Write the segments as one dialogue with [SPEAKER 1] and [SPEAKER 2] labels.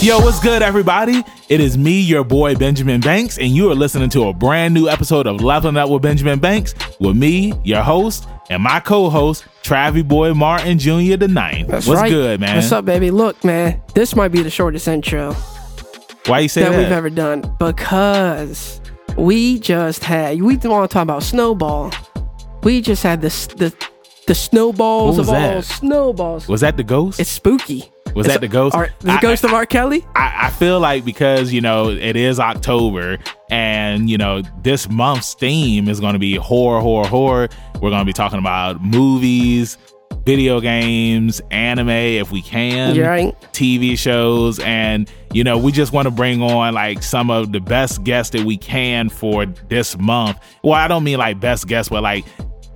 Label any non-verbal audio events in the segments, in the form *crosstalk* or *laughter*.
[SPEAKER 1] Yo, what's good, everybody? It is me, your boy Benjamin Banks, and you are listening to a brand new episode of Leveling Up with Benjamin Banks with me, your host, and my co-host, Travie Boy Martin Jr. the Ninth.
[SPEAKER 2] That's
[SPEAKER 1] what's
[SPEAKER 2] right.
[SPEAKER 1] good, man?
[SPEAKER 2] What's up, baby? Look, man, this might be the shortest intro
[SPEAKER 1] Why you say
[SPEAKER 2] that
[SPEAKER 1] that?
[SPEAKER 2] we've ever done because we just had. We want to talk about snowball. We just had this the the snowballs
[SPEAKER 1] What was
[SPEAKER 2] of all
[SPEAKER 1] that?
[SPEAKER 2] snowballs.
[SPEAKER 1] was that the ghost?
[SPEAKER 2] it's spooky.
[SPEAKER 1] Was
[SPEAKER 2] It's-
[SPEAKER 1] that the ghost?
[SPEAKER 2] Ar- the
[SPEAKER 1] I-
[SPEAKER 2] ghost of R. Kelly.
[SPEAKER 1] I, I feel like because you know it is October and you know this month's theme is going to be horror, horror, horror. We're going to be talking about movies, video games, anime if we can,
[SPEAKER 2] You're right.
[SPEAKER 1] TV shows, and you know we just want to bring on like some of the best guests that we can for this month. Well, I don't mean like best guests, but like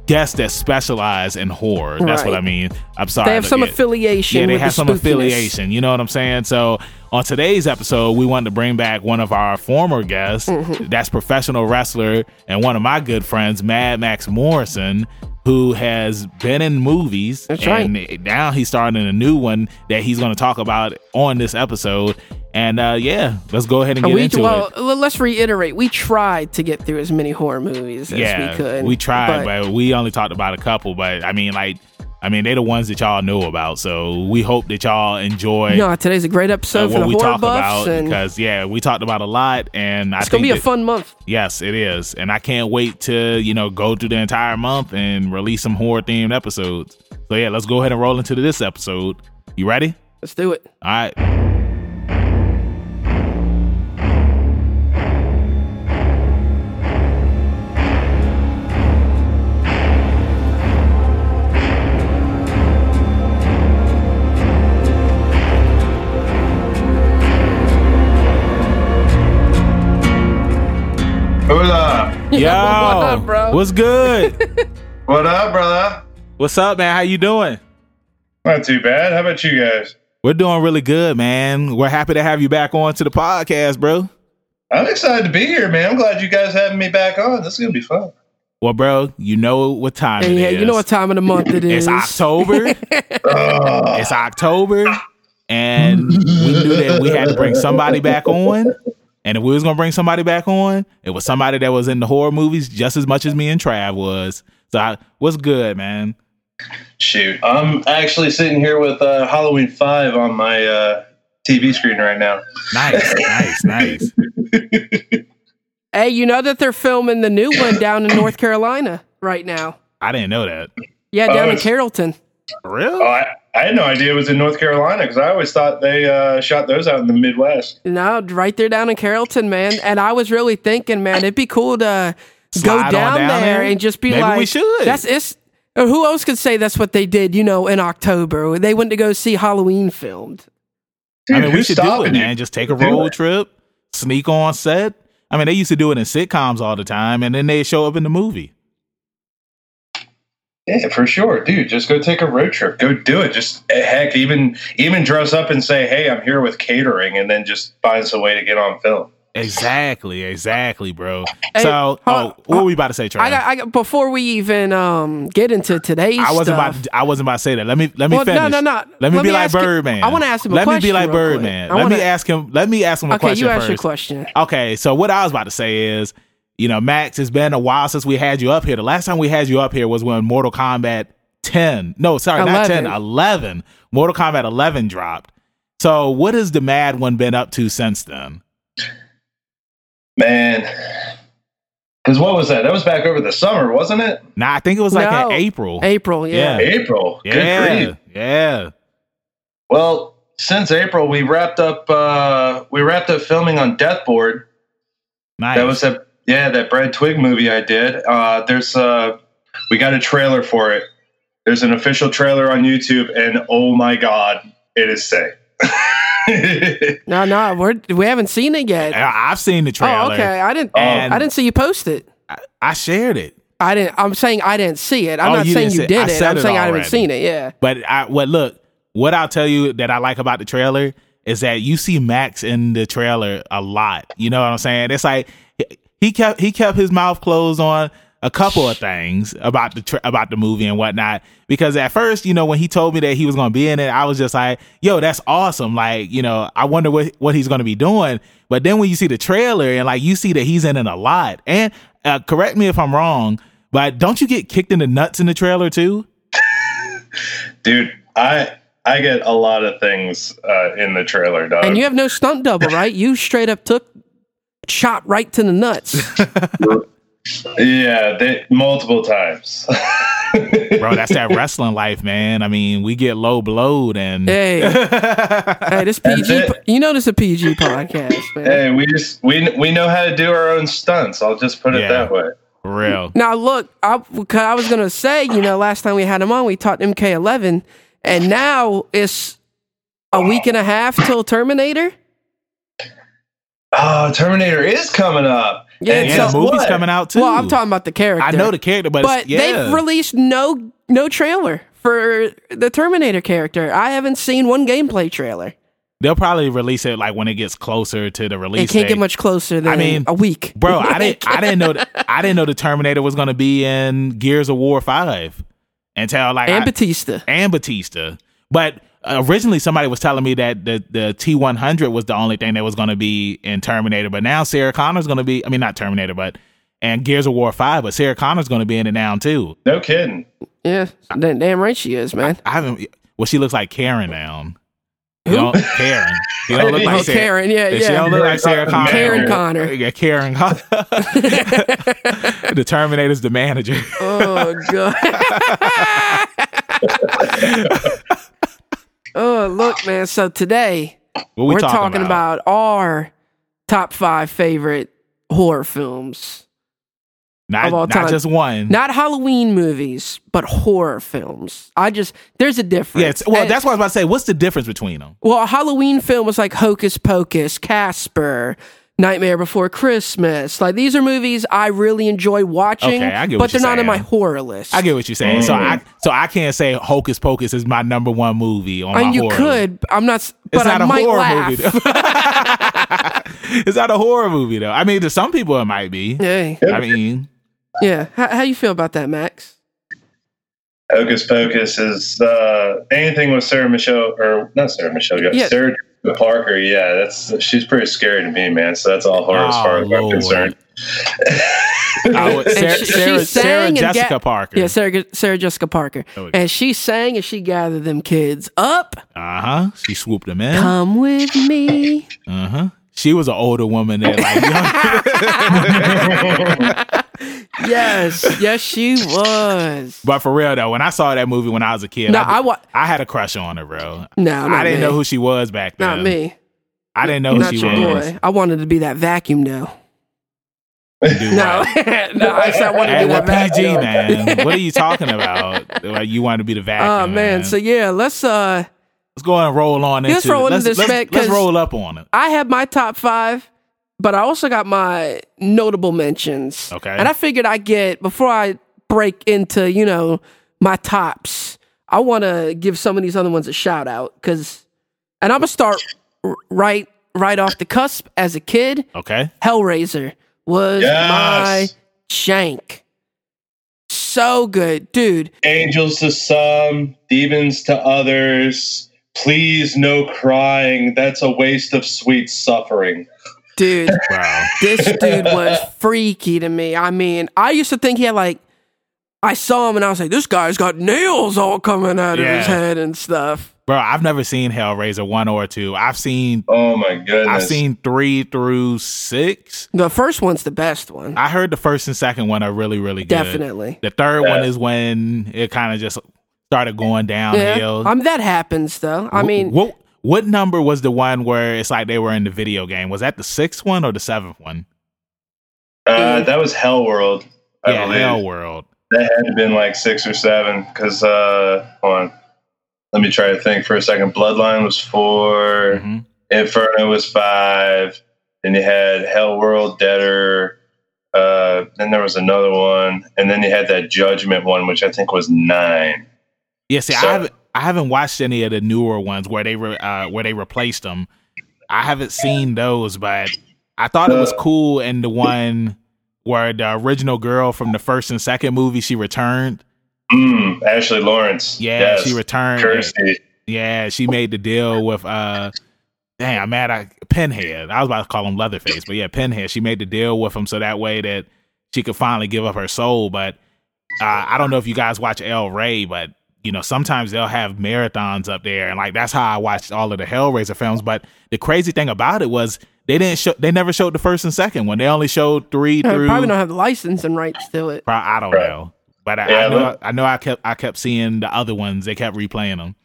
[SPEAKER 1] guests that specialize in horror. That's what
[SPEAKER 2] Right.
[SPEAKER 1] I mean. I'm sorry.
[SPEAKER 2] They have some
[SPEAKER 1] Yeah.
[SPEAKER 2] affiliation.
[SPEAKER 1] Yeah, they
[SPEAKER 2] with
[SPEAKER 1] have
[SPEAKER 2] the
[SPEAKER 1] some
[SPEAKER 2] spookiness.
[SPEAKER 1] affiliation. You know what I'm saying? So on today's episode, we wanted to bring back one of our former guests.
[SPEAKER 2] Mm-hmm.
[SPEAKER 1] That's professional wrestler and one of my good friends, Mad Max Morrison, who has been in movies.
[SPEAKER 2] That's
[SPEAKER 1] and now he's starting a new one that he's going to talk about on this episode. And uh, yeah, let's go ahead and get
[SPEAKER 2] And we
[SPEAKER 1] into
[SPEAKER 2] well,
[SPEAKER 1] it.
[SPEAKER 2] l- let's reiterate. We tried to get through as many horror movies as
[SPEAKER 1] Yeah,
[SPEAKER 2] we could.
[SPEAKER 1] tried, but, we only talked about a couple. But I mean, like, I mean, they're the ones that y'all know about. So we hope that y'all enjoy.
[SPEAKER 2] no, today's a great
[SPEAKER 1] uh,
[SPEAKER 2] episode
[SPEAKER 1] what
[SPEAKER 2] for the
[SPEAKER 1] we
[SPEAKER 2] horror
[SPEAKER 1] talk
[SPEAKER 2] buffs,
[SPEAKER 1] about
[SPEAKER 2] and
[SPEAKER 1] because yeah, we talked about a lot, and I
[SPEAKER 2] it's gonna
[SPEAKER 1] think
[SPEAKER 2] be a
[SPEAKER 1] that-
[SPEAKER 2] fun month.
[SPEAKER 1] yes, it is, and I can't wait to you know go through the entire month and release some horror themed episodes. So yeah, let's go ahead and roll into this episode. You ready?
[SPEAKER 2] Let's do it.
[SPEAKER 1] All right.
[SPEAKER 2] *laughs*
[SPEAKER 3] Hola.
[SPEAKER 1] Yo,
[SPEAKER 2] What up, bro?
[SPEAKER 1] what's good?
[SPEAKER 3] What up, brother?
[SPEAKER 1] *laughs* what's up, man? How you doing?
[SPEAKER 3] Not too bad. How about you guys?
[SPEAKER 1] We're doing really good, man. We're happy to have you back on to the podcast, bro.
[SPEAKER 3] I'm excited to be here, man. I'm glad you guys having me back on. This is gonna be fun.
[SPEAKER 1] Well, bro, you know what time
[SPEAKER 2] And
[SPEAKER 1] it
[SPEAKER 2] yeah,
[SPEAKER 1] is.
[SPEAKER 2] you know what time of the month it
[SPEAKER 1] *clears throat*
[SPEAKER 2] is.
[SPEAKER 1] It's October.
[SPEAKER 3] *laughs* Oh,
[SPEAKER 1] It's October, and we knew that we had to bring somebody back on. And if we was gonna bring somebody back on, it was somebody that was in the horror movies just as much as me and Trav was. So I, what's good, man?
[SPEAKER 3] shoot, I'm actually sitting here with uh, Halloween Five on my uh, TV screen right now.
[SPEAKER 1] Nice, nice, nice.
[SPEAKER 2] Hey, you know that they're filming the new one down in North Carolina right now.
[SPEAKER 1] I didn't know that.
[SPEAKER 2] Yeah,
[SPEAKER 3] Oh,
[SPEAKER 2] down in
[SPEAKER 3] it's-
[SPEAKER 2] Carrollton.
[SPEAKER 3] Oh,
[SPEAKER 1] Really?
[SPEAKER 3] I, I had no idea it was in North Carolina because I always thought they uh, shot those out in the Midwest.
[SPEAKER 2] No, right there down in Carrollton, man. And I was really thinking, man, it'd be cool to
[SPEAKER 1] Slide on
[SPEAKER 2] go down,
[SPEAKER 1] down
[SPEAKER 2] there
[SPEAKER 1] there?
[SPEAKER 2] and just be
[SPEAKER 1] Maybe we
[SPEAKER 2] like,
[SPEAKER 1] should.
[SPEAKER 2] That's it's. Or who else could say that's what they did? You know, in October they went to go see Halloween filmed.
[SPEAKER 1] I
[SPEAKER 3] Dude,
[SPEAKER 1] mean, we
[SPEAKER 3] who's
[SPEAKER 1] should do it,
[SPEAKER 3] stopping you?
[SPEAKER 1] man. Just take a
[SPEAKER 3] Do
[SPEAKER 1] road
[SPEAKER 3] it.
[SPEAKER 1] trip, sneak on set. I mean, they used to do it in sitcoms all the time, and then they show up in the movie.
[SPEAKER 3] Yeah, for sure, dude. Just go take a road trip. Go do it. Just eh, heck, even even dress up and say, "Hey, I'm here with catering," and then just finds a way to get on film.
[SPEAKER 1] Exactly, exactly, bro.
[SPEAKER 2] Hey,
[SPEAKER 1] so,
[SPEAKER 2] hold
[SPEAKER 1] oh,
[SPEAKER 2] on,
[SPEAKER 1] what were we about to say, Trav?
[SPEAKER 2] I got, I got before we even um get into today's.
[SPEAKER 1] I wasn't
[SPEAKER 2] stuff,
[SPEAKER 1] about. To, I wasn't about to say that. Let me. Let me
[SPEAKER 2] Well, no,
[SPEAKER 1] finish.
[SPEAKER 2] no, no.
[SPEAKER 1] Let me
[SPEAKER 2] Let
[SPEAKER 1] be
[SPEAKER 2] me
[SPEAKER 1] like
[SPEAKER 2] ask you-
[SPEAKER 1] Birdman.
[SPEAKER 2] I wanna ask him a
[SPEAKER 1] Let me
[SPEAKER 2] question
[SPEAKER 1] be like
[SPEAKER 2] real quick.
[SPEAKER 1] Birdman.
[SPEAKER 2] I
[SPEAKER 1] Let me
[SPEAKER 2] wanna-
[SPEAKER 1] ask him. Let me ask him a
[SPEAKER 2] Okay,
[SPEAKER 1] question
[SPEAKER 2] you ask
[SPEAKER 1] first.
[SPEAKER 2] your question.
[SPEAKER 1] Okay, so what I was about to say is, you know, Max, it's been a while since we had you up here. The last time we had you up here was when Mortal Kombat 10. No, sorry, not 10,
[SPEAKER 2] 11.
[SPEAKER 1] 11. Mortal Kombat 11 dropped. So, what has the Mad One been up to since then?
[SPEAKER 3] Man. Because what was that? That was back over the summer, wasn't it?
[SPEAKER 1] Nah, I think it was like
[SPEAKER 2] No.
[SPEAKER 1] in April.
[SPEAKER 2] April, yeah.
[SPEAKER 3] April. Good
[SPEAKER 1] Yeah,
[SPEAKER 3] grief.
[SPEAKER 1] yeah.
[SPEAKER 3] Well, since April, we wrapped up. Uh, we wrapped up filming on Deathboard.
[SPEAKER 1] Nice.
[SPEAKER 3] That was that. Yeah, that Brad Twig movie I did. Uh, there's. Uh, we got a trailer for it. There's an official trailer on YouTube, and oh my god, it is sick. *laughs*
[SPEAKER 2] No, no, we're we haven't seen it yet.
[SPEAKER 1] I- I've seen the trailer.
[SPEAKER 2] Oh, okay. I didn't.
[SPEAKER 3] And-
[SPEAKER 2] I didn't see you post it.
[SPEAKER 1] I, I shared it.
[SPEAKER 2] I didn't. I'm saying I didn't see it. I'm
[SPEAKER 1] Oh,
[SPEAKER 2] not
[SPEAKER 1] you
[SPEAKER 2] saying
[SPEAKER 1] didn't
[SPEAKER 2] you
[SPEAKER 1] see-
[SPEAKER 2] did
[SPEAKER 1] I
[SPEAKER 2] it.
[SPEAKER 1] said
[SPEAKER 2] I'm
[SPEAKER 1] it
[SPEAKER 2] saying I haven't
[SPEAKER 1] already.
[SPEAKER 2] seen it. Yeah.
[SPEAKER 1] But I what look, what I'll tell you that I like about the trailer is that you see Max in the trailer a lot. You know what I'm saying? It's like he kept he kept his mouth closed on a couple of things about the tr about the movie and whatnot. Because at first, you know, when he told me that he was going to be in it, I was just like, "Yo, that's awesome!" Like, you know, I wonder what what he's going to be doing. But then when you see the trailer and like you see that he's in it a lot, and uh, correct me if I'm wrong, but don't you get kicked in the nuts in the trailer too?
[SPEAKER 3] dude. I I get a lot of things uh, in the trailer, dog.
[SPEAKER 2] And you have no stunt double, right? You straight up took chop right to
[SPEAKER 1] *laughs*
[SPEAKER 2] the nuts.
[SPEAKER 3] yeah, they, multiple times. *laughs*
[SPEAKER 1] Bro, that's that wrestling life, man. I mean, we get low blowed and
[SPEAKER 2] hey, hey, this PG.
[SPEAKER 3] it.
[SPEAKER 2] po- You know this is a PG podcast, man.
[SPEAKER 3] hey, we just we we know how to do our own stunts. I'll just put it
[SPEAKER 1] Yeah.
[SPEAKER 3] that way.
[SPEAKER 1] *laughs* for real.
[SPEAKER 2] Now look, I, 'cause I was gonna say, you know, last time we had him on, we talked MK11, and now it's a week and a half till Terminator.
[SPEAKER 3] Oh, Terminator is coming up.
[SPEAKER 2] Yeah,
[SPEAKER 3] And
[SPEAKER 1] And
[SPEAKER 2] so
[SPEAKER 3] guess
[SPEAKER 1] the movie's
[SPEAKER 3] what?
[SPEAKER 1] coming out too.
[SPEAKER 2] Well, I'm talking about the character.
[SPEAKER 1] I know the character, but,
[SPEAKER 2] but
[SPEAKER 1] it's, yeah.
[SPEAKER 2] they've released no no trailer for the Terminator character. I haven't seen one gameplay trailer.
[SPEAKER 1] They'll probably release it like when it gets closer to the release.
[SPEAKER 2] It can't
[SPEAKER 1] date.
[SPEAKER 2] get much closer than
[SPEAKER 1] I mean,
[SPEAKER 2] a week,
[SPEAKER 1] Bro, I didn't I didn't know th- I didn't know the Terminator was gonna be in Gears of War five until like
[SPEAKER 2] *laughs* and
[SPEAKER 1] I-
[SPEAKER 2] Batista.
[SPEAKER 1] and Batista. But originally somebody was telling me that the the T one hundred was the only thing that was gonna be in Terminator, but now Sarah Connor's gonna be I mean not Terminator, but and Gears of War five, but Sarah Connor's gonna be in it now too.
[SPEAKER 3] No kidding.
[SPEAKER 2] Yeah, damn, damn right she is, man.
[SPEAKER 1] I haven't well she looks like Karen now.
[SPEAKER 2] Who?
[SPEAKER 1] You don't- Karen. You don't look
[SPEAKER 3] Oh,
[SPEAKER 1] like
[SPEAKER 2] *laughs* Oh,
[SPEAKER 1] Sarah.
[SPEAKER 2] Karen, yeah,
[SPEAKER 1] She
[SPEAKER 2] yeah.
[SPEAKER 1] don't look like Sarah Connor.
[SPEAKER 2] Karen
[SPEAKER 3] Yeah.
[SPEAKER 2] Connor.
[SPEAKER 1] Yeah, Karen
[SPEAKER 2] *laughs*
[SPEAKER 1] Connor. the Terminator's the
[SPEAKER 2] *laughs*
[SPEAKER 1] manager.
[SPEAKER 2] Oh
[SPEAKER 1] *laughs*
[SPEAKER 2] god. oh look, man. So today
[SPEAKER 1] What
[SPEAKER 2] we are talking, about? our top five favorite horror films.
[SPEAKER 1] Not,
[SPEAKER 2] of all
[SPEAKER 1] not
[SPEAKER 2] time.
[SPEAKER 1] just one.
[SPEAKER 2] Not Halloween movies, but horror films. I just there's a difference.
[SPEAKER 1] yes. Well,
[SPEAKER 2] And-
[SPEAKER 1] that's what I was about to say. What's the difference between them?
[SPEAKER 2] well, a Halloween film was like Hocus Pocus, Casper, Nightmare Before Christmas. Like these are movies I really enjoy watching,
[SPEAKER 1] Okay, I get
[SPEAKER 2] but
[SPEAKER 1] what
[SPEAKER 2] they're
[SPEAKER 1] you're
[SPEAKER 2] not in
[SPEAKER 1] saying.
[SPEAKER 2] my horror list.
[SPEAKER 1] I get what you're saying. So
[SPEAKER 2] Mm.
[SPEAKER 1] I so I can't say Hocus Pocus is my number one movie on
[SPEAKER 2] I mean,
[SPEAKER 1] my
[SPEAKER 2] Oh, you
[SPEAKER 1] horror.
[SPEAKER 2] could. but I'm not. s- But
[SPEAKER 1] It's not
[SPEAKER 2] I
[SPEAKER 1] a
[SPEAKER 2] might
[SPEAKER 1] horror
[SPEAKER 2] laugh. *laughs*
[SPEAKER 1] movie. Though. *laughs* it's not a horror movie though. I mean, to some people it might be.
[SPEAKER 2] Yeah,
[SPEAKER 1] I mean,
[SPEAKER 2] yeah. How, how you feel about that, Max?
[SPEAKER 3] Hocus Pocus is uh, anything with Sarah Michelle or not Sarah Michelle,
[SPEAKER 2] Yeah.
[SPEAKER 3] yeah. Sarah Parker. Yeah, that's she's pretty scary to me, man. So that's all horror as
[SPEAKER 1] Oh,
[SPEAKER 3] far as I'm
[SPEAKER 1] Lord.
[SPEAKER 3] concerned.
[SPEAKER 1] I would,
[SPEAKER 2] And
[SPEAKER 1] Sarah,
[SPEAKER 2] she- she
[SPEAKER 1] Sarah, Sarah
[SPEAKER 2] sang and
[SPEAKER 1] Jessica
[SPEAKER 2] ga-
[SPEAKER 1] Parker.
[SPEAKER 2] Yeah, Sarah, Sarah Jessica Parker,
[SPEAKER 1] Oh, okay.
[SPEAKER 2] and she sang and she gathered them kids up.
[SPEAKER 1] Uh huh. She swooped him in.
[SPEAKER 2] Come with
[SPEAKER 1] *laughs*
[SPEAKER 2] me.
[SPEAKER 1] Uh huh. She was an older woman that like *laughs*
[SPEAKER 2] Yes, yes, she was.
[SPEAKER 1] But for real though, when I saw that movie when I was a kid,
[SPEAKER 2] No,
[SPEAKER 1] I,
[SPEAKER 2] I wa-
[SPEAKER 1] I had a crush on her, bro.
[SPEAKER 2] No, not
[SPEAKER 1] I didn't
[SPEAKER 2] me.
[SPEAKER 1] know who she was back then.
[SPEAKER 2] Not me.
[SPEAKER 1] I didn't know who
[SPEAKER 2] not
[SPEAKER 1] she
[SPEAKER 2] your
[SPEAKER 1] was.
[SPEAKER 2] boy. I wanted to be that vacuum now.
[SPEAKER 1] Dude,
[SPEAKER 2] *laughs* No,
[SPEAKER 1] like,
[SPEAKER 2] no, I said I wanted to
[SPEAKER 1] Hey,
[SPEAKER 2] be
[SPEAKER 1] what
[SPEAKER 2] that
[SPEAKER 1] PG
[SPEAKER 2] vacuum.
[SPEAKER 1] man? What are you
[SPEAKER 2] *laughs*
[SPEAKER 1] talking about? Like you wanted to be the vacuum?
[SPEAKER 2] Oh man, so yeah, let's uh.
[SPEAKER 1] let's go and roll on into.
[SPEAKER 2] Let's roll into
[SPEAKER 1] let's,
[SPEAKER 2] this,
[SPEAKER 1] let's-
[SPEAKER 2] man,
[SPEAKER 1] let's
[SPEAKER 2] 'cause-
[SPEAKER 1] roll up on it.
[SPEAKER 2] I have my top five, but I also got my notable mentions.
[SPEAKER 1] Okay.
[SPEAKER 2] And I figured I get before I break into, you know, my tops, I wanna give some of these other ones a shout out because and I'm gonna start r- right right off the cusp as a kid.
[SPEAKER 1] Okay.
[SPEAKER 2] Hellraiser was
[SPEAKER 3] Yes.
[SPEAKER 2] my shank. So good, dude.
[SPEAKER 3] Angels to some, demons to others. Please, no crying. That's a waste of sweet suffering.
[SPEAKER 2] Dude,
[SPEAKER 1] Bro.
[SPEAKER 2] this
[SPEAKER 1] *laughs*
[SPEAKER 2] dude was freaky to me. I mean, I used to think he had like, I saw him and I was like, this guy's got nails all coming out of
[SPEAKER 1] Yeah.
[SPEAKER 2] his head and stuff.
[SPEAKER 1] Bro, I've never seen Hellraiser one or two. I've seen
[SPEAKER 3] Oh my goodness!
[SPEAKER 1] I've seen three through six.
[SPEAKER 2] The first one's the best one,
[SPEAKER 1] I heard the first and second one are really really good.
[SPEAKER 2] definitely.
[SPEAKER 1] The third
[SPEAKER 3] Yeah.
[SPEAKER 1] one is when it kind of just started going
[SPEAKER 2] Yeah,
[SPEAKER 1] downhill.
[SPEAKER 2] I mean that happens though. I
[SPEAKER 1] Wh-
[SPEAKER 2] mean,
[SPEAKER 1] what what number was the one where it's like they were in the video game? Was that the sixth one or the seventh one?
[SPEAKER 3] uh, that was Hell World. I
[SPEAKER 1] yeah,
[SPEAKER 3] believe
[SPEAKER 1] Hell World.
[SPEAKER 3] that had to been like six or seven. Because uh, hold on, let me try to think for a second. Bloodline was 4
[SPEAKER 1] Mhm.
[SPEAKER 3] Inferno was five. Then you had Hell World, Deader. Uh, then there was another one, and then you had that Judgment one, which I think was nine.
[SPEAKER 1] Yeah, see,
[SPEAKER 3] So-
[SPEAKER 1] I haven't I haven't watched any of the newer ones where they re, uh, where they replaced them. I haven't seen those, but I thought it was cool in the one where the original girl from the first and second movie she returned.
[SPEAKER 3] Mm, Ashley Lawrence.
[SPEAKER 1] Yeah,
[SPEAKER 3] Yes.
[SPEAKER 1] she returned.
[SPEAKER 3] Kirsty.
[SPEAKER 1] Yeah, she made the deal with uh dang, I'm mad I Pinhead. I was about to call him Leatherface, but yeah, Pinhead. She made the deal with him so that way that she could finally give up her soul. But uh, I don't know if you guys watch El Rey, but you know, sometimes they'll have marathons up there and like that's how I watched all of the Hellraiser films. But the crazy thing about it was they didn't show they never showed the first and second one. They only showed three
[SPEAKER 2] They
[SPEAKER 1] through
[SPEAKER 2] Uh, probably don't have the license and rights to it.
[SPEAKER 1] Pro- I don't
[SPEAKER 3] Right.
[SPEAKER 1] know. But I,
[SPEAKER 3] Yeah,
[SPEAKER 1] I, know,
[SPEAKER 3] but-
[SPEAKER 1] I know I kept I kept seeing the other ones. They kept replaying them.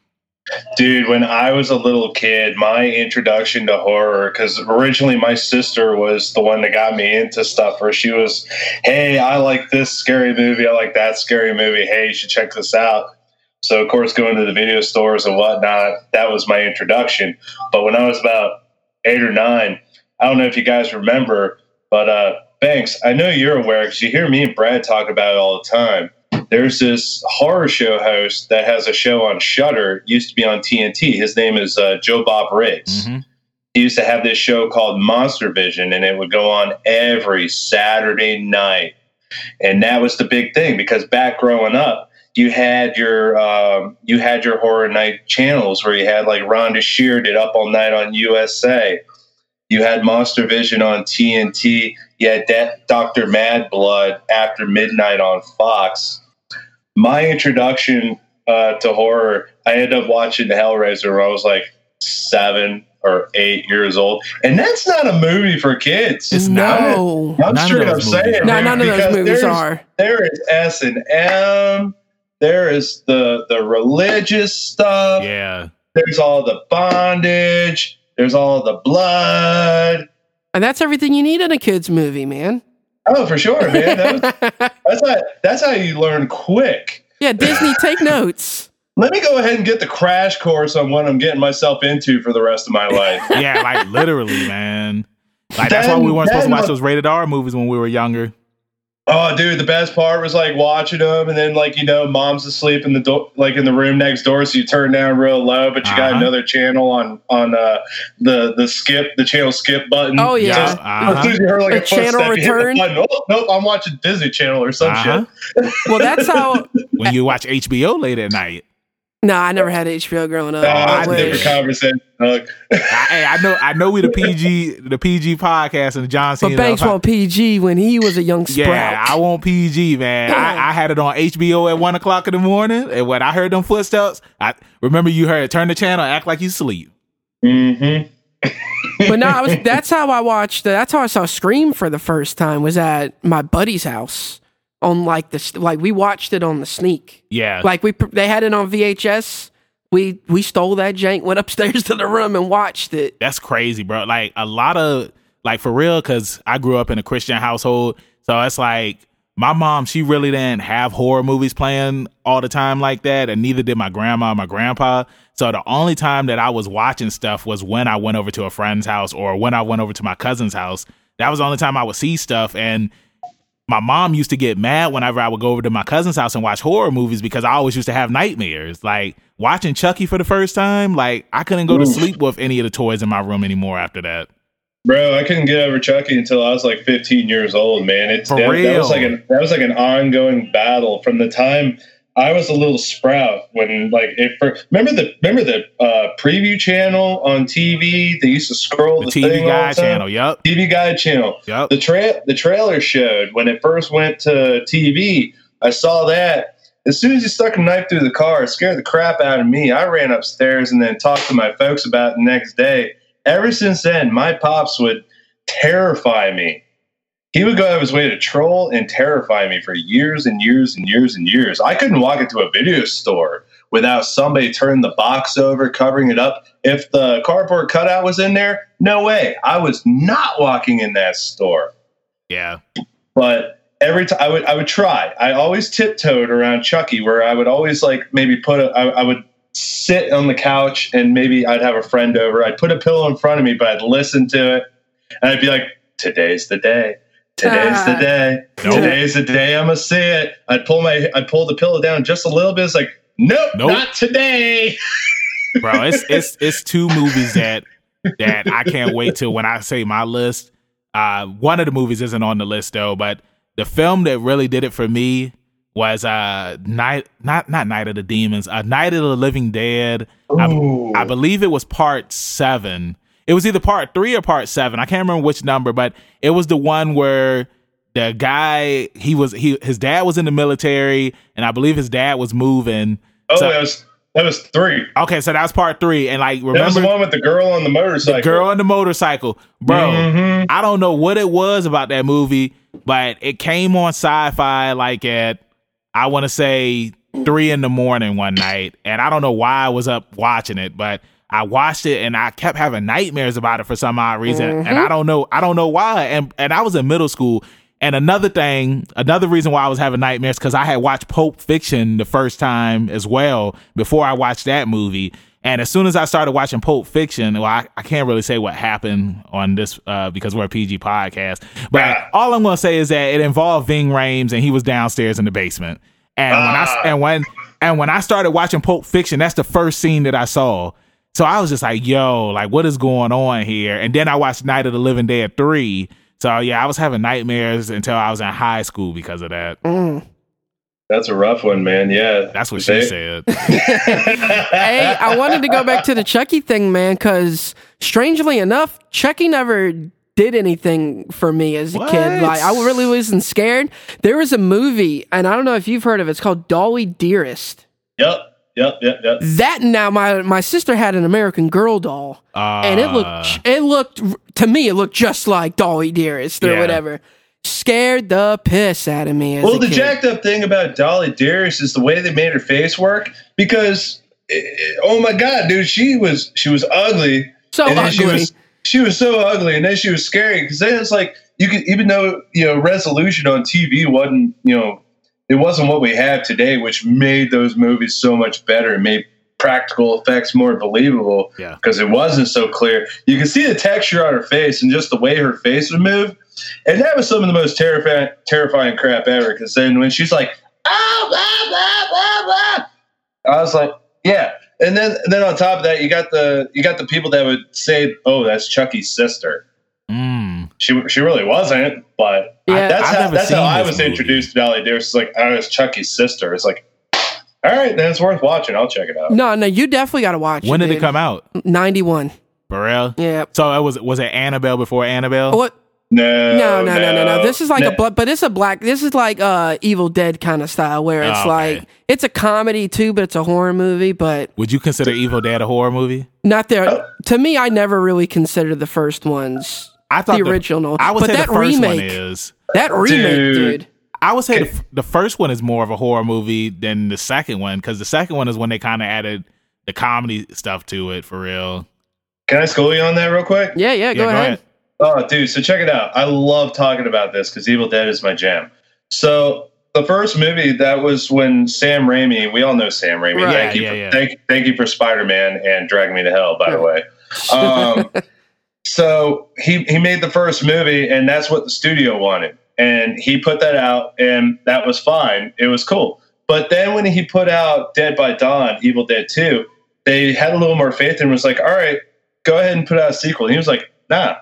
[SPEAKER 3] Dude, when I was a little kid, my introduction to horror, because originally my sister was the one that got me into stuff where she was, hey, I like this scary movie. I like that scary movie. Hey, you should check this out. So, of course, going to the video stores and whatnot, that was my introduction. But when I was about eight or nine, I don't know if you guys remember, but uh, Banks, I know you're aware because you hear me and Brad talk about it all the time there's this horror show host that has a show on Shudder, used to be on TNT. His name is uh, Joe Bob Riggs.
[SPEAKER 1] Mhm.
[SPEAKER 3] He used to have this show called Monster Vision, and it would go on every Saturday night. And that was the big thing because back growing up, you had your um, you had your horror night channels where you had like Rhonda Shear did Up All Night on USA. You had Monster Vision on TNT. You had that Dr. Mad Blood after midnight on Fox my introduction uh, to horror, I ended up watching Hellraiser when I was like seven or eight years old, and that's not a movie for kids.
[SPEAKER 1] It's not.
[SPEAKER 2] no.
[SPEAKER 3] I'm
[SPEAKER 1] None of
[SPEAKER 3] sure
[SPEAKER 1] those
[SPEAKER 3] I'm
[SPEAKER 1] movies
[SPEAKER 3] saying
[SPEAKER 1] are.
[SPEAKER 3] dude,
[SPEAKER 2] No, none of those
[SPEAKER 3] because
[SPEAKER 2] movies
[SPEAKER 3] there's-
[SPEAKER 2] are.
[SPEAKER 3] There is S and M. There is the the religious stuff.
[SPEAKER 1] Yeah.
[SPEAKER 3] There's all the bondage. There's all the blood.
[SPEAKER 2] And that's everything you need in a kid's
[SPEAKER 1] *laughs*
[SPEAKER 2] movie, man.
[SPEAKER 3] Oh, for sure, man. That
[SPEAKER 2] *laughs*
[SPEAKER 3] was, that's how, that's how you learn quick.
[SPEAKER 2] yeah, Disney, take notes.
[SPEAKER 3] Let me go ahead and get the crash course on what I'm getting myself into for the rest of my life.
[SPEAKER 1] yeah, like literally, man. Like that's why
[SPEAKER 3] Then-
[SPEAKER 1] we weren't supposed to
[SPEAKER 3] then
[SPEAKER 1] watch
[SPEAKER 3] the-
[SPEAKER 1] those rated R movies when we were younger.
[SPEAKER 3] oh, dude, the best part was like watching them, and then like you know, mom's asleep in the door, like in the room next door, so you turn down real low, but you got
[SPEAKER 1] Uh-huh.
[SPEAKER 3] another channel on on uh, the the skip the channel skip button.
[SPEAKER 2] Oh, yeah.
[SPEAKER 3] Just- As soon
[SPEAKER 1] Uh-huh.
[SPEAKER 3] as you heard like
[SPEAKER 2] A
[SPEAKER 3] a,
[SPEAKER 2] channel
[SPEAKER 3] footstep, you hit the
[SPEAKER 2] return?
[SPEAKER 3] button. Oh, nope, I'm watching Disney Channel or some
[SPEAKER 1] Uh-huh.
[SPEAKER 3] shit.
[SPEAKER 2] Well, that's how.
[SPEAKER 1] When you watch HBO late at night,
[SPEAKER 2] No, I never had HBO growing up.
[SPEAKER 3] Nah,
[SPEAKER 1] I
[SPEAKER 3] that's a
[SPEAKER 1] wish.
[SPEAKER 3] different conversation. Doug.
[SPEAKER 1] I, hey, I know, I know, we the PG, the PG podcast and the John Cena.
[SPEAKER 2] But Banks won PG when he was a young sprout.
[SPEAKER 1] yeah, I want PG, man. I, I had it on HBO at one o'clock in the morning, and when I heard them footsteps, I remember you heard turn the channel, act like you sleep.
[SPEAKER 3] Mm-hmm.
[SPEAKER 2] but no, I was. That's how I watched. That's how I saw Scream for the first time. Was at my buddy's house on like this. Like we watched it on the sneak.
[SPEAKER 1] Yeah,
[SPEAKER 2] Like we pr- they had it on VHS. We we stole that jank, went upstairs *laughs* to the room and watched it.
[SPEAKER 1] That's crazy, bro. Like a lot of like for real, because I grew up in a Christian household, so it's like my mom. She really didn't have horror movies playing all the time like that, and neither did my grandma, or my grandpa. So the only time that I was watching stuff was when I went over to a friend's house or when I went over to my cousin's house. That was the only time I would see stuff, and my mom used to get mad whenever I would go over to my cousin's house and watch horror movies because I always used to have nightmares. Like watching Chucky for the first time, like I couldn't go to
[SPEAKER 3] Oof.
[SPEAKER 1] sleep with any of the toys in my room anymore after that.
[SPEAKER 3] Bro, I couldn't get over Chucky until I was like 15 years old, man. It's
[SPEAKER 1] For
[SPEAKER 3] that, that
[SPEAKER 1] real.
[SPEAKER 3] was like an that was like an ongoing battle from the time I was a little sprout when like it for, remember the remember the uh, preview channel on TV they used to scroll
[SPEAKER 1] The
[SPEAKER 3] the,
[SPEAKER 1] TV
[SPEAKER 3] thing all
[SPEAKER 1] Guy
[SPEAKER 3] the time?
[SPEAKER 1] channel. Yep.
[SPEAKER 3] TV Guide channel
[SPEAKER 1] Yep.
[SPEAKER 3] the tra- the trailer showed when it first went to TV. I saw that. As soon as he stuck a knife through the car, it scared the crap out of me. I ran upstairs and then talked to my folks about it the next day. Ever since then, my pops would terrify me. He would go out of his way to troll and terrify me for years and years and years and years. I couldn't walk into a video store without somebody turning the box over, covering it up. If the cardboard cutout was in there, no way. I was not walking in that store
[SPEAKER 1] Yeah.
[SPEAKER 3] but every time I would I would try. I always tiptoed around Chucky, where I would always like maybe put a I, I would sit on the couch and maybe I'd have a friend over. I'd put a pillow in front of me, but I'd listen to it and I'd be like, "Today's the day. Today's the
[SPEAKER 2] Ah.
[SPEAKER 3] day.
[SPEAKER 1] Nope.
[SPEAKER 3] Today's the day I'm gonna see it." I'd pull my I'd pull the pillow down just a little bit. It's like, nope,
[SPEAKER 1] Nope.
[SPEAKER 3] not today.
[SPEAKER 1] bro. It's it's it's two movies that that I can't wait till when I say my list. Uh, one of the movies isn't on the list though, but the film that really did it for me was uh night not not Night of the Demons, uh, Night of the Living Dead. I,
[SPEAKER 3] Ooh.
[SPEAKER 1] I believe it was part seven. It was either part three or part seven. I can't remember which number, but it was the one where the guy he was he his dad was in the military, and I believe his dad was moving.
[SPEAKER 3] oh,
[SPEAKER 1] so-
[SPEAKER 3] that was that was three.
[SPEAKER 1] Okay, so that was part three, and like
[SPEAKER 3] That was the
[SPEAKER 1] remember
[SPEAKER 3] one with the girl on the motorcycle.
[SPEAKER 1] the girl on the motorcycle, bro.
[SPEAKER 3] Mhm.
[SPEAKER 1] I don't know what it was about that movie, but it came on sci-fi like at I want to say three in the morning one night, and I don't know why I was up watching it, but I watched it and I kept having nightmares about it for some odd reason, and I don't know, I don't know why. And and I was in middle school, and another thing, another reason why I was having nightmares because I had watched Pulp Fiction the first time as well before I watched that movie. And as soon as I started watching Pulp Fiction, well, I, I can't really say what happened on this uh, because we're a PG podcast. But
[SPEAKER 3] Yeah.
[SPEAKER 1] all I'm gonna say is that it involved Ving Rhames, and he was downstairs in the basement. And when I
[SPEAKER 3] Ah.
[SPEAKER 1] and when and when I started watching Pulp Fiction, that's the first scene that I saw. So I was just like, "Yo, like what is going on here?" And then I watched Night of the Living Dead three. So yeah, I was having nightmares until I was in high school because of that.
[SPEAKER 2] Mm.
[SPEAKER 3] That's a rough one, man. Yeah,
[SPEAKER 1] That's what she
[SPEAKER 3] They-
[SPEAKER 1] said.
[SPEAKER 2] Hey, I wanted to go back to the Chucky thing, man, because strangely enough, Chucky never did anything for me as a kid.
[SPEAKER 1] What?
[SPEAKER 2] Like, I really wasn't scared. There was a movie, and I don't know if you've heard of it. It's called Dolly Dearest.
[SPEAKER 3] Yep, yep, yep, yep.
[SPEAKER 2] That now, my my sister had an American Girl doll, and it
[SPEAKER 1] Uh,
[SPEAKER 2] looked it looked to me it looked just like Dolly Dearest or
[SPEAKER 1] Yeah.
[SPEAKER 2] whatever. Scared the piss out of me. As
[SPEAKER 3] Well,
[SPEAKER 2] a
[SPEAKER 3] the
[SPEAKER 2] kid.
[SPEAKER 3] jacked up thing about Dolly Dearest is the way they made her face work because, eh, eh, oh my god, dude, she was she was ugly,
[SPEAKER 2] so
[SPEAKER 3] and then she
[SPEAKER 2] ugly.
[SPEAKER 3] was she was so ugly, and then she was scary because then it's like you could even though you know resolution on TV wasn't you know it wasn't what we have today, which made those movies so much better, and made practical effects more believable
[SPEAKER 1] Yeah.
[SPEAKER 3] because it wasn't so clear. You could see the texture on her face and just the way her face would move. And that was some of the most terrifying, terrifying crap ever. Because then when she's like, ah, blah, blah, blah, blah, I was like, yeah. And then, then on top of that, you got the you got the people that would say, "Oh, that's Chucky's sister."
[SPEAKER 1] mm.
[SPEAKER 3] She she really wasn't, but
[SPEAKER 2] Yeah.
[SPEAKER 3] that's
[SPEAKER 1] I've
[SPEAKER 3] how
[SPEAKER 1] never
[SPEAKER 3] that's how
[SPEAKER 1] seen
[SPEAKER 3] I
[SPEAKER 1] this
[SPEAKER 3] was
[SPEAKER 1] movie.
[SPEAKER 3] introduced to Dolly Dearest. It's like, oh, it's Chucky's sister. It's like, all right, then it's worth watching. I'll check it out.
[SPEAKER 2] no, no, you definitely got to watch.
[SPEAKER 1] When did it come out,
[SPEAKER 2] Ninety one.
[SPEAKER 1] Burrell?
[SPEAKER 2] Yeah.
[SPEAKER 1] So it was was it Annabelle before Annabelle?
[SPEAKER 2] What?
[SPEAKER 3] No,
[SPEAKER 2] No, no, no, no, no. This is like
[SPEAKER 3] No.
[SPEAKER 2] a blood, but it's a black. This is like uh Evil Dead kind of style where it's
[SPEAKER 1] Oh, okay.
[SPEAKER 2] like it's a comedy too, but it's a horror movie. But
[SPEAKER 1] Would you consider Evil Dead a horror movie?
[SPEAKER 2] not
[SPEAKER 3] Oh.
[SPEAKER 2] there. To me, I never really considered the first ones.
[SPEAKER 1] I thought
[SPEAKER 2] The original.
[SPEAKER 1] I would
[SPEAKER 2] But
[SPEAKER 1] say
[SPEAKER 2] that
[SPEAKER 1] the first one
[SPEAKER 2] remake-
[SPEAKER 1] is.
[SPEAKER 2] That remake, dude.
[SPEAKER 3] Dude.
[SPEAKER 1] I would say the, f- the first one is more of a horror movie than the second one because the second one is when they kind of added the comedy stuff to it for real.
[SPEAKER 3] Can I school you on that real quick?
[SPEAKER 2] Yeah, yeah. Go,
[SPEAKER 1] Yeah, go
[SPEAKER 2] ahead.
[SPEAKER 1] ahead.
[SPEAKER 3] Oh, dude, so check it out. I love talking about this because Evil Dead is my jam. So the first movie that was when Sam Raimi. We all know Sam Raimi.
[SPEAKER 2] Right.
[SPEAKER 3] thank you,
[SPEAKER 1] Yeah,
[SPEAKER 3] for,
[SPEAKER 1] yeah.
[SPEAKER 3] thank thank you for Spider Man and Drag Me to Hell. By the way, um, so he he made the first movie, and that's what the studio wanted, and he put that out, and that was fine. It was cool. But then when he put out Dead by Dawn, Evil Dead Two, they had a little more faith and was like, "All right, go ahead and put out a sequel." And he was like, "Nah."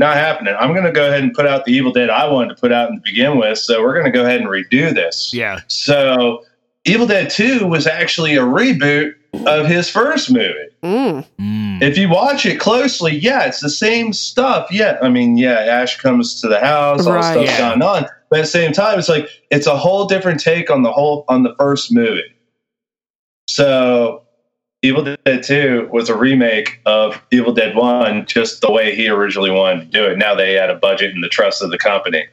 [SPEAKER 3] Not happening. I'm going to go ahead and put out the Evil Dead I wanted to put out to begin with. So we're going to go ahead and redo this.
[SPEAKER 1] Yeah,
[SPEAKER 3] So Evil Dead 2 was actually a reboot of his first movie.
[SPEAKER 2] *laughs*
[SPEAKER 3] Uh,
[SPEAKER 2] Mm.
[SPEAKER 1] Mm.
[SPEAKER 3] If you watch it closely, yeah, it's the same stuff. Yeah, I mean, yeah, Ash comes to the house, all
[SPEAKER 2] Right.
[SPEAKER 3] this stuff's
[SPEAKER 1] Yeah.
[SPEAKER 3] going on. But at the same time, it's like it's a whole different take on the whole on the first movie. So Evil Dead 2 was a remake of Evil Dead 1, just the way he originally wanted to do it. Now they had a budget and the trust of the company.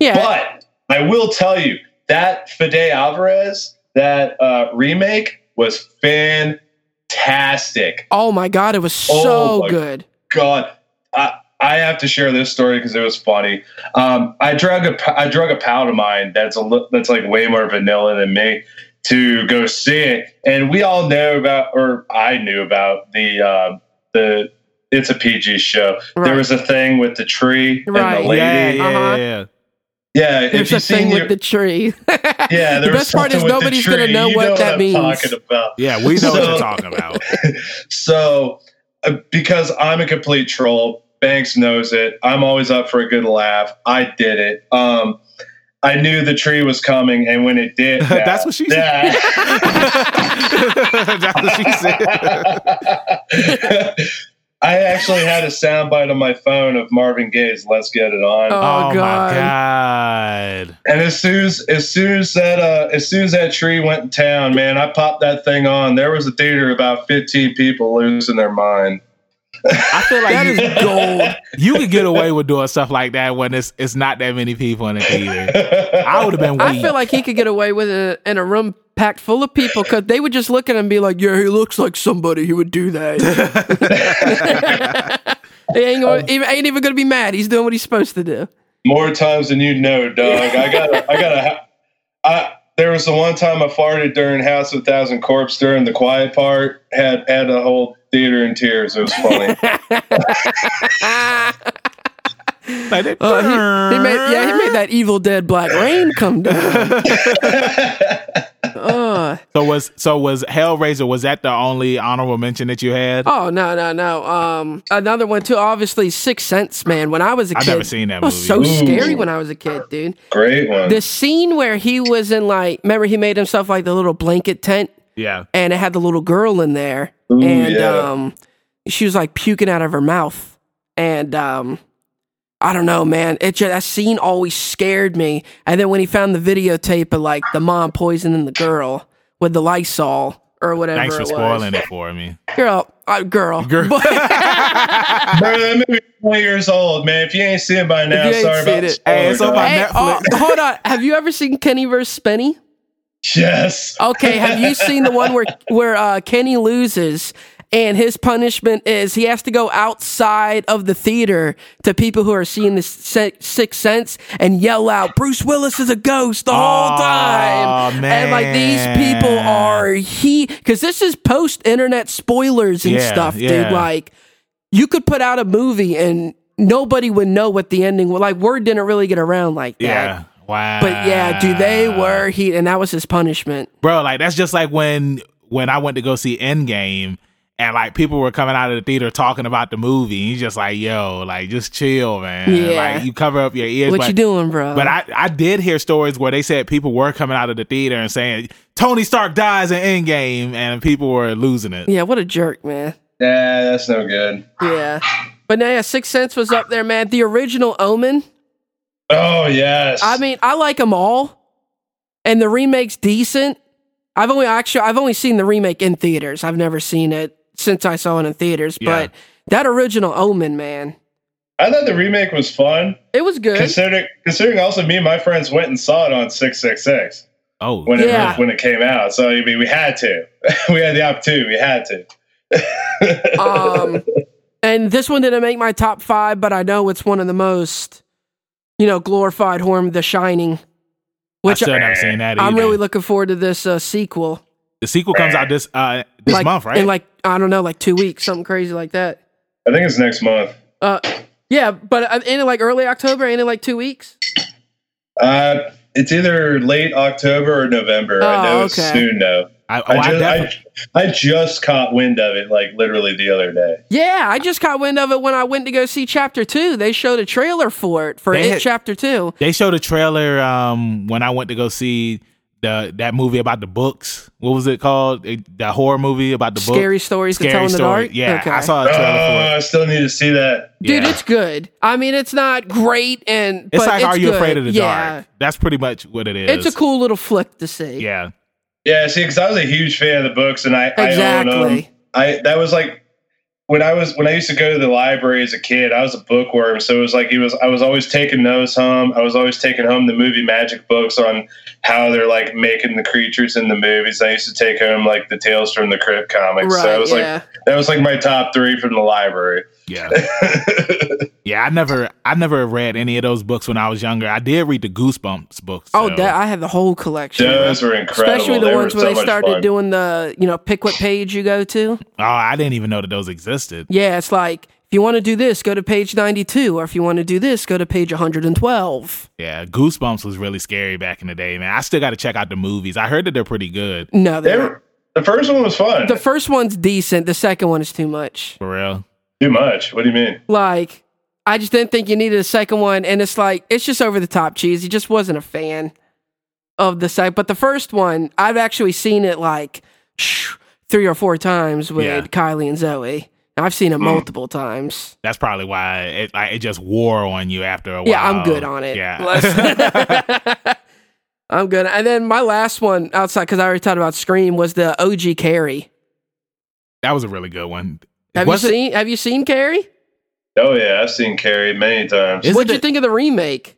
[SPEAKER 2] Yeah.
[SPEAKER 3] But I will tell you that Fede Alvarez, that uh, remake was fantastic.
[SPEAKER 2] oh my god, it was
[SPEAKER 3] Oh
[SPEAKER 2] so
[SPEAKER 3] my-
[SPEAKER 2] good.
[SPEAKER 3] God, I, I have to share this story because it was funny. Um, I drug a p- I drug a pal of mine that's a li- that's like way more vanilla than me to go see it, and we all know about, or I knew about the uh, the. It's a PG show.
[SPEAKER 2] Right.
[SPEAKER 3] There was a thing with the tree
[SPEAKER 2] Right.
[SPEAKER 3] and the lady.
[SPEAKER 1] yeah,
[SPEAKER 3] Yeah,
[SPEAKER 1] yeah,
[SPEAKER 2] Uh-huh.
[SPEAKER 1] yeah.
[SPEAKER 2] There's
[SPEAKER 3] if
[SPEAKER 2] a
[SPEAKER 3] you've
[SPEAKER 2] thing
[SPEAKER 3] seen your,
[SPEAKER 2] with the tree. *laughs*
[SPEAKER 3] yeah, there
[SPEAKER 2] the
[SPEAKER 3] was
[SPEAKER 2] best part
[SPEAKER 3] something
[SPEAKER 2] is
[SPEAKER 3] with the
[SPEAKER 2] nobody's gonna
[SPEAKER 3] tree.
[SPEAKER 2] know
[SPEAKER 3] You
[SPEAKER 2] what that
[SPEAKER 3] I'm
[SPEAKER 2] means.
[SPEAKER 3] Talking about
[SPEAKER 1] Yeah, we know what
[SPEAKER 3] So-
[SPEAKER 1] you're talking
[SPEAKER 3] *laughs*
[SPEAKER 1] about.
[SPEAKER 3] so uh, because I'm a complete troll, Banks knows it. I'm always up for a good laugh. I did it. Um, I knew the tree was coming, and when it
[SPEAKER 1] *laughs*
[SPEAKER 3] did,
[SPEAKER 1] That's what she said.
[SPEAKER 3] that-
[SPEAKER 1] That's what she said.
[SPEAKER 3] *laughs* I actually had a soundbite on my phone of Marvin Gaye's "Let's Get It On,"
[SPEAKER 2] Oh,
[SPEAKER 1] my
[SPEAKER 2] God.
[SPEAKER 1] God.
[SPEAKER 3] and as soon as as soon as that uh, as soon as that tree went in town, man, I popped that thing on. There was a theater about fifteen people losing their mind. *laughs*
[SPEAKER 1] I feel like
[SPEAKER 2] That
[SPEAKER 1] you,
[SPEAKER 2] is gold.
[SPEAKER 1] you could get away with doing stuff like that when it's it's not that many people in the theater. I would have been.
[SPEAKER 2] I
[SPEAKER 1] Weak.
[SPEAKER 2] feel like he could get away with it in a room packed full of people because they would just look at him and be like, "Yeah, he looks like somebody who would
[SPEAKER 1] *laughs*
[SPEAKER 2] do that." they ain't, gonna, even, ain't even gonna be mad. He's doing what he's supposed to do.
[SPEAKER 3] More times than you know, dog. I got I got I there was the one time I farted during House of a Thousand Corpse during the quiet part. Had had a whole theater in tears. It was funny.
[SPEAKER 1] Like that-
[SPEAKER 2] Uh, he, he made, yeah, he
[SPEAKER 1] *laughs*
[SPEAKER 2] made that Evil Dead Black Rain come down. Uh,
[SPEAKER 1] So was so was Hellraiser? Was that the only honorable mention that you had?
[SPEAKER 2] oh no, no, no. Um, another one too. Obviously, Six Sense, man. When I was a
[SPEAKER 1] I've
[SPEAKER 2] kid,
[SPEAKER 1] never seen that
[SPEAKER 2] it was
[SPEAKER 1] movie.
[SPEAKER 2] so
[SPEAKER 1] Ooh.
[SPEAKER 2] scary when I was a kid, dude.
[SPEAKER 3] Great one.
[SPEAKER 2] The scene where he was in like, remember he made himself like the little blanket tent,
[SPEAKER 1] Yeah.
[SPEAKER 2] and it had the little girl in there,
[SPEAKER 3] Ooh,
[SPEAKER 2] and
[SPEAKER 3] yeah.
[SPEAKER 2] um, she was like puking out of her mouth, and um, I don't know, man. It just, that scene always scared me. And then when he found the videotape of like the mom poisoning the girl with the Lysol or whatever,
[SPEAKER 1] Thanks
[SPEAKER 2] it
[SPEAKER 1] for
[SPEAKER 2] was.
[SPEAKER 1] spoiling it for
[SPEAKER 2] *laughs*
[SPEAKER 1] me.
[SPEAKER 2] girl, uh, girl,
[SPEAKER 1] Girl. *laughs*
[SPEAKER 3] Bro, that movie's 20 years old, man. If you ain't seen it by now,
[SPEAKER 2] you ain't
[SPEAKER 3] sorry
[SPEAKER 2] seen
[SPEAKER 3] about
[SPEAKER 2] it.
[SPEAKER 3] the
[SPEAKER 1] Hey, it's on
[SPEAKER 3] spoiler, dog.
[SPEAKER 1] my-
[SPEAKER 2] Hey,
[SPEAKER 1] Netflix.
[SPEAKER 2] uh, hold on. Have you ever seen Kenny versus Spenny?
[SPEAKER 3] Yes.
[SPEAKER 2] Okay, have you seen the one where where uh, Kenny loses and his punishment is he has to go outside of the theater to people who are seeing the se- Sixth Sense and yell out, "Bruce Willis is a ghost the whole
[SPEAKER 1] Aw,
[SPEAKER 2] time." And like these people
[SPEAKER 1] man.
[SPEAKER 2] are he because this is post internet spoilers and
[SPEAKER 1] Yeah,
[SPEAKER 2] stuff,
[SPEAKER 1] yeah.
[SPEAKER 2] dude. Like you could put out a movie and nobody would know what the ending. Like word didn't really get around like that.
[SPEAKER 1] Yeah. Ah. Wow.
[SPEAKER 2] But yeah, dude, they were he, and that was his punishment.
[SPEAKER 1] bro. Like that's just like when when I went to go see Endgame. And like people were coming out of the theater talking about the movie, and you just like, yo, like just chill, man.
[SPEAKER 2] Yeah.
[SPEAKER 1] Like you cover up your ears.
[SPEAKER 2] What
[SPEAKER 1] but-
[SPEAKER 2] you doing, bro?
[SPEAKER 1] But I, I did hear stories where they said people were coming out of the theater and saying Tony Stark dies in Endgame, and people were losing it.
[SPEAKER 2] Yeah, what a jerk, man.
[SPEAKER 3] Nah, that's no good.
[SPEAKER 2] Yeah. But now, yeah, Sixth Sense was up there, man. The original Omen.
[SPEAKER 3] Oh, yes.
[SPEAKER 2] I mean, I like them all, and the remake's decent. I've only actually I've only seen the remake in theaters. I've never seen it since I saw it in theaters.
[SPEAKER 1] Yeah.
[SPEAKER 2] But that original Omen, man,
[SPEAKER 3] I thought the remake was fun,
[SPEAKER 2] it
[SPEAKER 1] *laughs*
[SPEAKER 2] was good.
[SPEAKER 3] considering, considering also me and my friends went and saw it on 666
[SPEAKER 1] Oh,
[SPEAKER 3] when,
[SPEAKER 2] Yeah.
[SPEAKER 3] it, when it came out. So, I mean, we had to. *laughs* we had the opportunity. We had to.
[SPEAKER 2] um, and this one didn't make my top five, but I know it's one of the most, you know, glorified horror, The Shining,
[SPEAKER 1] I
[SPEAKER 2] which
[SPEAKER 1] still
[SPEAKER 2] I,
[SPEAKER 1] never seen that. Either.
[SPEAKER 2] I'm really looking forward to this uh, sequel.
[SPEAKER 1] the sequel comes out this uh this
[SPEAKER 2] like,
[SPEAKER 1] month, right?
[SPEAKER 2] In like I don't know, like two weeks, something crazy like that.
[SPEAKER 3] I think it's next month.
[SPEAKER 2] Uh, yeah, but uh, in like early October, in like two weeks.
[SPEAKER 3] Uh, it's either late October or November.
[SPEAKER 2] Oh,
[SPEAKER 3] I know it's
[SPEAKER 2] okay.
[SPEAKER 3] soon, though.
[SPEAKER 1] I, oh, I,
[SPEAKER 3] I, just,
[SPEAKER 1] definitely,
[SPEAKER 3] I, I just caught wind of it, like, literally the other day.
[SPEAKER 2] Yeah, I just caught wind of it when I went to go see Chapter Two. They showed a trailer for it for
[SPEAKER 1] They
[SPEAKER 2] it
[SPEAKER 1] had-
[SPEAKER 2] Chapter Two.
[SPEAKER 1] they showed a trailer um when I went to go see the that movie about the books. What was it called? It, that horror movie about the
[SPEAKER 2] Scary
[SPEAKER 1] book.
[SPEAKER 2] stories to tell in the dark.
[SPEAKER 1] Yeah,
[SPEAKER 2] Okay.
[SPEAKER 1] I saw a
[SPEAKER 3] Oh,
[SPEAKER 1] trailer for
[SPEAKER 3] I
[SPEAKER 1] it.
[SPEAKER 3] still need to see that.
[SPEAKER 2] Dude,
[SPEAKER 1] Yeah.
[SPEAKER 2] it's good. I mean, it's not great, and
[SPEAKER 1] It's
[SPEAKER 2] but
[SPEAKER 1] like Are You
[SPEAKER 2] good.
[SPEAKER 1] Afraid of the
[SPEAKER 2] yeah.
[SPEAKER 1] Dark? That's pretty much what it is.
[SPEAKER 2] It's a cool little flick to see.
[SPEAKER 1] yeah.
[SPEAKER 3] Yeah, see, because I was a huge fan of the books, and I I own um, them.
[SPEAKER 2] exactly.
[SPEAKER 3] I that was like when I was when I used to go to the library as a kid. I was a bookworm, so it was like it was. I was always taking those home. I was always taking home the movie magic books on how they're like making the creatures in the movies. I used to take home like the Tales from the Crypt comics. so it
[SPEAKER 2] Right?
[SPEAKER 3] was
[SPEAKER 2] Yeah.
[SPEAKER 3] like that was like my top three from the library. *laughs*
[SPEAKER 1] Yeah. yeah, I never I never read any of those books when I was younger. I did read the Goosebumps books.
[SPEAKER 2] oh,
[SPEAKER 1] though.
[SPEAKER 2] that, I have the whole collection.
[SPEAKER 3] Those were incredible.
[SPEAKER 2] Especially the
[SPEAKER 3] They were
[SPEAKER 2] ones
[SPEAKER 3] so
[SPEAKER 2] where they
[SPEAKER 3] much
[SPEAKER 2] started
[SPEAKER 3] fun.
[SPEAKER 2] doing the, you know, pick what page you go to.
[SPEAKER 1] Oh, I didn't even know that those existed.
[SPEAKER 2] Yeah, it's like if you want to do this, go to page 92, or if you want to do this, go to page 112.
[SPEAKER 1] Yeah, Goosebumps was really scary back in the day, man. I still got to check out the movies. I heard that they're pretty good.
[SPEAKER 2] No,
[SPEAKER 3] They
[SPEAKER 2] they're
[SPEAKER 3] were, the first one was fun.
[SPEAKER 2] The first one's decent, the second one is too much.
[SPEAKER 1] For real.
[SPEAKER 3] Too much. What do you mean?
[SPEAKER 2] Like I just didn't think you needed a second one. And it's like, it's just over the top cheese. He just wasn't a fan of the site. But the first one, I've actually seen it like shh, three or four times with
[SPEAKER 1] Yeah.
[SPEAKER 2] Kylie and Zoe. I've seen it multiple times.
[SPEAKER 1] That's probably why it like, it just wore on you after a while.
[SPEAKER 2] Yeah, I'm good on
[SPEAKER 1] *laughs*
[SPEAKER 2] it. *laughs*
[SPEAKER 1] Yeah.
[SPEAKER 2] Let's- *laughs* I'm good. And then my last one outside, because I already talked about Scream, was the OG Carrie.
[SPEAKER 1] that was a really good one.
[SPEAKER 2] Have
[SPEAKER 1] Was
[SPEAKER 2] you
[SPEAKER 1] it-
[SPEAKER 2] seen? Have you seen Carrie?
[SPEAKER 3] Oh yeah, I've seen Carrie many times.
[SPEAKER 1] Isn't
[SPEAKER 2] What'd you
[SPEAKER 1] it-
[SPEAKER 2] think of the remake?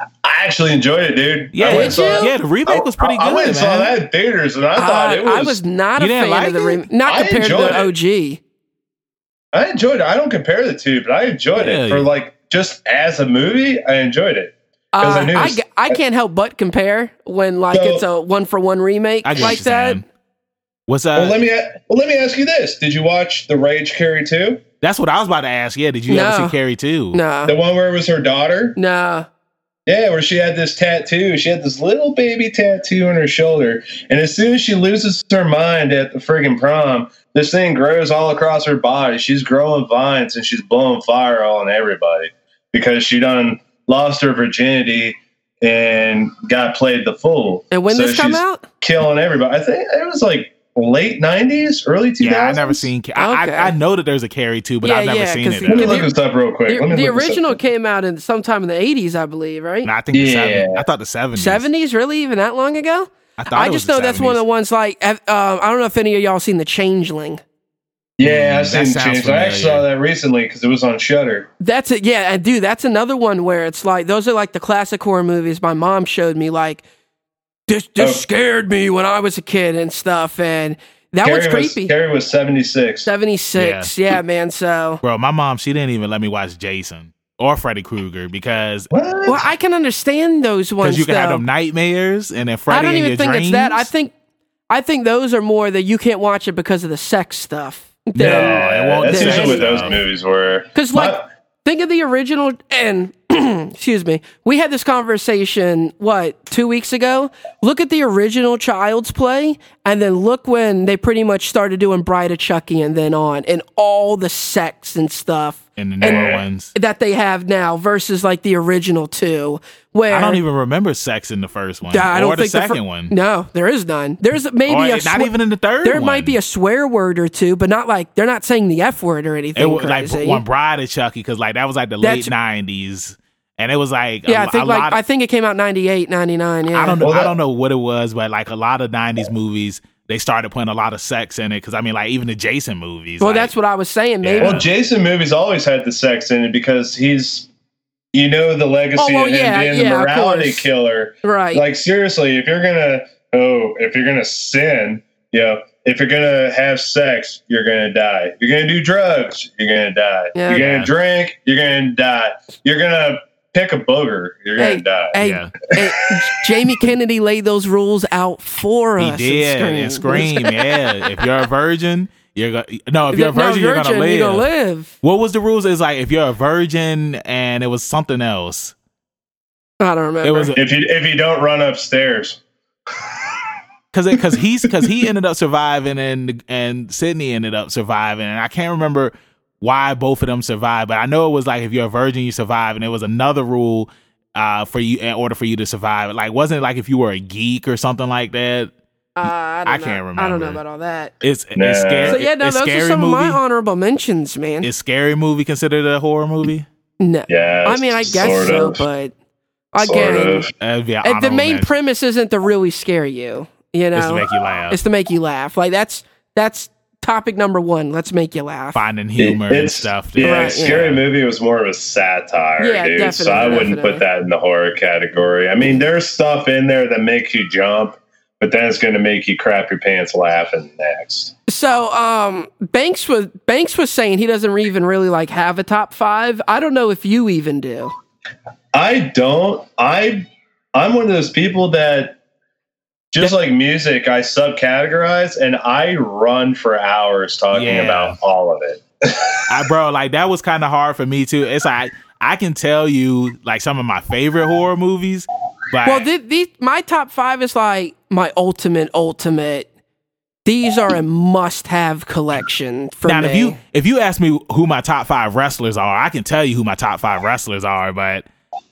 [SPEAKER 3] I actually enjoyed it, dude.
[SPEAKER 1] Yeah,
[SPEAKER 3] I went and
[SPEAKER 2] Did
[SPEAKER 3] saw
[SPEAKER 2] you?
[SPEAKER 3] that-
[SPEAKER 1] yeah, the remake was pretty
[SPEAKER 3] I, I
[SPEAKER 1] good.
[SPEAKER 3] went and saw
[SPEAKER 1] man.
[SPEAKER 3] that in theaters, and I thought
[SPEAKER 2] Uh,
[SPEAKER 3] it was.
[SPEAKER 2] I was not a
[SPEAKER 1] You didn't
[SPEAKER 2] fan
[SPEAKER 1] like
[SPEAKER 2] of the
[SPEAKER 1] it?
[SPEAKER 2] remake. Not
[SPEAKER 3] I
[SPEAKER 2] compared to
[SPEAKER 3] enjoyed
[SPEAKER 2] the OG.
[SPEAKER 3] I enjoyed it. I don't compare the two, but I enjoyed
[SPEAKER 1] Yeah.
[SPEAKER 3] it for like just as a movie. I enjoyed it.
[SPEAKER 2] Uh,
[SPEAKER 3] 'Cause I knew
[SPEAKER 2] I,
[SPEAKER 3] it's-
[SPEAKER 2] g- I can't help but compare when like
[SPEAKER 3] So-
[SPEAKER 2] it's a one for one remake
[SPEAKER 1] I get
[SPEAKER 2] like
[SPEAKER 1] you,
[SPEAKER 2] that.
[SPEAKER 1] Sam. What's uh, that?
[SPEAKER 3] well, let me a- well, let me ask you this: Did you watch the Rage Carrie two,
[SPEAKER 1] That's what I was about to ask. Yeah, did you ever
[SPEAKER 2] No.
[SPEAKER 1] see Carrie too?
[SPEAKER 2] No,
[SPEAKER 3] the one where it was her daughter?
[SPEAKER 2] no.
[SPEAKER 3] Yeah, where she had this tattoo. She had this little baby tattoo on her shoulder. And as soon as she loses her mind at the friggin' prom, this thing grows all across her body. She's growing vines and she's blowing fire on everybody because she done lost her virginity and got played the fool.
[SPEAKER 2] And when
[SPEAKER 3] So
[SPEAKER 2] this come
[SPEAKER 3] she's
[SPEAKER 2] out,
[SPEAKER 3] Killing everybody. I think it was like late 90s, early 2000s.
[SPEAKER 1] Yeah, I never seen. Ca- I,
[SPEAKER 2] Okay.
[SPEAKER 1] I I know that there's a Carrie too, but
[SPEAKER 2] Yeah,
[SPEAKER 1] I've never
[SPEAKER 2] yeah,
[SPEAKER 1] seen
[SPEAKER 2] 'cause
[SPEAKER 1] it.
[SPEAKER 2] he-
[SPEAKER 3] Let me
[SPEAKER 1] though.
[SPEAKER 3] look this up real quick. Let
[SPEAKER 2] the,
[SPEAKER 3] me
[SPEAKER 2] the
[SPEAKER 3] look this up.
[SPEAKER 2] original came out in sometime in the eighties, I believe, right?
[SPEAKER 1] And I think the
[SPEAKER 3] Yeah.
[SPEAKER 1] seven, I thought the seventies.
[SPEAKER 2] Seventies, really? Even that long ago?
[SPEAKER 1] I, thought
[SPEAKER 2] I
[SPEAKER 1] it was
[SPEAKER 2] just
[SPEAKER 1] the
[SPEAKER 2] know that's one of the
[SPEAKER 1] 70s.
[SPEAKER 2] ones like have- um, I don't know if any of y'all seen the Changeling.
[SPEAKER 3] Yeah, I've
[SPEAKER 1] Mm, that
[SPEAKER 3] seen
[SPEAKER 1] sounds
[SPEAKER 3] Change. I actually
[SPEAKER 1] familiar.
[SPEAKER 3] saw that recently because it was on Shutter.
[SPEAKER 2] That's it, yeah, and dude, that's another one where it's like those are like the classic horror movies my mom showed me. Like this, this
[SPEAKER 3] Oh.
[SPEAKER 2] scared me when I was a kid and stuff, and that one's
[SPEAKER 3] was,
[SPEAKER 2] creepy.
[SPEAKER 3] Carrie was 76.
[SPEAKER 2] Seventy six, yeah, man. So
[SPEAKER 1] Bro, my mom she didn't even let me watch Jason or Freddy Krueger because
[SPEAKER 3] What?
[SPEAKER 2] well, I can understand those ones.
[SPEAKER 1] because you can have
[SPEAKER 2] though.
[SPEAKER 1] them nightmares and then Freddy.
[SPEAKER 2] I don't
[SPEAKER 1] in
[SPEAKER 2] even
[SPEAKER 1] your
[SPEAKER 2] think
[SPEAKER 1] dreams.
[SPEAKER 2] it's that. I think I think those are more that you can't watch it because of the sex stuff.
[SPEAKER 1] No,
[SPEAKER 2] than-
[SPEAKER 1] it won't
[SPEAKER 3] That's
[SPEAKER 2] do
[SPEAKER 3] usually
[SPEAKER 2] that.
[SPEAKER 3] what those
[SPEAKER 1] No.
[SPEAKER 3] movies were.
[SPEAKER 2] 'Cause,
[SPEAKER 3] My-
[SPEAKER 2] like- Think of the original and *clears throat* excuse me. We had this conversation what, 2 weeks ago? Look at the original Child's Play and then look when they pretty much started doing Bride of Chucky and then on and all the sex and stuff
[SPEAKER 1] in the newer ones.
[SPEAKER 2] that they have now versus like the original 2 where
[SPEAKER 1] I don't even remember sex in the first one
[SPEAKER 2] I don't
[SPEAKER 1] or
[SPEAKER 2] think
[SPEAKER 1] the
[SPEAKER 2] fir-
[SPEAKER 1] second one.
[SPEAKER 2] No, there is none. There's maybe
[SPEAKER 1] or
[SPEAKER 2] a
[SPEAKER 1] not
[SPEAKER 2] swi-
[SPEAKER 1] even in the third.
[SPEAKER 2] There
[SPEAKER 1] one.
[SPEAKER 2] might be a swear word or two, but not like they're not saying the f word or anything
[SPEAKER 1] it was like
[SPEAKER 2] crazy.
[SPEAKER 1] one Bride of Chucky because like that was like the
[SPEAKER 2] That's-
[SPEAKER 1] late nineties, and it was like
[SPEAKER 2] yeah,
[SPEAKER 1] a,
[SPEAKER 2] I think
[SPEAKER 1] Um, a
[SPEAKER 2] like
[SPEAKER 1] lot.
[SPEAKER 2] I think it came out 98, 99, Yeah,
[SPEAKER 1] I don't know.
[SPEAKER 3] Well,
[SPEAKER 1] I
[SPEAKER 3] that-
[SPEAKER 1] don't know what it was, but like a lot of '90s movies, they started putting a lot of sex in it. Because I mean, like even the Jason movies.
[SPEAKER 2] Well,
[SPEAKER 1] like-
[SPEAKER 2] that's what I was saying. Maybe.
[SPEAKER 1] Yeah.
[SPEAKER 3] well, Jason movies always had the sex in it because he's, you know, the legacy
[SPEAKER 2] Oh, well,
[SPEAKER 3] of him
[SPEAKER 2] yeah,
[SPEAKER 3] being
[SPEAKER 2] yeah,
[SPEAKER 3] the
[SPEAKER 2] of
[SPEAKER 3] morality
[SPEAKER 2] course.
[SPEAKER 3] killer.
[SPEAKER 2] right.
[SPEAKER 3] Like seriously, if you're gonna, oh, if you're gonna sin, you know, if you're gonna have sex, you're gonna die. You're gonna do drugs, you're gonna die.
[SPEAKER 2] Yeah.
[SPEAKER 3] You're
[SPEAKER 1] Yeah.
[SPEAKER 3] gonna drink, you're gonna die. You're gonna pick a booger, you're gonna
[SPEAKER 2] Hey,
[SPEAKER 3] die.
[SPEAKER 2] hey,
[SPEAKER 1] yeah,
[SPEAKER 2] *laughs* hey, Jamie Kennedy laid those rules out for
[SPEAKER 1] he
[SPEAKER 2] us.
[SPEAKER 1] did and
[SPEAKER 2] *laughs*
[SPEAKER 1] scream. yeah, if you're a virgin, you're gonna no. If you're a
[SPEAKER 2] no,
[SPEAKER 1] virgin, you're, gonna,
[SPEAKER 2] virgin,
[SPEAKER 1] live.
[SPEAKER 2] you're gonna live.
[SPEAKER 1] What was the rules? Is like if you're a virgin and it was something else.
[SPEAKER 2] I don't remember. Uh,
[SPEAKER 1] It was
[SPEAKER 3] if you if you don't run upstairs,
[SPEAKER 1] because because he's because he ended up surviving and and Sydney ended up surviving and I can't remember why both of them survived but I know it was like if you're a virgin you survive and it was another rule uh for you in order for you to survive like wasn't it like if you were a geek or something like that
[SPEAKER 2] uh, I, don't
[SPEAKER 1] I
[SPEAKER 2] know.
[SPEAKER 1] can't
[SPEAKER 2] I don't
[SPEAKER 1] remember.
[SPEAKER 2] know about all that.
[SPEAKER 1] it's
[SPEAKER 3] Nah.
[SPEAKER 1] it's scary
[SPEAKER 2] So yeah, no,
[SPEAKER 1] it's
[SPEAKER 2] those
[SPEAKER 1] scary
[SPEAKER 2] are some
[SPEAKER 1] movie
[SPEAKER 2] of my honorable mentions, man.
[SPEAKER 1] is scary movie considered a horror movie
[SPEAKER 2] no,
[SPEAKER 3] yeah.
[SPEAKER 2] I mean I guess
[SPEAKER 3] sort
[SPEAKER 2] so,
[SPEAKER 3] of,
[SPEAKER 2] but
[SPEAKER 3] sort
[SPEAKER 2] again,
[SPEAKER 3] of.
[SPEAKER 1] That'd be an
[SPEAKER 2] And Uh, the
[SPEAKER 1] honorable
[SPEAKER 2] main
[SPEAKER 1] mention,
[SPEAKER 2] premise isn't to really scare you. You
[SPEAKER 1] just to
[SPEAKER 2] know,
[SPEAKER 1] make you laugh
[SPEAKER 2] it's to make you laugh. Like that's that's topic number one. Let's make you laugh.
[SPEAKER 1] finding humor and
[SPEAKER 3] It's-
[SPEAKER 1] stuff
[SPEAKER 3] Yeah,
[SPEAKER 2] Right,
[SPEAKER 3] Scary
[SPEAKER 1] yeah.
[SPEAKER 3] Movie was more of a satire,
[SPEAKER 2] Yeah,
[SPEAKER 3] dude. so I
[SPEAKER 2] definitely,
[SPEAKER 3] wouldn't
[SPEAKER 2] definitely.
[SPEAKER 3] put that in the horror category. I mean, there's stuff in there that makes you jump, but then it's going to make you crap your pants laughing next.
[SPEAKER 2] So, um, Banks was Banks was saying he doesn't even really like have a top five. I don't know if you even do.
[SPEAKER 3] I don't. I I'm one of those people that just like music, I subcategorize and I run for hours talking
[SPEAKER 1] Yeah.
[SPEAKER 3] about all of it.
[SPEAKER 1] I bro, like that was kind of hard for me too. It's like I can tell you like some of my favorite horror movies, but
[SPEAKER 2] Well, the, the, my top five is like my ultimate, ultimate These are a must-have collection for
[SPEAKER 1] now,
[SPEAKER 2] me.
[SPEAKER 1] if you if you ask me who my top five wrestlers are, I can tell you who my top five wrestlers are. But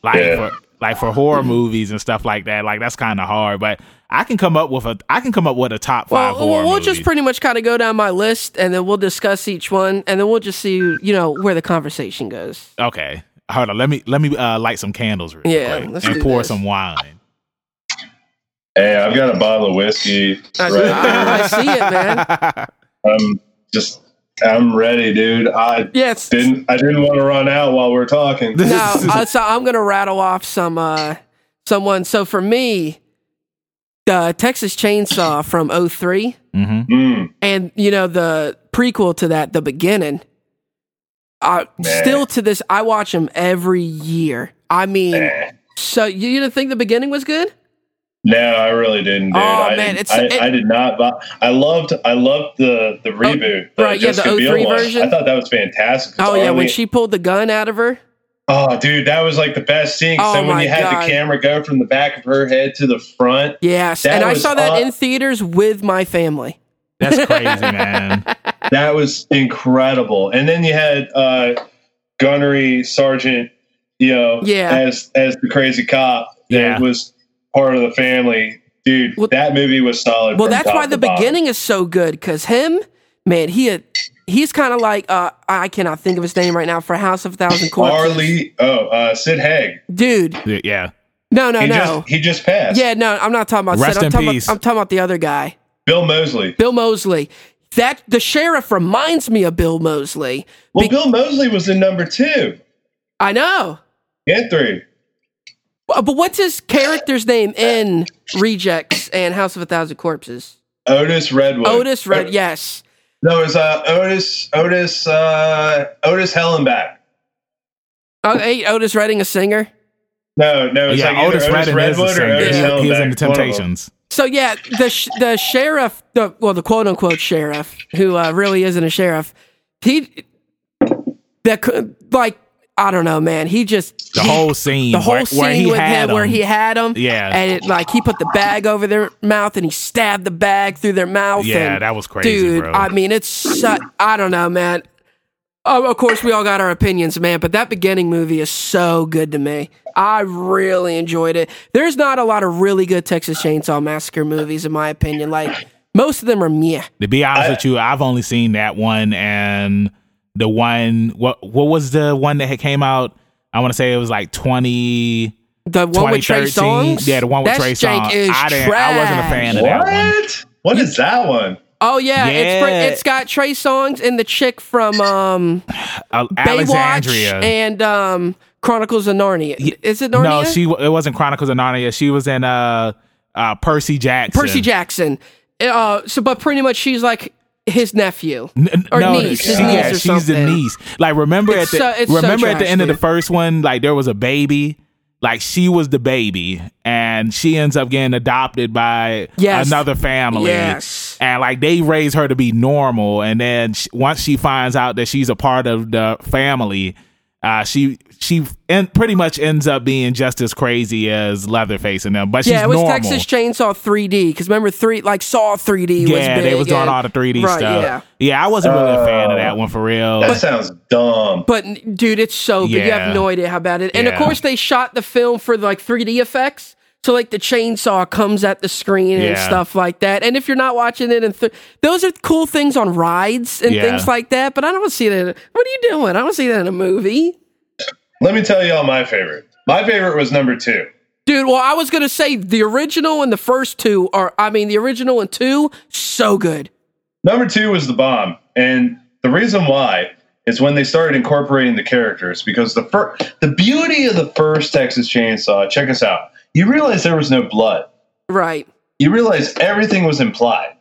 [SPEAKER 1] like
[SPEAKER 3] Yeah.
[SPEAKER 1] for, like for horror movies and stuff like that, like that's kind of hard. But I can come up with a I can come up with a top
[SPEAKER 2] well,
[SPEAKER 1] five horror.
[SPEAKER 2] we'll
[SPEAKER 1] movies.
[SPEAKER 2] just pretty much kind of go down my list, and then we'll discuss each one, and then we'll just see, you know, where the conversation goes.
[SPEAKER 1] okay. Hold on. Let me let me uh, light some candles real
[SPEAKER 2] Yeah,
[SPEAKER 1] quick
[SPEAKER 2] let's
[SPEAKER 1] and
[SPEAKER 2] do
[SPEAKER 1] pour
[SPEAKER 2] this.
[SPEAKER 1] some wine.
[SPEAKER 3] Hey, I've got a bottle of whiskey
[SPEAKER 2] I, I-
[SPEAKER 3] right
[SPEAKER 2] I see it,
[SPEAKER 1] *laughs*
[SPEAKER 2] man.
[SPEAKER 3] there. I'm just, I'm ready, dude. I
[SPEAKER 2] Yes.
[SPEAKER 3] didn't, I didn't want to run out while we are talking. *laughs*
[SPEAKER 1] This
[SPEAKER 2] No,
[SPEAKER 1] is-
[SPEAKER 2] uh, so I'm gonna rattle off some uh someone. So for me, the Texas
[SPEAKER 3] *coughs*
[SPEAKER 2] Chainsaw from 03
[SPEAKER 1] hmm
[SPEAKER 3] Mm,
[SPEAKER 2] and you know the prequel to that, the beginning. I
[SPEAKER 3] Nah.
[SPEAKER 2] still to this, I watch them every year. I mean,
[SPEAKER 3] eh.
[SPEAKER 2] so you didn't think the beginning was good?
[SPEAKER 3] No, I really didn't, dude.
[SPEAKER 2] Oh,
[SPEAKER 3] I,
[SPEAKER 2] man,
[SPEAKER 3] didn't-
[SPEAKER 2] it's-
[SPEAKER 3] I,
[SPEAKER 2] it- Oh,
[SPEAKER 3] I did not. Buy, I loved, I loved the the reboot, the
[SPEAKER 2] right, yeah, the
[SPEAKER 3] Jessica
[SPEAKER 2] 03
[SPEAKER 3] Biel one.
[SPEAKER 2] version.
[SPEAKER 3] I thought that was fantastic. 'cause
[SPEAKER 2] Oh yeah, when
[SPEAKER 3] Arlie-
[SPEAKER 2] she pulled the gun out of her.
[SPEAKER 3] Oh, dude, that was like the best scene.
[SPEAKER 2] Oh,
[SPEAKER 3] so when
[SPEAKER 2] my
[SPEAKER 3] you had
[SPEAKER 2] God.
[SPEAKER 3] the camera go from the back of her head to the front,
[SPEAKER 2] Yes,
[SPEAKER 3] That
[SPEAKER 2] and I
[SPEAKER 3] was
[SPEAKER 2] saw that
[SPEAKER 3] aw-
[SPEAKER 2] in theaters with my family.
[SPEAKER 1] That's crazy, man.
[SPEAKER 3] that was incredible. And then you had uh, Gunnery Sergeant, you know,
[SPEAKER 2] Yeah.
[SPEAKER 3] as as the crazy cop that
[SPEAKER 1] Yeah.
[SPEAKER 3] was part of the family. Dude,
[SPEAKER 2] Well-
[SPEAKER 3] that movie was solid.
[SPEAKER 2] Well,
[SPEAKER 3] from
[SPEAKER 2] that's
[SPEAKER 3] top
[SPEAKER 2] why
[SPEAKER 3] to
[SPEAKER 2] the
[SPEAKER 3] bottom.
[SPEAKER 2] beginning is so good because him, man, he had, he's kind of like uh, I cannot think of his name right now for House of a Thousand Corpses.
[SPEAKER 3] Arlie, oh, uh, Sid Haig.
[SPEAKER 2] dude.
[SPEAKER 1] yeah.
[SPEAKER 2] No, no,
[SPEAKER 3] He
[SPEAKER 2] no.
[SPEAKER 3] just he just passed.
[SPEAKER 2] yeah, no, I'm not talking about.
[SPEAKER 1] Rest
[SPEAKER 2] Sid. I'm
[SPEAKER 1] in
[SPEAKER 2] talking
[SPEAKER 1] peace.
[SPEAKER 2] About, I'm talking about the other guy,
[SPEAKER 3] Bill Mosley.
[SPEAKER 2] Bill Mosley. That the sheriff reminds me of Bill Mosley.
[SPEAKER 3] Well,
[SPEAKER 2] Be-
[SPEAKER 3] Bill Mosley was in number two
[SPEAKER 2] I know,
[SPEAKER 3] and three.
[SPEAKER 2] Uh, but what's his character's name in Rejects and House of a Thousand Corpses?
[SPEAKER 3] Otis Redwood.
[SPEAKER 2] Otis
[SPEAKER 3] uh,
[SPEAKER 2] Red. Yes.
[SPEAKER 3] No, it's uh, Otis, Otis, uh, Otis Hellenbach.
[SPEAKER 2] Uh, ain't Otis Redding a singer?
[SPEAKER 3] No, no, it's
[SPEAKER 1] yeah,
[SPEAKER 3] like either
[SPEAKER 1] Otis Redden is a
[SPEAKER 3] Redwood or
[SPEAKER 1] singer.
[SPEAKER 3] Otis
[SPEAKER 2] Yeah.
[SPEAKER 3] Hellenbach.
[SPEAKER 1] He was in the
[SPEAKER 3] one of them.
[SPEAKER 1] Temptations.
[SPEAKER 2] So yeah, the sh- the sheriff, the well, the quote unquote sheriff, who uh, really isn't a sheriff, he that could like I don't know, man. He just
[SPEAKER 1] The
[SPEAKER 2] he-
[SPEAKER 1] whole scene.
[SPEAKER 2] the whole
[SPEAKER 1] where,
[SPEAKER 2] scene
[SPEAKER 1] where he
[SPEAKER 2] with
[SPEAKER 1] had
[SPEAKER 2] him, where
[SPEAKER 1] him.
[SPEAKER 2] he had him,
[SPEAKER 1] Yeah.
[SPEAKER 2] and it, like he put the bag over their mouth and he stabbed the bag through their mouth.
[SPEAKER 1] Yeah,
[SPEAKER 2] and,
[SPEAKER 1] that was crazy,
[SPEAKER 2] dude.
[SPEAKER 1] bro.
[SPEAKER 2] I mean, it's su- I don't know, man. Oh, of course, we all got our opinions, man. But that beginning movie is so good to me. I really enjoyed it. There's not a lot of really good Texas Chainsaw Massacre movies, in my opinion. Like most of them are meh.
[SPEAKER 1] To be honest
[SPEAKER 3] I-
[SPEAKER 1] with you, I've only seen that one and the one what what was the one that had came out? I want to say it was like 20
[SPEAKER 2] The one with Trey
[SPEAKER 1] 2013.
[SPEAKER 2] Songs.
[SPEAKER 1] Yeah, the one with
[SPEAKER 2] That's
[SPEAKER 1] Trey
[SPEAKER 2] Jake
[SPEAKER 1] Songz.
[SPEAKER 2] Is
[SPEAKER 1] I didn't- I wasn't a fan
[SPEAKER 2] trash.
[SPEAKER 1] of that one.
[SPEAKER 3] What? What is that one?
[SPEAKER 2] Oh yeah, it's
[SPEAKER 1] Yeah.
[SPEAKER 2] fr- it's got Trey Songs and the chick from um,
[SPEAKER 1] Al-
[SPEAKER 2] Baywatch
[SPEAKER 1] uh, Alexandria.
[SPEAKER 2] and um, Chronicles of Narnia. Is it Narnia?
[SPEAKER 1] no, she w- it wasn't Chronicles of Narnia. She was in uh uh Percy Jackson.
[SPEAKER 2] Percy Jackson. Uh, so, but pretty much she's like his nephew.
[SPEAKER 1] N-
[SPEAKER 2] Or
[SPEAKER 1] no,
[SPEAKER 2] niece,
[SPEAKER 1] she-
[SPEAKER 3] his niece
[SPEAKER 1] yeah,
[SPEAKER 2] or
[SPEAKER 1] she's the
[SPEAKER 2] something.
[SPEAKER 1] niece. Like remember
[SPEAKER 2] It's
[SPEAKER 1] at the
[SPEAKER 2] so- it's so
[SPEAKER 1] remember at the
[SPEAKER 2] trash,
[SPEAKER 1] end of
[SPEAKER 2] dude.
[SPEAKER 1] the first one, like there was a baby. Like she was the baby, and she ends up getting adopted by
[SPEAKER 2] Yes.
[SPEAKER 1] another family.
[SPEAKER 2] Yes.
[SPEAKER 1] and like they raise her to be normal, and then sh once she finds out that she's a part of the family, uh, she she en- pretty much ends up being just as crazy as Leatherface and them. But she's
[SPEAKER 2] yeah, it was
[SPEAKER 1] normal.
[SPEAKER 2] Texas Chainsaw 3D because remember three like Saw 3D. was
[SPEAKER 1] yeah,
[SPEAKER 2] big
[SPEAKER 1] they was doing
[SPEAKER 2] and-
[SPEAKER 1] all the 3D
[SPEAKER 2] right,
[SPEAKER 1] stuff.
[SPEAKER 2] Yeah.
[SPEAKER 1] Yeah, I wasn't really a fan of
[SPEAKER 3] Uh,
[SPEAKER 1] that one for real.
[SPEAKER 3] That sounds dumb.
[SPEAKER 2] But n- dude, it's so good. You
[SPEAKER 1] Yeah.
[SPEAKER 2] have no idea how bad it. And
[SPEAKER 1] Yeah.
[SPEAKER 2] of course, they shot the film for like 3D effects. So like the chainsaw comes at the screen and
[SPEAKER 1] Yeah.
[SPEAKER 2] stuff like that. And if you're not watching it, and th- those are cool things on rides and
[SPEAKER 1] Yeah.
[SPEAKER 2] things like that. But I don't see that. What are you doing? I don't see that in a movie.
[SPEAKER 3] Let me tell y'all my favorite. My favorite was number two.
[SPEAKER 2] Dude, well, I was gonna say the original and the first two are. I mean, the original and two so good.
[SPEAKER 3] Number two was the bomb, and the reason why is when they started incorporating the characters because the fir- the beauty of the first Texas Chainsaw. Check us out. You realize there was no blood.
[SPEAKER 2] Right.
[SPEAKER 3] You realize everything was implied.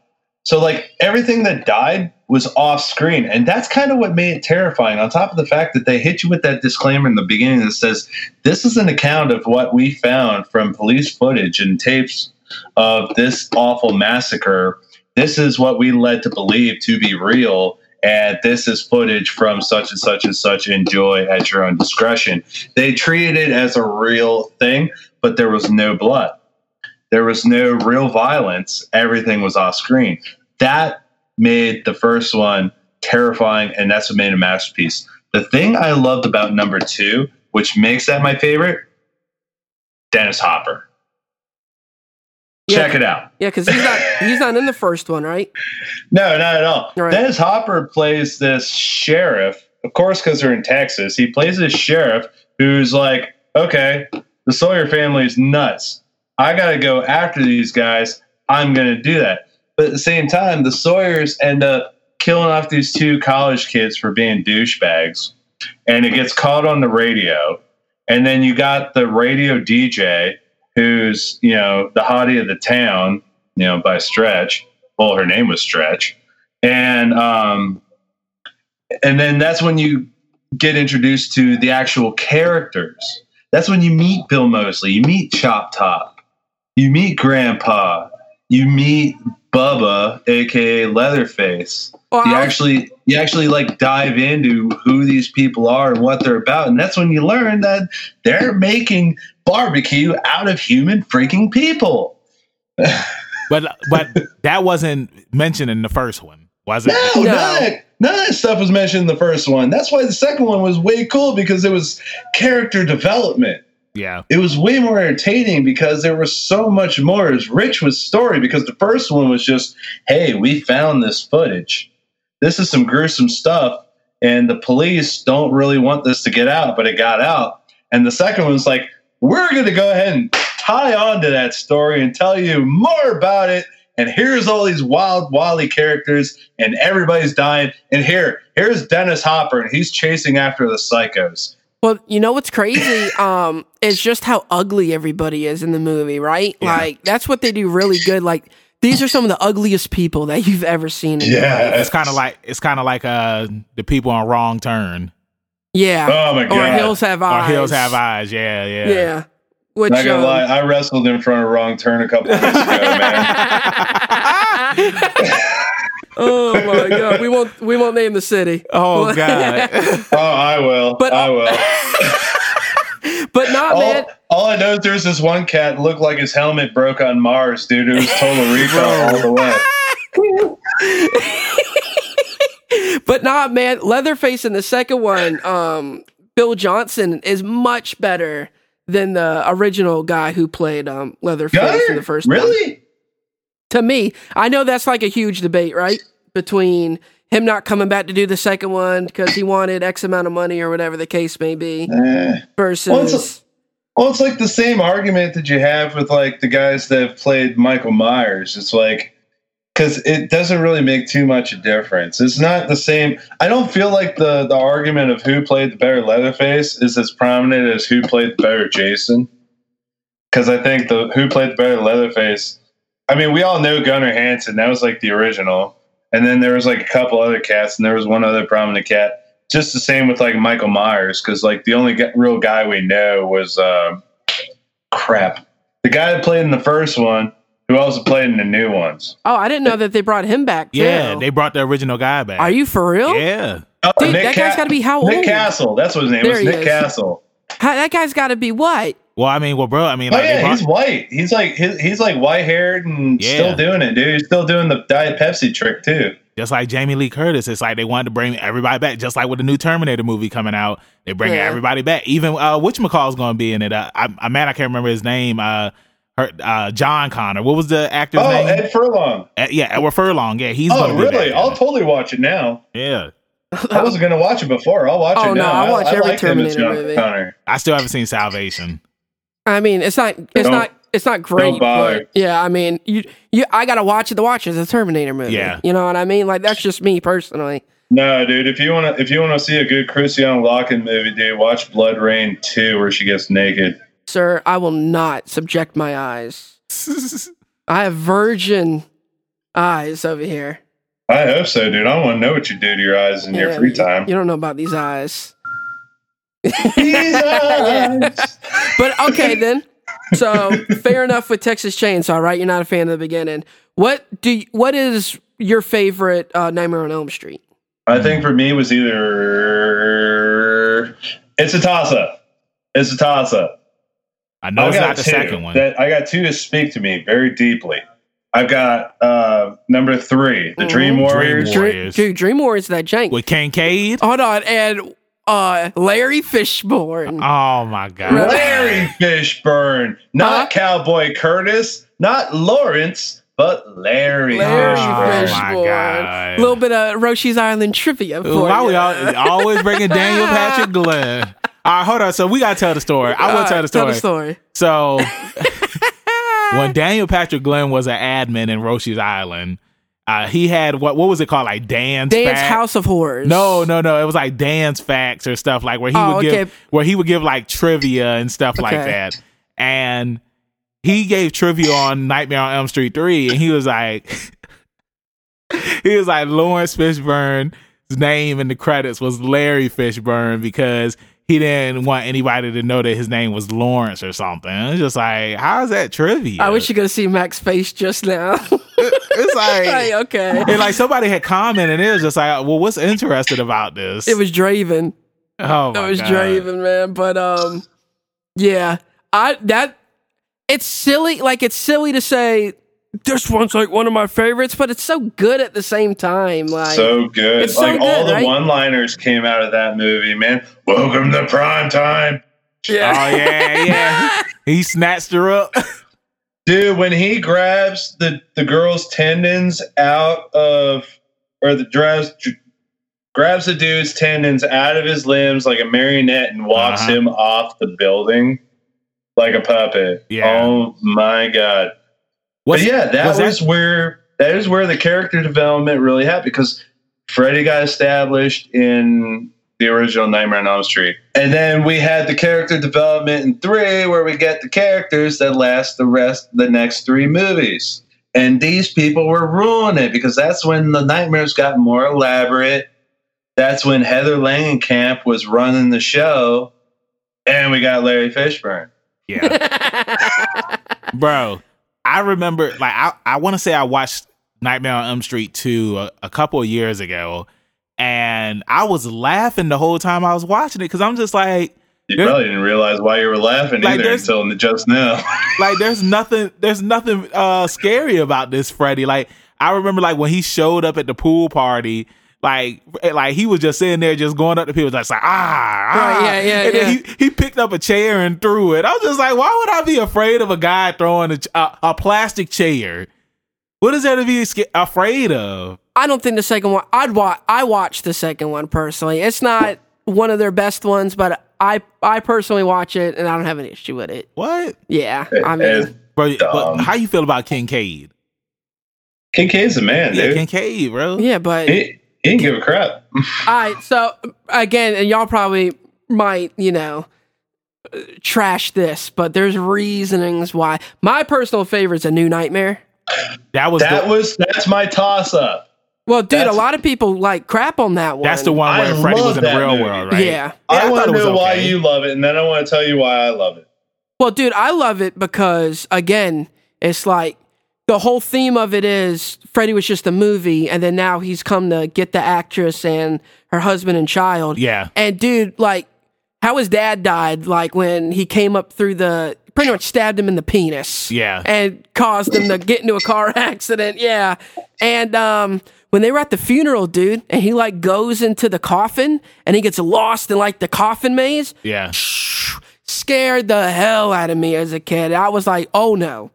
[SPEAKER 3] So like everything that died was off screen, and that's kind of what made it terrifying. On top of the fact that they hit you with that disclaimer in the beginning that says this is an account of what we found from police footage and tapes of this awful massacre. This is what we led to believe to be real, and this is footage from such and such and such. Enjoy at your own discretion. They treated it as a real thing, but there was no blood. There was no real violence. Everything was off screen. that made the first one terrifying, and that's what made it a masterpiece. The thing I loved about number two, which makes that my favorite, Dennis Hopper.
[SPEAKER 2] Yeah.
[SPEAKER 3] Check it out.
[SPEAKER 2] Yeah, because he's not he's not in the first one, right?
[SPEAKER 3] No, not at all.
[SPEAKER 2] Right.
[SPEAKER 3] Dennis Hopper plays this sheriff, of course, because they're in Texas. He plays this sheriff who's like, okay, the Sawyer family is nuts. I got to go after these guys. I'm going to do that. But at the same time, the Sawyers end up killing off these two college kids for being douchebags. And it gets caught on the radio. And then you got the radio DJ who's, you know, the hottie of the town, you know, by stretch well, her name was Stretch, and um, and then that's when you get introduced to the actual characters. That's when you meet Bill Mosley, you meet Chop Top, you meet Grandpa, you meet Bubba, aka Leatherface.
[SPEAKER 2] Well,
[SPEAKER 3] You
[SPEAKER 2] I-
[SPEAKER 3] actually you actually like dive into who these people are and what they're about, and that's when you learn that they're making barbecue out of human freaking people.
[SPEAKER 1] But but that wasn't mentioned in the first one, was it?
[SPEAKER 3] No,
[SPEAKER 2] No.
[SPEAKER 3] None, of that, none of that stuff was mentioned in the first one. That's why the second one was way cool because it was character development.
[SPEAKER 1] Yeah.
[SPEAKER 3] It was way more entertaining because there was so much more. It was rich with story because the first one was just, hey, we found this footage. This is some gruesome stuff, and the police don't really want this to get out, but it got out. And the second one's like, we're going to go ahead and tie on to that story and tell you more about it. And here's all these wild, wily characters, and everybody's dying. And here, here's Dennis Hopper, and he's chasing after the psychos.
[SPEAKER 2] Well, you know what's crazy? Um, is just how ugly everybody is in the movie, right?
[SPEAKER 1] Yeah.
[SPEAKER 2] Like that's what they do really good. Like these are some of the ugliest people that you've ever seen. in your life.
[SPEAKER 1] It's kind of like it's kind of like uh the people on Wrong Turn
[SPEAKER 2] yeah.
[SPEAKER 3] Oh my
[SPEAKER 2] or
[SPEAKER 3] god!
[SPEAKER 2] hills have eyes.
[SPEAKER 1] or Hills Have Eyes. Yeah,
[SPEAKER 2] Yeah.
[SPEAKER 1] yeah.
[SPEAKER 2] Which
[SPEAKER 3] Not gonna
[SPEAKER 2] um,
[SPEAKER 3] lie, I wrestled in front of Wrong Turn a couple of weeks ago,
[SPEAKER 2] *laughs* *laughs*
[SPEAKER 3] man.
[SPEAKER 2] oh my god, we won't we won't name the city. *laughs*
[SPEAKER 1] Oh god.
[SPEAKER 3] Oh, I will.
[SPEAKER 2] But- *laughs*
[SPEAKER 3] I will.
[SPEAKER 2] But not
[SPEAKER 3] All,
[SPEAKER 2] man.
[SPEAKER 3] all I know is there's this one cat that looked like his helmet broke on Mars, dude. It was total recall all the
[SPEAKER 2] *laughs*
[SPEAKER 3] way.
[SPEAKER 2] But not man. Leatherface in the second one, um, Bill Johnson is much better than the original guy who played um, Leatherface in
[SPEAKER 3] Gunner?
[SPEAKER 2] the first one.
[SPEAKER 3] Really?
[SPEAKER 2] to me, I know that's like a huge debate, right? Between him not coming back to do the second one because he wanted X amount of money or whatever the case may be,
[SPEAKER 3] Eh.
[SPEAKER 2] versus
[SPEAKER 3] Well, it's Well, it's like the same argument that you have with like the guys that have played Michael Myers. It's like because it doesn't really make too much a difference. It's not the same. I don't feel like the the argument of who played the better Leatherface is as prominent as who played the better Jason. Because I think the who played the better Leatherface. I mean, we all know Gunnar Hansen. That was like the original, and then there was like a couple other cats, and there was one other prominent cat just the same with like Michael Myers because like the only gu real guy we know was um crap the guy that played in the first one who also played in the new ones.
[SPEAKER 2] oh, I didn't know that they brought him back. Too.
[SPEAKER 1] yeah, they brought the original guy back.
[SPEAKER 2] are you for real?
[SPEAKER 1] Yeah.
[SPEAKER 3] Oh,
[SPEAKER 2] Dude, that guy's
[SPEAKER 3] Ca-
[SPEAKER 2] got to be how
[SPEAKER 3] Nick
[SPEAKER 2] old?
[SPEAKER 3] Castle. That's what his name
[SPEAKER 2] There
[SPEAKER 3] was.
[SPEAKER 2] he
[SPEAKER 3] Nick
[SPEAKER 2] is.
[SPEAKER 3] Castle.
[SPEAKER 2] How, that guy's got to be what?
[SPEAKER 1] Well, I mean, well, bro, I mean,
[SPEAKER 3] Oh
[SPEAKER 1] like, they
[SPEAKER 3] yeah,
[SPEAKER 1] brought-
[SPEAKER 3] he's white. He's like his, he's like white haired and
[SPEAKER 1] Yeah.
[SPEAKER 3] still doing it, dude. He's still doing the Diet Pepsi trick too.
[SPEAKER 1] just like Jamie Lee Curtis, it's like they wanted to bring everybody back, just like with the new Terminator movie coming out. They're bringing
[SPEAKER 2] Yeah.
[SPEAKER 1] everybody back. Even uh, which McCall's going to be in it. Uh, I, I man, I can't remember his name. Uh, her, uh, John Connor. What was the actor's
[SPEAKER 3] oh,
[SPEAKER 1] name?
[SPEAKER 3] Ed Furlong.
[SPEAKER 1] Uh, yeah, Edward Furlong. Yeah, he's.
[SPEAKER 3] oh
[SPEAKER 1] gonna be back
[SPEAKER 3] really?
[SPEAKER 1] in
[SPEAKER 3] I'll
[SPEAKER 1] it.
[SPEAKER 3] totally watch it now.
[SPEAKER 1] yeah,
[SPEAKER 2] *laughs*
[SPEAKER 3] I wasn't gonna watch it before. I'll watch
[SPEAKER 2] Oh,
[SPEAKER 3] it
[SPEAKER 2] no,
[SPEAKER 3] now.
[SPEAKER 2] I watch every
[SPEAKER 3] liked him as
[SPEAKER 2] Terminator
[SPEAKER 3] John
[SPEAKER 2] movie.
[SPEAKER 3] Connor.
[SPEAKER 1] I still haven't seen
[SPEAKER 2] *laughs*
[SPEAKER 1] Salvation.
[SPEAKER 2] I mean, it's not. It's
[SPEAKER 3] Don't-
[SPEAKER 2] not. It's not great.
[SPEAKER 3] don't bother.
[SPEAKER 2] but, yeah, I mean, you. You. I gotta watch it. The watch is a Terminator movie.
[SPEAKER 1] Yeah.
[SPEAKER 2] You know what I mean? Like that's just me personally.
[SPEAKER 3] No, dude. If you want to, if you want to see a good Christian Locken movie, dude, watch Blood Rain Two, where she gets naked.
[SPEAKER 2] Sir, I will not subject my eyes. I have virgin eyes over here.
[SPEAKER 3] I hope so, dude. I want to know what you do to your eyes in your
[SPEAKER 2] Yeah,
[SPEAKER 3] free time.
[SPEAKER 2] *laughs* You don't know about these eyes.
[SPEAKER 3] These eyes.
[SPEAKER 2] But okay then. So fair enough with Texas Chainsaw, right? You're not a fan of the beginning. What do? You, what is your favorite uh, Nightmare on Elm Street?
[SPEAKER 3] *laughs* I think for me it was either it's a toss up. It's a toss up.
[SPEAKER 1] I know
[SPEAKER 3] I
[SPEAKER 1] it's
[SPEAKER 3] got
[SPEAKER 1] not the
[SPEAKER 3] two
[SPEAKER 1] second one.
[SPEAKER 3] That, I got two to speak to me very deeply. I've got uh, number three, The Dream
[SPEAKER 2] Mhm.
[SPEAKER 3] Warriors.
[SPEAKER 1] Dream Warriors.
[SPEAKER 2] Dude, Dream Warriors that jank.
[SPEAKER 1] with Kincaid.
[SPEAKER 2] Hold on, and uh, Larry Fishburne.
[SPEAKER 1] Oh my god.
[SPEAKER 2] Really?
[SPEAKER 3] Larry Fishburne, not Cowboy Curtis, not Lawrence, but Larry.
[SPEAKER 2] Larry
[SPEAKER 1] Oh,
[SPEAKER 3] Fishburne.
[SPEAKER 1] my
[SPEAKER 2] Fishburne.
[SPEAKER 1] God.
[SPEAKER 2] A little bit of Roshi's Island trivia for
[SPEAKER 1] Why
[SPEAKER 2] you.
[SPEAKER 1] we all, always bringing
[SPEAKER 2] *laughs*
[SPEAKER 1] Daniel Patrick Glenn? All right, hold on. So we gotta tell the story. I will
[SPEAKER 2] All
[SPEAKER 1] tell
[SPEAKER 2] right,
[SPEAKER 1] the story.
[SPEAKER 2] Uh, Tell the story. *laughs*
[SPEAKER 1] So when Daniel Patrick Glenn was an admin in Roshi's Island, uh, he had what what was it called? Like Dan's
[SPEAKER 2] Dan's
[SPEAKER 1] Fact?
[SPEAKER 2] House of Horrors.
[SPEAKER 1] No, no, no. It was like dance facts or stuff like where he would
[SPEAKER 2] Oh, okay.
[SPEAKER 1] give where he would give like trivia and stuff like
[SPEAKER 2] Okay.
[SPEAKER 1] that. And he gave trivia on Nightmare on Elm Street 3 and he was like *laughs* he was like Lawrence Fishburne's name in the credits was Larry Fishburne because he didn't want anybody to know that his name was Lawrence or something. It's just like, how is that trivia?
[SPEAKER 2] I wish you could have seen Mac's face just now.
[SPEAKER 1] *laughs*
[SPEAKER 2] *laughs*
[SPEAKER 1] it's
[SPEAKER 2] Like,
[SPEAKER 1] like
[SPEAKER 2] okay.
[SPEAKER 1] and like somebody had commented, it was just like, well, what's interested about this?
[SPEAKER 2] It was Draven.
[SPEAKER 1] oh
[SPEAKER 2] It
[SPEAKER 1] my
[SPEAKER 2] was
[SPEAKER 1] God.
[SPEAKER 2] Draven, man. But um, yeah, I that it's silly. Like it's silly to say this one's like one of my favorites, but it's so good at the same time. Like
[SPEAKER 3] So good.
[SPEAKER 2] It's so
[SPEAKER 3] like all
[SPEAKER 2] good,
[SPEAKER 3] the
[SPEAKER 2] right?
[SPEAKER 3] one liners came out of that movie, man. Welcome to prime time.
[SPEAKER 1] Oh
[SPEAKER 2] yeah,
[SPEAKER 1] yeah, yeah. he snatched her up.
[SPEAKER 3] Dude, when he grabs the, the girl's tendons out of, or the grabs, grabs the dude's tendons out of his limbs like a marionette and walks
[SPEAKER 1] Uh-huh.
[SPEAKER 3] him off the building like a puppet.
[SPEAKER 1] Yeah.
[SPEAKER 3] Oh my God.
[SPEAKER 1] What's-
[SPEAKER 3] *laughs* but yeah, that
[SPEAKER 1] was
[SPEAKER 3] was,
[SPEAKER 1] that-
[SPEAKER 3] where that is where the character development really happened because Freddy got established in the original Nightmare on Elm Street, and then we had the character development in three, where we get the characters that last the rest the next three movies. And these people were ruining it because that's when the nightmares got more elaborate. That's when Heather Langenkamp was running the show, and we got Larry Fishburne.
[SPEAKER 1] Yeah, bro. I remember, like, I I want to say I watched Nightmare on Elm Street two a, a couple of years ago, and I was laughing the whole time I was watching it because I'm just like,
[SPEAKER 3] You
[SPEAKER 1] There-
[SPEAKER 3] probably didn't realize why you were laughing
[SPEAKER 1] Like,
[SPEAKER 3] either
[SPEAKER 1] there's-
[SPEAKER 3] until just now.
[SPEAKER 1] like, there's nothing, there's nothing uh scary about this Freddy. Like, I remember like when he showed up at the pool party. Like, eh, like he was just sitting there, just going up to people, just like ah, ah.
[SPEAKER 2] Right, yeah, yeah,
[SPEAKER 1] And then
[SPEAKER 2] yeah.
[SPEAKER 1] he he picked up a chair and threw it. I was just like, why would I be afraid of a guy throwing a, ch- a, a plastic chair? What is there to be sca- afraid of?
[SPEAKER 2] I don't think the second one. I'd watch. I watched the second one personally. It's not one of their best ones, but I I personally watch it and I don't have an issue with it.
[SPEAKER 1] What,
[SPEAKER 2] Yeah, I
[SPEAKER 3] And-
[SPEAKER 2] mean,
[SPEAKER 1] bro? But
[SPEAKER 3] Dumb.
[SPEAKER 1] how you feel about Kincaid?
[SPEAKER 3] Kincaid's a man,
[SPEAKER 1] Yeah,
[SPEAKER 3] dude.
[SPEAKER 1] Kincaid, bro.
[SPEAKER 2] yeah, but
[SPEAKER 3] he, he didn't give a crap.
[SPEAKER 2] All right, so again, and y'all probably might, you know, uh, trash this, but there's reasonings why. My personal favorite's a new nightmare.
[SPEAKER 1] That was
[SPEAKER 3] That
[SPEAKER 1] the,
[SPEAKER 3] was that's my toss up.
[SPEAKER 2] Well, dude, a
[SPEAKER 3] That's-
[SPEAKER 2] lot of people like crap on that one.
[SPEAKER 1] that's the one where
[SPEAKER 3] I
[SPEAKER 1] Freddy
[SPEAKER 3] love
[SPEAKER 1] was in the
[SPEAKER 3] that
[SPEAKER 1] real
[SPEAKER 3] movie.
[SPEAKER 1] world, right?
[SPEAKER 2] Yeah.
[SPEAKER 1] I
[SPEAKER 3] I want
[SPEAKER 1] thought
[SPEAKER 3] to
[SPEAKER 1] it was
[SPEAKER 3] know why
[SPEAKER 1] okay.
[SPEAKER 3] you love it, and then I want to tell you why I love it.
[SPEAKER 2] Well, dude, I love it because again, it's like the whole theme of it is Freddy was just a movie, and then now he's come to get the actress and her husband and child.
[SPEAKER 1] yeah.
[SPEAKER 2] And dude, like how his dad died, like when he came up through the pretty much stabbed him in the penis.
[SPEAKER 1] Yeah.
[SPEAKER 2] And caused him to get into a car *laughs* accident. Yeah. And um when they were at the funeral, dude, and he like goes into the coffin and he gets lost in like the coffin maze,
[SPEAKER 1] yeah.
[SPEAKER 2] scared the hell out of me as a kid. I was like, oh no.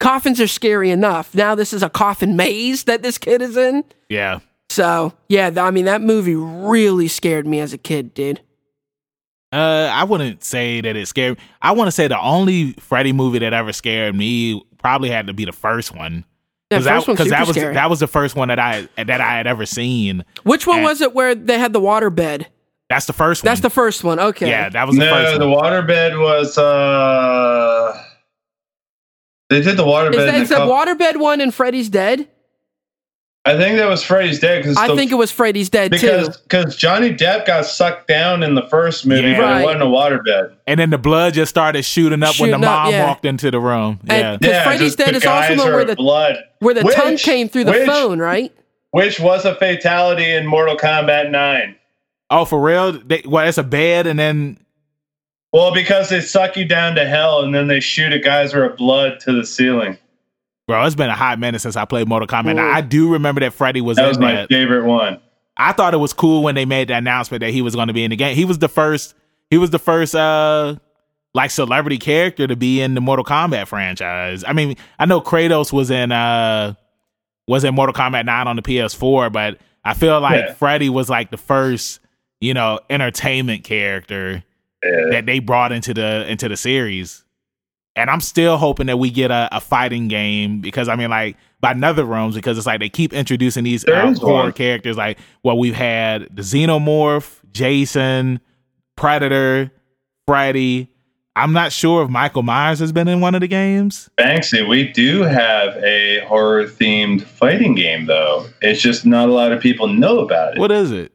[SPEAKER 2] Coffins are scary enough. Now this is a coffin maze that this kid is in.
[SPEAKER 1] Yeah.
[SPEAKER 2] So yeah, th- I mean that movie really scared me as a kid, dude.
[SPEAKER 1] Uh, I wouldn't say that it scared. I want to say the only Freddy movie that ever scared me probably had to be the first one.
[SPEAKER 2] That
[SPEAKER 1] that,
[SPEAKER 2] first one's
[SPEAKER 1] 'cause
[SPEAKER 2] super
[SPEAKER 1] that was
[SPEAKER 2] scary.
[SPEAKER 1] that was the first one that I that I had ever seen.
[SPEAKER 2] Which one
[SPEAKER 1] and-
[SPEAKER 2] was it where they had the water bed?
[SPEAKER 1] That's the first one.
[SPEAKER 2] That's the first one. Okay.
[SPEAKER 1] yeah. That was the
[SPEAKER 3] No,
[SPEAKER 1] first
[SPEAKER 3] the
[SPEAKER 1] one.
[SPEAKER 3] waterbed was uh they did the waterbed.
[SPEAKER 2] Is that
[SPEAKER 3] in
[SPEAKER 2] is
[SPEAKER 3] the
[SPEAKER 2] that
[SPEAKER 3] cup-
[SPEAKER 2] waterbed one and Freddy's dead?
[SPEAKER 3] I think that was Freddy's dead because
[SPEAKER 2] I think it was Freddy's dead
[SPEAKER 3] because
[SPEAKER 2] too.
[SPEAKER 3] because Johnny Depp got sucked down in the first movie,
[SPEAKER 1] Yeah.
[SPEAKER 3] but
[SPEAKER 2] Right.
[SPEAKER 3] it wasn't a waterbed.
[SPEAKER 1] And then the blood just started shooting up when the
[SPEAKER 2] Shooting up,
[SPEAKER 1] mom
[SPEAKER 2] yeah.
[SPEAKER 1] walked into the room.
[SPEAKER 2] And-
[SPEAKER 1] Yeah.
[SPEAKER 2] 'Cause Freddy's
[SPEAKER 3] just
[SPEAKER 2] dead
[SPEAKER 3] the
[SPEAKER 2] is also the one
[SPEAKER 3] geyser
[SPEAKER 2] where
[SPEAKER 3] of
[SPEAKER 2] the-
[SPEAKER 3] blood,
[SPEAKER 2] Where the
[SPEAKER 3] Which-
[SPEAKER 2] tongue came through the
[SPEAKER 3] which-
[SPEAKER 2] phone, right?
[SPEAKER 3] which was a fatality in Mortal Kombat Nine.
[SPEAKER 1] oh, for real? They, well, it's a bed, and then
[SPEAKER 3] Well, because they suck you down to hell and then they shoot a geyser of blood to the ceiling.
[SPEAKER 1] Bro, it's been a hot minute since I played Mortal Kombat. Now, I do remember that Freddy was
[SPEAKER 3] That
[SPEAKER 1] in
[SPEAKER 3] was my
[SPEAKER 1] that.
[SPEAKER 3] favorite one.
[SPEAKER 1] I thought it was cool when they made the announcement that he was going to be in the game. He was the first. He was the first uh like celebrity character to be in the Mortal Kombat franchise. I mean, I know Kratos was in uh was in Mortal Kombat 9 on the PS4, but I feel like
[SPEAKER 3] Yeah.
[SPEAKER 1] Freddy was like the first, you know, entertainment character
[SPEAKER 3] Yeah.
[SPEAKER 1] that they brought into the into the series. And I'm still hoping that we get a, a fighting game because I mean, like by another realms because it's like they keep introducing these
[SPEAKER 3] There
[SPEAKER 1] uh,
[SPEAKER 3] is
[SPEAKER 1] core
[SPEAKER 3] one.
[SPEAKER 1] characters. Like well, we've had the Xenomorph, Jason, Predator, Freddy. I'm not sure if Michael Myers has been in one of the games.
[SPEAKER 3] Banksy, we do have a horror themed fighting game though. It's just not a lot of people know about it.
[SPEAKER 1] What is it?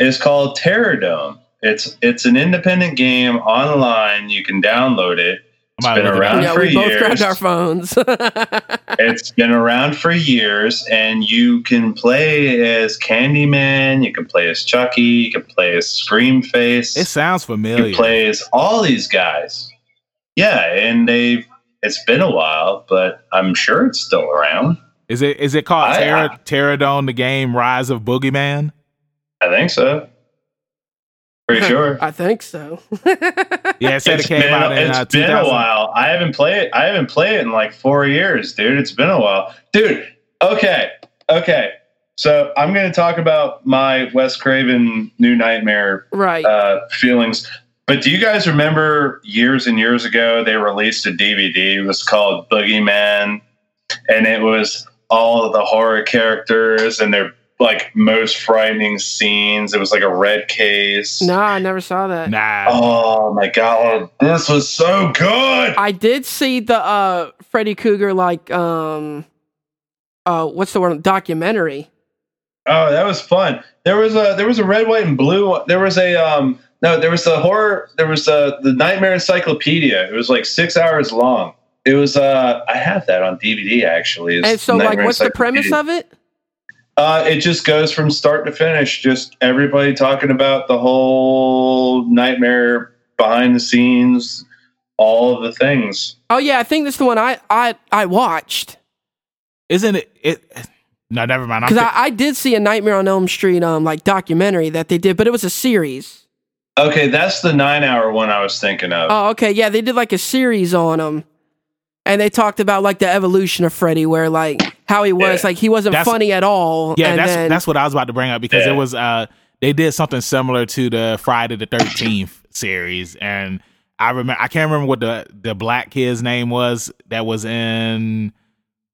[SPEAKER 3] It's called Terror Dome. It's it's an independent game online. You can download it. It's
[SPEAKER 1] I'm
[SPEAKER 3] been
[SPEAKER 1] looking it
[SPEAKER 3] around
[SPEAKER 1] up.
[SPEAKER 2] yeah,
[SPEAKER 3] for
[SPEAKER 2] we both
[SPEAKER 3] years.
[SPEAKER 2] grabbed our phones. *laughs*
[SPEAKER 3] It's been around for years, and you can play as Candyman. You can play as Chucky. You can play as Screamface.
[SPEAKER 1] It sounds
[SPEAKER 3] He
[SPEAKER 1] familiar.
[SPEAKER 3] plays all these guys. Yeah, and they it's been a while, but I'm sure it's still around.
[SPEAKER 1] Is it is it called
[SPEAKER 3] I-
[SPEAKER 1] Terra Terradon the game Rise of Boogeyman?
[SPEAKER 3] I think so. Pretty sure.
[SPEAKER 2] I think so. *laughs*
[SPEAKER 1] Yeah, it said
[SPEAKER 3] It's
[SPEAKER 1] it came
[SPEAKER 3] been,
[SPEAKER 1] out in
[SPEAKER 3] it's
[SPEAKER 1] uh,
[SPEAKER 3] been
[SPEAKER 1] 2000.
[SPEAKER 3] a while. I haven't played. I haven't played it in like four years, dude. It's been a while, dude. Okay, okay. So I'm going to talk about my Wes Craven New Nightmare
[SPEAKER 2] right.
[SPEAKER 3] uh, feelings. But do you guys remember years and years ago they released a DVD? It was called Boogeyman, and it was all of the horror characters and their like most frightening scenes. It was like a red case.
[SPEAKER 2] nah, I never saw that.
[SPEAKER 1] Nah,
[SPEAKER 3] Oh my god, this was so good.
[SPEAKER 2] I did see the uh Freddy Cougar like um uh what's the word documentary.
[SPEAKER 3] Oh, that was fun. There was a there was a red, white, and blue. one- There was a um no, there was a horror. There was a the Nightmare Encyclopedia. It was like six hours long. It was uh I have that on DVD actually. It's
[SPEAKER 2] And so like
[SPEAKER 3] Nightmare
[SPEAKER 2] what's the premise
[SPEAKER 3] Encyclopedia.
[SPEAKER 2] of it?
[SPEAKER 3] Uh, it just goes from start to finish. Just everybody talking about the whole nightmare behind the scenes, all the things.
[SPEAKER 2] Oh yeah, I think that's the one I I I watched
[SPEAKER 1] isn't it? It no, never mind. I'm
[SPEAKER 2] because
[SPEAKER 1] thi-
[SPEAKER 2] I, I did see a Nightmare on Elm Street um like documentary that they did, but it was a series.
[SPEAKER 3] Okay, that's the nine hour one I was thinking of.
[SPEAKER 2] Oh okay, yeah, they did like a series on him, and they talked about like the evolution of Freddy, where like how he was
[SPEAKER 3] Yeah.
[SPEAKER 2] like he wasn't
[SPEAKER 1] That's-
[SPEAKER 2] funny at all.
[SPEAKER 1] yeah,
[SPEAKER 2] and
[SPEAKER 1] that's
[SPEAKER 2] then,
[SPEAKER 1] that's what I was about to bring up because
[SPEAKER 3] Yeah.
[SPEAKER 1] it was uh they did something similar to the Friday the Thirteenth series, and I remember I can't remember what the the black kid's name was that was in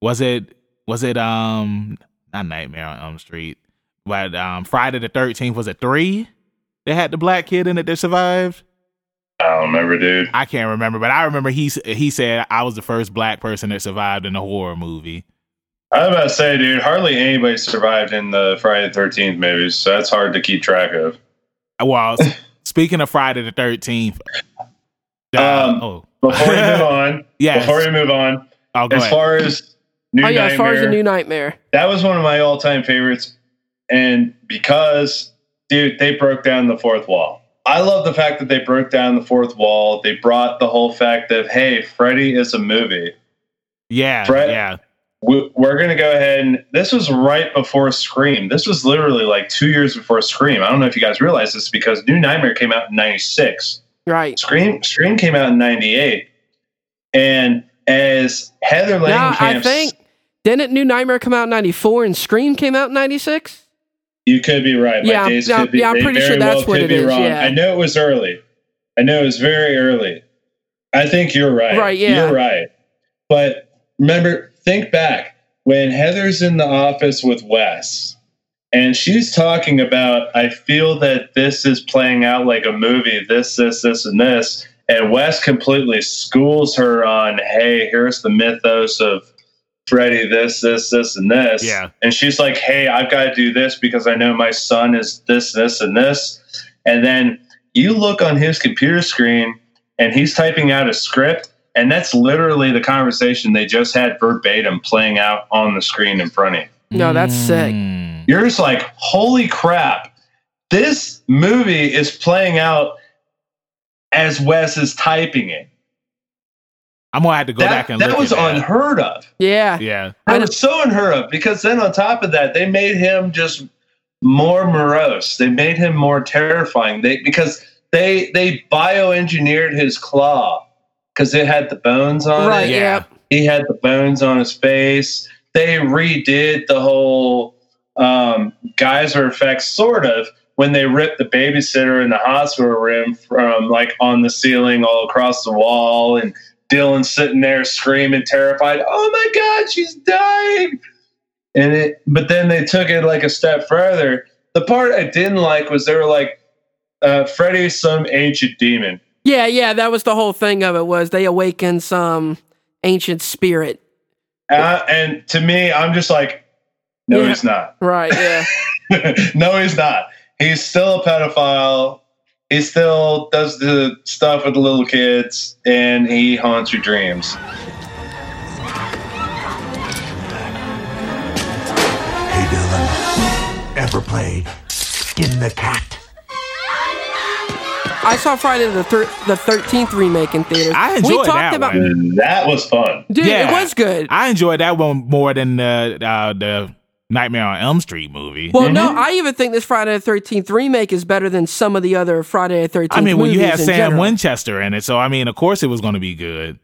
[SPEAKER 1] was it was it um not Nightmare on Elm Street, but um Friday the Thirteenth was it three? They had the black kid in it that survived.
[SPEAKER 3] I don't remember, dude.
[SPEAKER 1] I can't remember, but I remember he s- he said I was the first black person that survived in a horror movie.
[SPEAKER 3] I was about to say, dude, hardly anybody survived in the Friday the Thirteenth movies, so that's hard to keep track of.
[SPEAKER 1] Well,
[SPEAKER 3] *laughs*
[SPEAKER 1] s- speaking of Friday the Thirteenth,
[SPEAKER 3] Um,
[SPEAKER 1] oh
[SPEAKER 3] Before we move on,
[SPEAKER 1] *laughs* yes,
[SPEAKER 3] before we move on,
[SPEAKER 1] oh, go
[SPEAKER 3] as
[SPEAKER 1] ahead.
[SPEAKER 3] far as New
[SPEAKER 2] oh yeah,
[SPEAKER 3] Nightmare,
[SPEAKER 2] as far as the new Nightmare.
[SPEAKER 3] that was one of my all-time favorites, and because, dude, they broke down the fourth wall. I love the fact that they broke down the fourth wall. They brought the whole fact that hey, Freddy is a movie.
[SPEAKER 1] yeah,
[SPEAKER 3] Fred-
[SPEAKER 1] yeah,
[SPEAKER 3] We- We're gonna go ahead and this was right before Scream. This was literally like two years before Scream. I don't know if you guys realize this because New Nightmare came out in '96.
[SPEAKER 2] Right.
[SPEAKER 3] Scream Scream came out in '98, and as Heather
[SPEAKER 2] Now
[SPEAKER 3] Langenkamp,
[SPEAKER 2] I think didn't New Nightmare come out in '94 and Scream came out in '96?
[SPEAKER 3] you could be right. My
[SPEAKER 2] Yeah,
[SPEAKER 3] days
[SPEAKER 2] yeah,
[SPEAKER 3] could be,
[SPEAKER 2] yeah, I'm
[SPEAKER 3] they
[SPEAKER 2] pretty sure
[SPEAKER 3] very
[SPEAKER 2] that's
[SPEAKER 3] well
[SPEAKER 2] what
[SPEAKER 3] could
[SPEAKER 2] it
[SPEAKER 3] be
[SPEAKER 2] is,
[SPEAKER 3] Wrong.
[SPEAKER 2] yeah.
[SPEAKER 3] I know it was early. I know it was very early. I think you're right.
[SPEAKER 2] Right, yeah.
[SPEAKER 3] you're right. But remember, think back when Heather's in the office with Wes. And she's talking about, I feel that this is playing out like a movie, this, this, this, and this. And Wes completely schools her on, hey, here's the mythos of Freddy, this, this, this, and this.
[SPEAKER 1] Yeah.
[SPEAKER 3] And she's like, hey, I've got to do this because I know my son is this, this, and this. And then you look on his computer screen and he's typing out a script. And that's literally the conversation they just had verbatim playing out on the screen in front of you
[SPEAKER 2] No, that's sick.
[SPEAKER 1] Mm.
[SPEAKER 3] you're just like, holy crap, this movie is playing out as Wes is typing it.
[SPEAKER 1] I'm gonna have to go
[SPEAKER 3] that,
[SPEAKER 1] back and
[SPEAKER 3] that
[SPEAKER 1] look.
[SPEAKER 3] was
[SPEAKER 1] at that.
[SPEAKER 3] unheard of.
[SPEAKER 2] Yeah.
[SPEAKER 1] Yeah,
[SPEAKER 2] I
[SPEAKER 3] That
[SPEAKER 2] know.
[SPEAKER 3] was so unheard of because then on top of that, they made him just more morose. They made him more terrifying. They because they they bioengineered his claw because it had the bones on
[SPEAKER 2] Right.
[SPEAKER 3] it.
[SPEAKER 1] Yeah.
[SPEAKER 2] Yeah.
[SPEAKER 3] He had the bones on his face. They redid the whole um, geyser effect, sort of, when they ripped the babysitter in the hospital room from like on the ceiling all across the wall, and Dylan sitting there screaming, terrified, "Oh my God, she's dying!" And it, but then they took it like a step further. The part I didn't like was they were like, uh, "Freddy's some ancient demon."
[SPEAKER 2] Yeah. Yeah. That was the whole thing of it was they awaken some ancient spirit.
[SPEAKER 3] Uh, and to me, I'm just like, no,
[SPEAKER 2] Yeah.
[SPEAKER 3] he's not.
[SPEAKER 2] Right. Yeah.
[SPEAKER 3] *laughs* no, he's not. He's still a pedophile. He still does the stuff with the little kids, and he haunts your dreams.
[SPEAKER 4] Hey Dylan, ever played Skin the Cat?
[SPEAKER 2] I saw Friday the thir- the Thirteenth remake in theaters.
[SPEAKER 1] I enjoyed that one.
[SPEAKER 3] That was fun.
[SPEAKER 2] Dude,
[SPEAKER 1] Yeah.
[SPEAKER 2] it was good.
[SPEAKER 1] I enjoyed that one more than the uh, the Nightmare on Elm Street movie.
[SPEAKER 2] well, no, I even think this Friday the Thirteenth remake is better than some of the other Friday the Thirteenth.
[SPEAKER 1] I mean, when you
[SPEAKER 2] movies
[SPEAKER 1] had
[SPEAKER 2] in
[SPEAKER 1] Sam
[SPEAKER 2] general.
[SPEAKER 1] Winchester in it, so I mean, of course it was going to be good.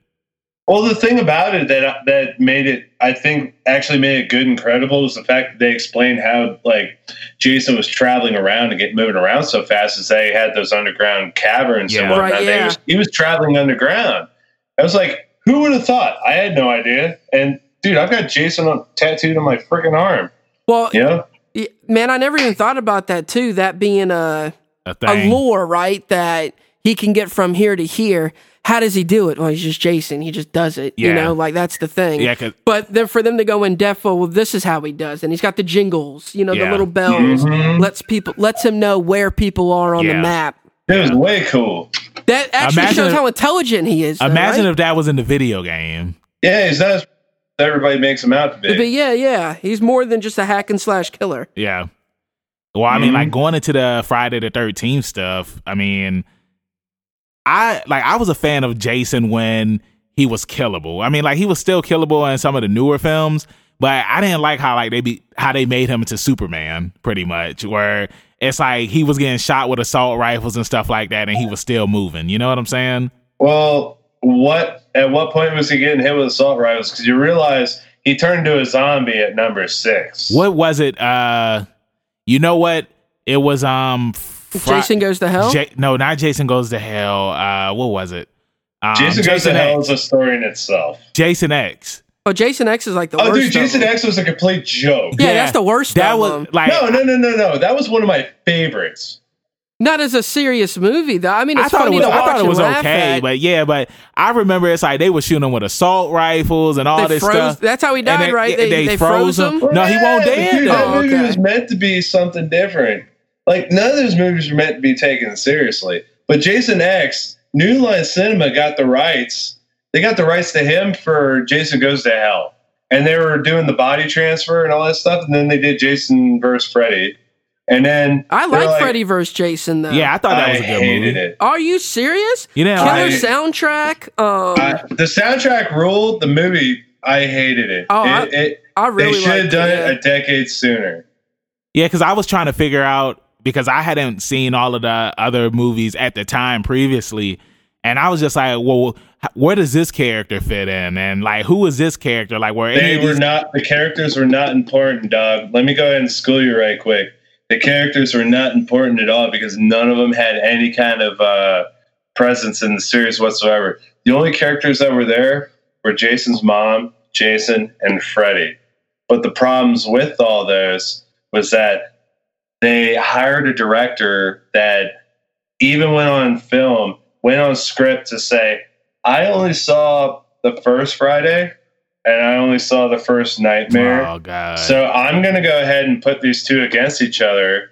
[SPEAKER 3] Well, the thing about it that that made it, I think, actually made it good and credible was the fact that they explained how like Jason was traveling around and get moving around so fast as they had those underground caverns
[SPEAKER 1] Yeah.
[SPEAKER 3] and whatnot.
[SPEAKER 2] Right,
[SPEAKER 3] They
[SPEAKER 2] yeah.
[SPEAKER 3] was- he was traveling underground. I was like, who would have thought? I had no idea. And dude, I've got Jason on, tattooed on my freaking arm.
[SPEAKER 2] Well,
[SPEAKER 3] You know,
[SPEAKER 2] y- man, I never even thought about that too. That being a
[SPEAKER 1] A
[SPEAKER 2] a
[SPEAKER 1] thing.
[SPEAKER 2] lore, right? That he can get from here to here. How does he do it? Well, he's just Jason. He just does it.
[SPEAKER 1] Yeah.
[SPEAKER 2] You know, like that's the thing.
[SPEAKER 1] Yeah, 'cause-
[SPEAKER 2] But then for them to go in depth, well, this is how he does, and he's got the jingles, you know,
[SPEAKER 1] Yeah.
[SPEAKER 2] the little
[SPEAKER 3] Mm-hmm.
[SPEAKER 2] bells, lets people lets him know where people are on
[SPEAKER 1] Yeah.
[SPEAKER 2] the map.
[SPEAKER 3] it was way cool.
[SPEAKER 2] That actually
[SPEAKER 1] Imagine
[SPEAKER 2] shows
[SPEAKER 1] if-
[SPEAKER 2] how intelligent he is. though,
[SPEAKER 1] Imagine
[SPEAKER 2] right?
[SPEAKER 1] if that was in the video game.
[SPEAKER 3] Yeah, he's not as everybody makes him out to be.
[SPEAKER 2] But yeah, yeah, he's more than just a hack and slash killer.
[SPEAKER 1] Yeah. Well, I mean,
[SPEAKER 3] Mhm.
[SPEAKER 1] like going into the Friday the Thirteenth stuff. I mean, I like I was a fan of Jason when he was killable. I mean, like he was still killable in some of the newer films, but I didn't like how like they be how they made him into Superman, pretty much, where it's like he was getting shot with assault rifles and stuff like that, and he was still moving. You know what I'm saying?
[SPEAKER 3] Well, what at what point was he getting hit with assault rifles? Because you realize he turned to a zombie at number six.
[SPEAKER 1] What was it? Uh, you know what? It was um. Fri-
[SPEAKER 2] Jason goes to hell.
[SPEAKER 1] Ja- no, not Jason goes to hell. Uh, what was it? Um,
[SPEAKER 3] Jason, Goes to Hell
[SPEAKER 1] X.
[SPEAKER 3] is a story in itself.
[SPEAKER 1] Jason X.
[SPEAKER 2] oh, Jason X is like the
[SPEAKER 3] Oh,
[SPEAKER 2] worst.
[SPEAKER 3] dude, Jason
[SPEAKER 2] of them.
[SPEAKER 3] X was a complete joke.
[SPEAKER 2] Yeah, that's the worst
[SPEAKER 1] That
[SPEAKER 2] of
[SPEAKER 1] was
[SPEAKER 2] them.
[SPEAKER 1] like
[SPEAKER 3] No, no, no, no, no. That was one of my favorites.
[SPEAKER 2] Not as a serious movie though. I mean, it's
[SPEAKER 1] I thought it
[SPEAKER 2] funny
[SPEAKER 1] was,
[SPEAKER 2] to
[SPEAKER 1] I
[SPEAKER 2] watch
[SPEAKER 1] thought it
[SPEAKER 2] and
[SPEAKER 1] was
[SPEAKER 2] laugh
[SPEAKER 1] okay,
[SPEAKER 2] at.
[SPEAKER 1] but yeah, but I remember it's like they were shooting him with assault rifles and all
[SPEAKER 2] they
[SPEAKER 1] this
[SPEAKER 2] froze.
[SPEAKER 1] stuff.
[SPEAKER 2] That's how he
[SPEAKER 1] And
[SPEAKER 2] died,
[SPEAKER 1] they-
[SPEAKER 2] right? They, they, froze him.
[SPEAKER 1] No, he won't
[SPEAKER 3] Yeah,
[SPEAKER 1] dead
[SPEAKER 3] Dude, that
[SPEAKER 1] though.
[SPEAKER 2] Oh,
[SPEAKER 3] movie
[SPEAKER 2] okay.
[SPEAKER 3] was meant to be something different. Like none of those movies were meant to be taken seriously. But Jason X, New Line Cinema got the rights. They got the rights to him for Jason Goes to Hell, and they were doing the body transfer and all that stuff. And then they did Jason versus Freddy, and then
[SPEAKER 2] I
[SPEAKER 3] they're
[SPEAKER 2] like, Freddy vs. Jason though.
[SPEAKER 1] Yeah, I thought that
[SPEAKER 3] I
[SPEAKER 1] was a good
[SPEAKER 3] hated
[SPEAKER 1] movie.
[SPEAKER 3] it.
[SPEAKER 2] Are you serious?
[SPEAKER 1] You know,
[SPEAKER 2] Killer
[SPEAKER 1] I-
[SPEAKER 2] soundtrack. Um,
[SPEAKER 3] I-
[SPEAKER 2] I,
[SPEAKER 3] the soundtrack ruled. The movie, I hated it.
[SPEAKER 2] Oh, I
[SPEAKER 3] it, it
[SPEAKER 2] really
[SPEAKER 3] they should have
[SPEAKER 2] liked
[SPEAKER 3] done
[SPEAKER 2] it.
[SPEAKER 3] it a decade sooner.
[SPEAKER 1] Yeah, because I was trying to figure out because I hadn't seen all of the other movies at the time previously, and I was just like, well, h- where does this character fit in, and like who is this character? Like, where any
[SPEAKER 3] They
[SPEAKER 1] of
[SPEAKER 3] were
[SPEAKER 1] these-
[SPEAKER 3] not. The characters were not important, dog. Let me go ahead and school you right quick. The characters were not important at all because none of them had any kind of uh, presence in the series whatsoever. The only characters that were there were Jason's mom, Jason, and Freddy. But the problems with all those was that they hired a director that even went on film, went on script to say, I only saw the first Friday and I only saw the first Nightmare.
[SPEAKER 1] Oh god.
[SPEAKER 3] So I'm going to go ahead and put these two against each other.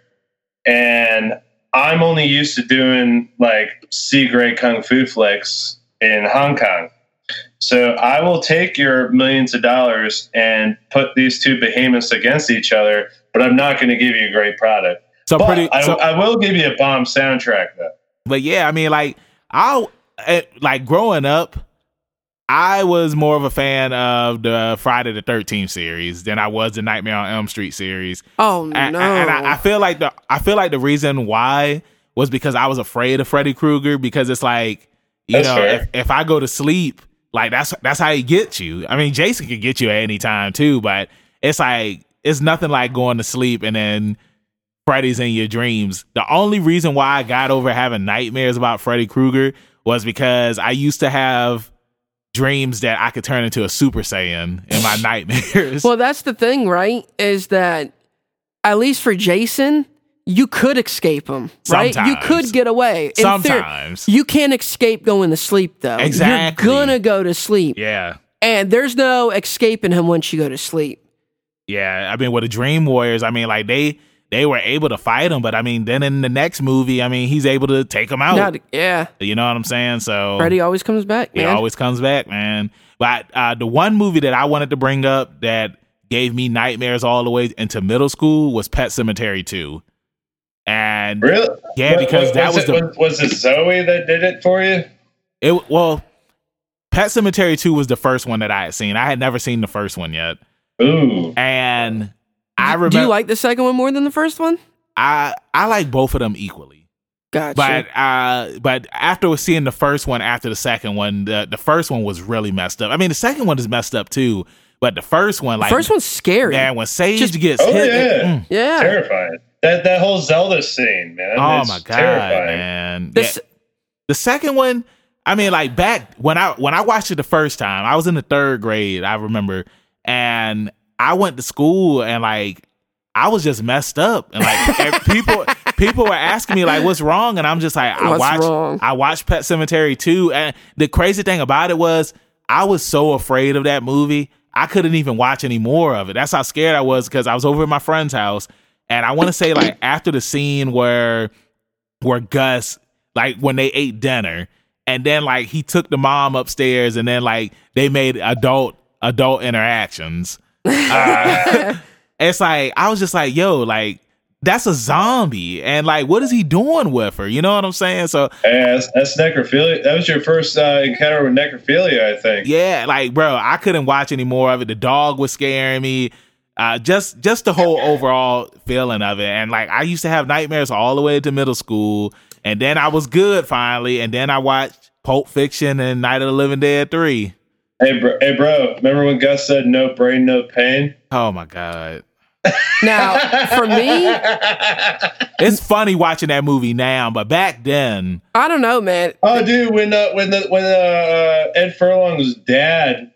[SPEAKER 3] And I'm only used to doing like C grade kung fu flicks in Hong Kong. So I will take your millions of dollars and put these two behemoths against each other, but I'm not going to give you a great product.
[SPEAKER 1] so
[SPEAKER 3] But
[SPEAKER 1] pretty.
[SPEAKER 3] I,
[SPEAKER 1] so,
[SPEAKER 3] I will give you a bomb soundtrack though.
[SPEAKER 1] But yeah, I mean, like I like growing eh, up, I was more of a fan of the Friday the Thirteenth series than I was the Nightmare on Elm Street series.
[SPEAKER 2] Oh no!
[SPEAKER 1] And, and I, I feel like the I feel like the reason why was because I was afraid of Freddy Krueger because it's like you
[SPEAKER 3] That's
[SPEAKER 1] know
[SPEAKER 3] fair.
[SPEAKER 1] if, if I go to sleep like that's that's how he gets you. I mean Jason could get you at any time too, but it's like it's nothing like going to sleep and then Freddy's in your dreams. The only reason why I got over having nightmares about Freddy Krueger was because I used to have dreams that I could turn into a Super Saiyan in
[SPEAKER 2] *laughs*
[SPEAKER 1] my nightmares.
[SPEAKER 2] well, that's the thing, right? Is that at least for Jason, you could escape him, right? You
[SPEAKER 1] Sometimes.
[SPEAKER 2] could get away. In theor-
[SPEAKER 1] Sometimes.
[SPEAKER 2] you can't escape going to sleep though.
[SPEAKER 1] Exactly.
[SPEAKER 2] You're gonna go to sleep,
[SPEAKER 1] yeah.
[SPEAKER 2] and there's no escaping him once you go to sleep.
[SPEAKER 1] Yeah, I mean with the Dream Warriors, I mean like they they were able to fight him, but I mean then in the next movie, I mean he's able to take him out.
[SPEAKER 2] Not- yeah,
[SPEAKER 1] you know what I'm saying? So
[SPEAKER 2] Freddy always comes back,
[SPEAKER 1] he
[SPEAKER 2] man.
[SPEAKER 1] Oh. always comes back, man. But uh, the one movie that I wanted to bring up that gave me nightmares all the way into middle school was Pet Cemetery 2. And
[SPEAKER 3] Really?
[SPEAKER 1] yeah, because that was
[SPEAKER 3] it,
[SPEAKER 1] the
[SPEAKER 3] was, was it Zoe that did it for you?
[SPEAKER 1] It well, Pet Cemetery Two was the first one that I had seen. I had never seen the first one yet,
[SPEAKER 3] Ooh,
[SPEAKER 1] and I remember
[SPEAKER 2] Do you like the second one more than the first one?
[SPEAKER 1] I I like both of them equally.
[SPEAKER 2] Gotcha.
[SPEAKER 1] But uh, but after seeing the first one, after the second one, the the first one was really messed up. I mean, the second one is messed up too, but the first one, like
[SPEAKER 2] first one's scary.
[SPEAKER 1] man, when Sage
[SPEAKER 2] Just-
[SPEAKER 1] gets
[SPEAKER 3] Oh,
[SPEAKER 1] hit,
[SPEAKER 3] yeah.
[SPEAKER 1] mm,
[SPEAKER 2] yeah.
[SPEAKER 3] terrifying! That that whole Zelda scene, man.
[SPEAKER 1] oh
[SPEAKER 3] it's
[SPEAKER 1] my god,
[SPEAKER 3] terrifying.
[SPEAKER 1] man,
[SPEAKER 2] The
[SPEAKER 1] Yeah.
[SPEAKER 2] s-
[SPEAKER 1] The second one, I mean, like back when I when I watched it the first time, I was in the third grade, I remember, and I went to school and like I was just messed up, and like
[SPEAKER 2] *laughs*
[SPEAKER 1] and people people were asking me like, "What's wrong?" And I'm just like, "I
[SPEAKER 2] What's
[SPEAKER 1] watched
[SPEAKER 2] wrong?
[SPEAKER 1] I watched Pet Cemetery too." And the crazy thing about it was, I was so afraid of that movie, I couldn't even watch any more of it. That's how scared I was because I was over at my friend's house, and I want to say like after the scene where where Gus, like when they ate dinner, and then like he took the mom upstairs, and then like they made adult adult interactions. Uh, *laughs* it's like I was just like, yo, like that's a zombie, and like what is he doing with her? You know what I'm saying? So
[SPEAKER 3] Yeah, that's, that's necrophilia. That was your first uh, encounter with necrophilia, I think.
[SPEAKER 1] yeah, like bro, I couldn't watch any more of it. The dog was scaring me. Uh, just just the whole overall feeling of it, and like I used to have nightmares all the way to middle school, and then I was good finally, and then I watched Pulp Fiction and Night of the Living Dead three.
[SPEAKER 3] Hey, bro, hey, bro. Remember when Gus said "no brain, no pain"?
[SPEAKER 1] Oh my god,
[SPEAKER 2] now, for me,
[SPEAKER 1] *laughs* it's funny watching that movie now, but back then,
[SPEAKER 2] I don't know, man.
[SPEAKER 3] Oh, dude, when uh, when the when uh, uh, Ed Furlong's dad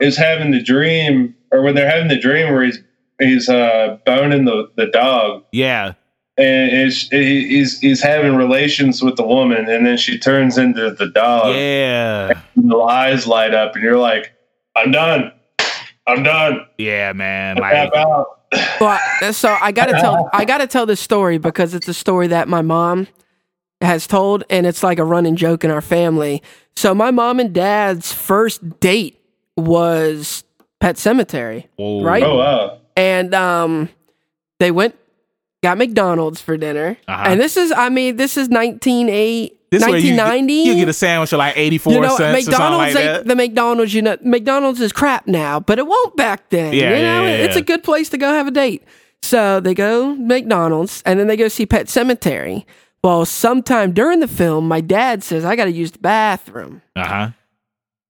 [SPEAKER 3] is having the dream, or when they're having the dream where he's he's uh, boning the the dog,
[SPEAKER 1] yeah,
[SPEAKER 3] and it's, he- he's he's having relations with the woman, and then she turns into the dog.
[SPEAKER 1] yeah,
[SPEAKER 3] And the eyes light up, and you're like, "I'm done, I'm done,
[SPEAKER 1] yeah, man, like
[SPEAKER 3] tap out."
[SPEAKER 2] Well, I- so I gotta
[SPEAKER 1] *laughs*
[SPEAKER 2] tell I gotta tell this story because it's a story that my mom has told, and it's like a running joke in our family. So my mom and dad's first date was Pet Cemetery,
[SPEAKER 1] whoa.
[SPEAKER 2] Right?
[SPEAKER 3] Oh wow,
[SPEAKER 2] and um, they went got McDonald's for dinner.
[SPEAKER 1] Uh-huh.
[SPEAKER 2] And this is I mean this is 1980,
[SPEAKER 1] This way you,
[SPEAKER 2] 1990.
[SPEAKER 1] get- you get a sandwich for like eighty four
[SPEAKER 2] you know,
[SPEAKER 1] cents or something like
[SPEAKER 2] McDonald's ain't
[SPEAKER 1] that.
[SPEAKER 2] the McDonald's. You know, McDonald's is crap now, but it won't back then.
[SPEAKER 1] Yeah,
[SPEAKER 2] you
[SPEAKER 1] yeah,
[SPEAKER 2] know,
[SPEAKER 1] yeah,
[SPEAKER 2] it's
[SPEAKER 1] yeah.
[SPEAKER 2] a good place to go have a date. So they go McDonald's, and then they go see Pet Cemetery. Well, sometime during the film, my dad says I got to use the bathroom.
[SPEAKER 1] Uh huh.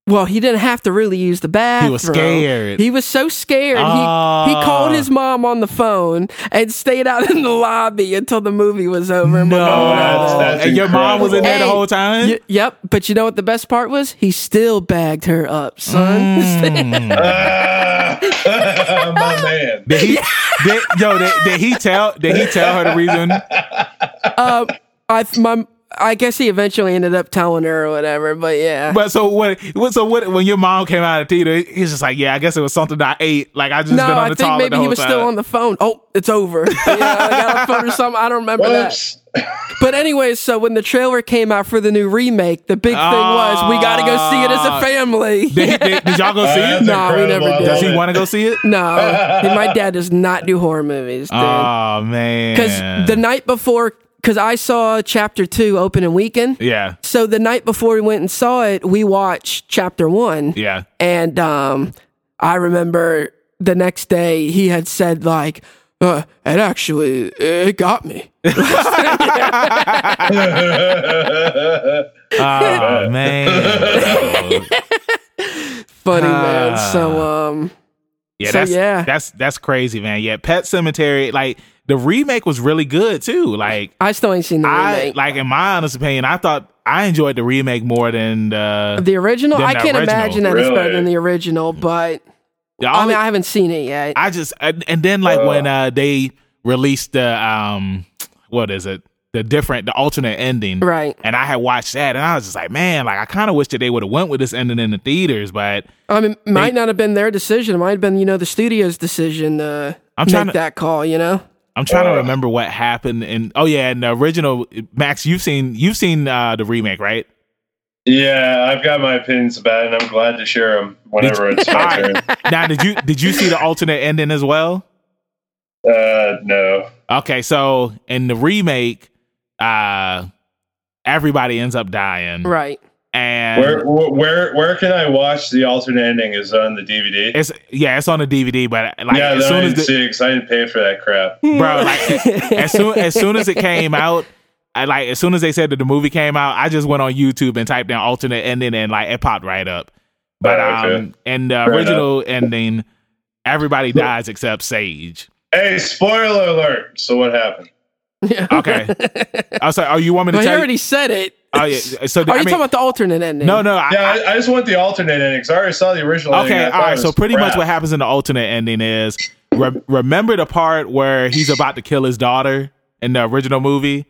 [SPEAKER 2] Well, he didn't have to really use the bathroom.
[SPEAKER 1] was scared.
[SPEAKER 2] He was so scared. he,
[SPEAKER 1] Ah.
[SPEAKER 2] he called his mom on the phone and stayed out *laughs* in the lobby until the movie was over. and my mom had
[SPEAKER 3] that's-
[SPEAKER 2] to-
[SPEAKER 3] that's
[SPEAKER 1] and your mom was in there the
[SPEAKER 2] incredible.
[SPEAKER 1] whole time. *laughs*
[SPEAKER 2] Y- yep, but you know what the best part was? He still bagged her up, son.
[SPEAKER 1] Mm.
[SPEAKER 3] Ah, *laughs* my man.
[SPEAKER 2] *laughs*
[SPEAKER 1] Did he? did, yo, did, did he tell? Did he tell her the reason?
[SPEAKER 2] um, *laughs* I my I guess he eventually ended up telling her or whatever. But yeah,
[SPEAKER 1] But so what? what- So what? When your mom came out of the theater, he's just like, "Yeah, I guess it was something that I ate. Like I just
[SPEAKER 2] no,
[SPEAKER 1] been on
[SPEAKER 2] I
[SPEAKER 1] the
[SPEAKER 2] think
[SPEAKER 1] toilet
[SPEAKER 2] maybe
[SPEAKER 1] the
[SPEAKER 2] he
[SPEAKER 1] whole
[SPEAKER 2] was
[SPEAKER 1] time."
[SPEAKER 2] still on the phone. Oh,
[SPEAKER 1] *laughs*
[SPEAKER 2] it's over. Yeah, I got a phone or something. I don't remember that.
[SPEAKER 3] Whoops.
[SPEAKER 2] But anyways, so when the trailer came out for the new remake, the big thing was we got to go see it as
[SPEAKER 1] Ah. *laughs*
[SPEAKER 2] a family. *laughs*
[SPEAKER 1] did, he- did- did y'all go see it?
[SPEAKER 3] That's
[SPEAKER 2] No, we
[SPEAKER 3] incredible.
[SPEAKER 2] never
[SPEAKER 3] I
[SPEAKER 2] did.
[SPEAKER 1] Does
[SPEAKER 3] love
[SPEAKER 1] he
[SPEAKER 3] it.
[SPEAKER 1] want to go see it?
[SPEAKER 2] no, my dad does not do horror movies. dude.
[SPEAKER 1] Oh man,
[SPEAKER 2] Because the night before because I saw Chapter Two opening weekend.
[SPEAKER 1] Yeah.
[SPEAKER 2] So the night before we went and saw it, we watched Chapter One. *laughs*
[SPEAKER 1] Yeah.
[SPEAKER 2] And um, I remember the next day he had said like, uh, "It actually it got me."
[SPEAKER 1] Oh
[SPEAKER 2] *laughs*
[SPEAKER 1] man.
[SPEAKER 2] Funny
[SPEAKER 1] Ah.
[SPEAKER 2] man. So um,
[SPEAKER 1] Yeah,
[SPEAKER 2] So,
[SPEAKER 1] that's,
[SPEAKER 2] yeah.
[SPEAKER 1] that's that's crazy, man. Yeah, Pet Cemetery, like the remake was really good too. Like
[SPEAKER 2] I still ain't seen the
[SPEAKER 1] I
[SPEAKER 2] remake.
[SPEAKER 1] like in my honest opinion, I thought I enjoyed the remake more than the
[SPEAKER 2] the original,
[SPEAKER 1] Than
[SPEAKER 2] I
[SPEAKER 1] the
[SPEAKER 2] can't
[SPEAKER 1] original.
[SPEAKER 2] imagine that it's better
[SPEAKER 3] Really?
[SPEAKER 2] than the original, but
[SPEAKER 1] the
[SPEAKER 2] I
[SPEAKER 1] only-
[SPEAKER 2] mean, I haven't seen it yet.
[SPEAKER 1] I just and, and then like when uh they released the um what is it the different the alternate ending
[SPEAKER 2] Right.
[SPEAKER 1] and I had watched that and I was just like man like I kind of wish that they would have went with this ending in the theaters but
[SPEAKER 2] I mean, it might not have been their decision. It might have been, you know, the studio's decision to
[SPEAKER 1] I'm trying
[SPEAKER 2] make
[SPEAKER 1] to-
[SPEAKER 2] that call, you know?
[SPEAKER 1] I'm trying
[SPEAKER 3] Uh.
[SPEAKER 1] to remember what happened and oh yeah and the original Max you've seen you've seen uh the remake
[SPEAKER 2] *laughs*
[SPEAKER 1] right
[SPEAKER 3] yeah, I've got my opinions about it, and I'm glad to share them whenever it's
[SPEAKER 1] All
[SPEAKER 3] my turn.
[SPEAKER 1] right. now did you did you see the alternate ending as well
[SPEAKER 3] Uh, no.
[SPEAKER 1] okay so in the remake uh everybody ends up dying
[SPEAKER 2] Right.
[SPEAKER 1] and
[SPEAKER 3] Where wh- where where can I watch the alternate ending? Is it on the DVD?
[SPEAKER 1] It's yeah, it's on the DVD, but like
[SPEAKER 3] yeah,
[SPEAKER 1] as
[SPEAKER 3] that I
[SPEAKER 1] soon as
[SPEAKER 3] didn't
[SPEAKER 1] the,
[SPEAKER 3] see because I didn't pay for that crap.
[SPEAKER 1] bro,
[SPEAKER 3] *laughs*
[SPEAKER 1] like as soon as soon as it came out, I like as soon as they said that the movie came out, I just went on YouTube and typed down alternate ending and like it popped right up. But
[SPEAKER 3] Oh, okay.
[SPEAKER 1] um, and the
[SPEAKER 3] Fair
[SPEAKER 1] original ending, everybody dies except Sage.
[SPEAKER 3] Hey, spoiler alert! So what happened?
[SPEAKER 2] Yeah. *laughs*
[SPEAKER 1] Okay, I was like, oh, you want me to
[SPEAKER 2] But he
[SPEAKER 1] tell? You?
[SPEAKER 2] already said it.
[SPEAKER 1] Oh yeah, so
[SPEAKER 2] Are
[SPEAKER 1] I
[SPEAKER 2] you
[SPEAKER 1] mean,
[SPEAKER 2] talking about the alternate ending?
[SPEAKER 1] no, no, I,
[SPEAKER 3] Yeah, I, I just want the alternate ending because I already saw the original. ending,
[SPEAKER 1] Okay,
[SPEAKER 3] and I
[SPEAKER 1] all
[SPEAKER 3] thought it
[SPEAKER 1] right.
[SPEAKER 3] was
[SPEAKER 1] So pretty much
[SPEAKER 3] crap.
[SPEAKER 1] what happens in the alternate ending is re- remember the part where he's about to kill his daughter in the original movie,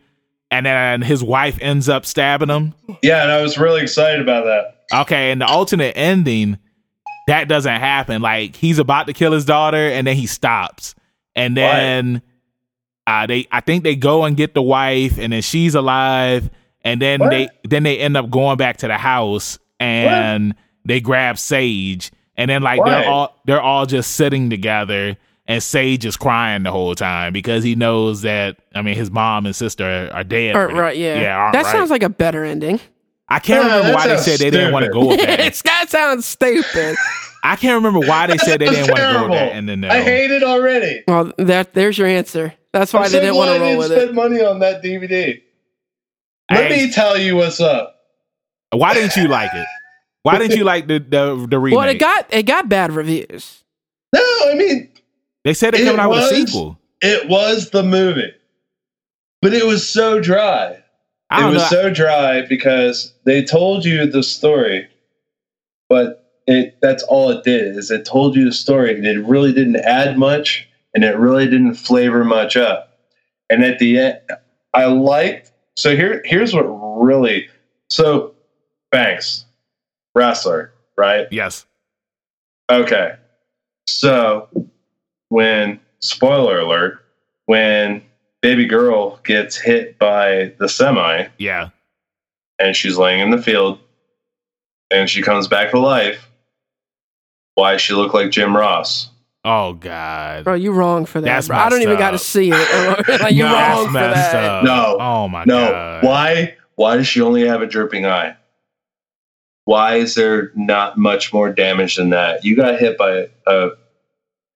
[SPEAKER 1] and then his wife ends up stabbing him.
[SPEAKER 3] Yeah, and I was really excited about that.
[SPEAKER 1] Okay, in the alternate ending, that doesn't happen. Like he's about to kill his daughter, and then he stops, and then uh, they I think they go and get the wife, and then she's alive, and then
[SPEAKER 3] What?
[SPEAKER 1] they then they end up going back to the house, and they grab Sage, and then like
[SPEAKER 3] Why?
[SPEAKER 1] they're all they're all just sitting together. And Sage is crying the whole time because he knows that I mean his mom and sister are, are dead.
[SPEAKER 2] Or,
[SPEAKER 1] pretty-
[SPEAKER 2] right, yeah.
[SPEAKER 1] yeah.
[SPEAKER 2] that sounds like a better ending. *laughs*
[SPEAKER 1] I can't
[SPEAKER 3] Ah,
[SPEAKER 1] remember
[SPEAKER 3] that
[SPEAKER 1] why they
[SPEAKER 3] sounds
[SPEAKER 1] said they didn't want to
[SPEAKER 3] stupid.
[SPEAKER 1] go with that.
[SPEAKER 2] It's- that sounds stupid.
[SPEAKER 1] I can't remember why they
[SPEAKER 3] *laughs*
[SPEAKER 1] said they
[SPEAKER 3] That's
[SPEAKER 1] didn't want to go with
[SPEAKER 3] terrible.
[SPEAKER 1] that and then no.
[SPEAKER 3] I hate it already.
[SPEAKER 2] well, that there's your answer. That's why
[SPEAKER 3] I'm
[SPEAKER 2] they
[SPEAKER 3] so
[SPEAKER 2] didn't want to
[SPEAKER 3] glad I
[SPEAKER 2] roll
[SPEAKER 3] didn't
[SPEAKER 2] with
[SPEAKER 3] spend
[SPEAKER 2] it.
[SPEAKER 3] money on that DVD. Let
[SPEAKER 1] Hey,
[SPEAKER 3] me tell you what's up.
[SPEAKER 1] why didn't you like it? Why didn't you like the the, the remake?
[SPEAKER 2] Well, it got it got bad reviews.
[SPEAKER 3] No, I mean
[SPEAKER 1] they said they're
[SPEAKER 3] it
[SPEAKER 1] coming out with a
[SPEAKER 3] was-
[SPEAKER 1] sequel.
[SPEAKER 3] it was the movie, but it was so dry.
[SPEAKER 1] I
[SPEAKER 3] it
[SPEAKER 1] don't
[SPEAKER 3] was
[SPEAKER 1] know.
[SPEAKER 3] so dry because they told you the story, but it that's all it did is it told you the story and it really didn't add much and it really didn't flavor much up. And at the end, I liked so here here's what really so Banks, wrestler, right?
[SPEAKER 1] yes.
[SPEAKER 3] Okay. So when spoiler alert, when baby girl gets hit by the semi,
[SPEAKER 1] Yeah.
[SPEAKER 3] and she's laying in the field and she comes back to life why she look like jim ross
[SPEAKER 1] Oh God.
[SPEAKER 2] Bro, you wrong for that.
[SPEAKER 1] That's
[SPEAKER 2] bro. I don't
[SPEAKER 1] messed
[SPEAKER 2] even got to
[SPEAKER 1] up.
[SPEAKER 2] see
[SPEAKER 1] *laughs*
[SPEAKER 2] it. *laughs* like, you're
[SPEAKER 1] No, that's
[SPEAKER 2] wrong for
[SPEAKER 1] messed
[SPEAKER 2] that.
[SPEAKER 1] up.
[SPEAKER 3] No,
[SPEAKER 1] Oh my
[SPEAKER 3] no
[SPEAKER 1] God.
[SPEAKER 3] why why does she only have a dripping eye why is there not much more damage than that you got hit by a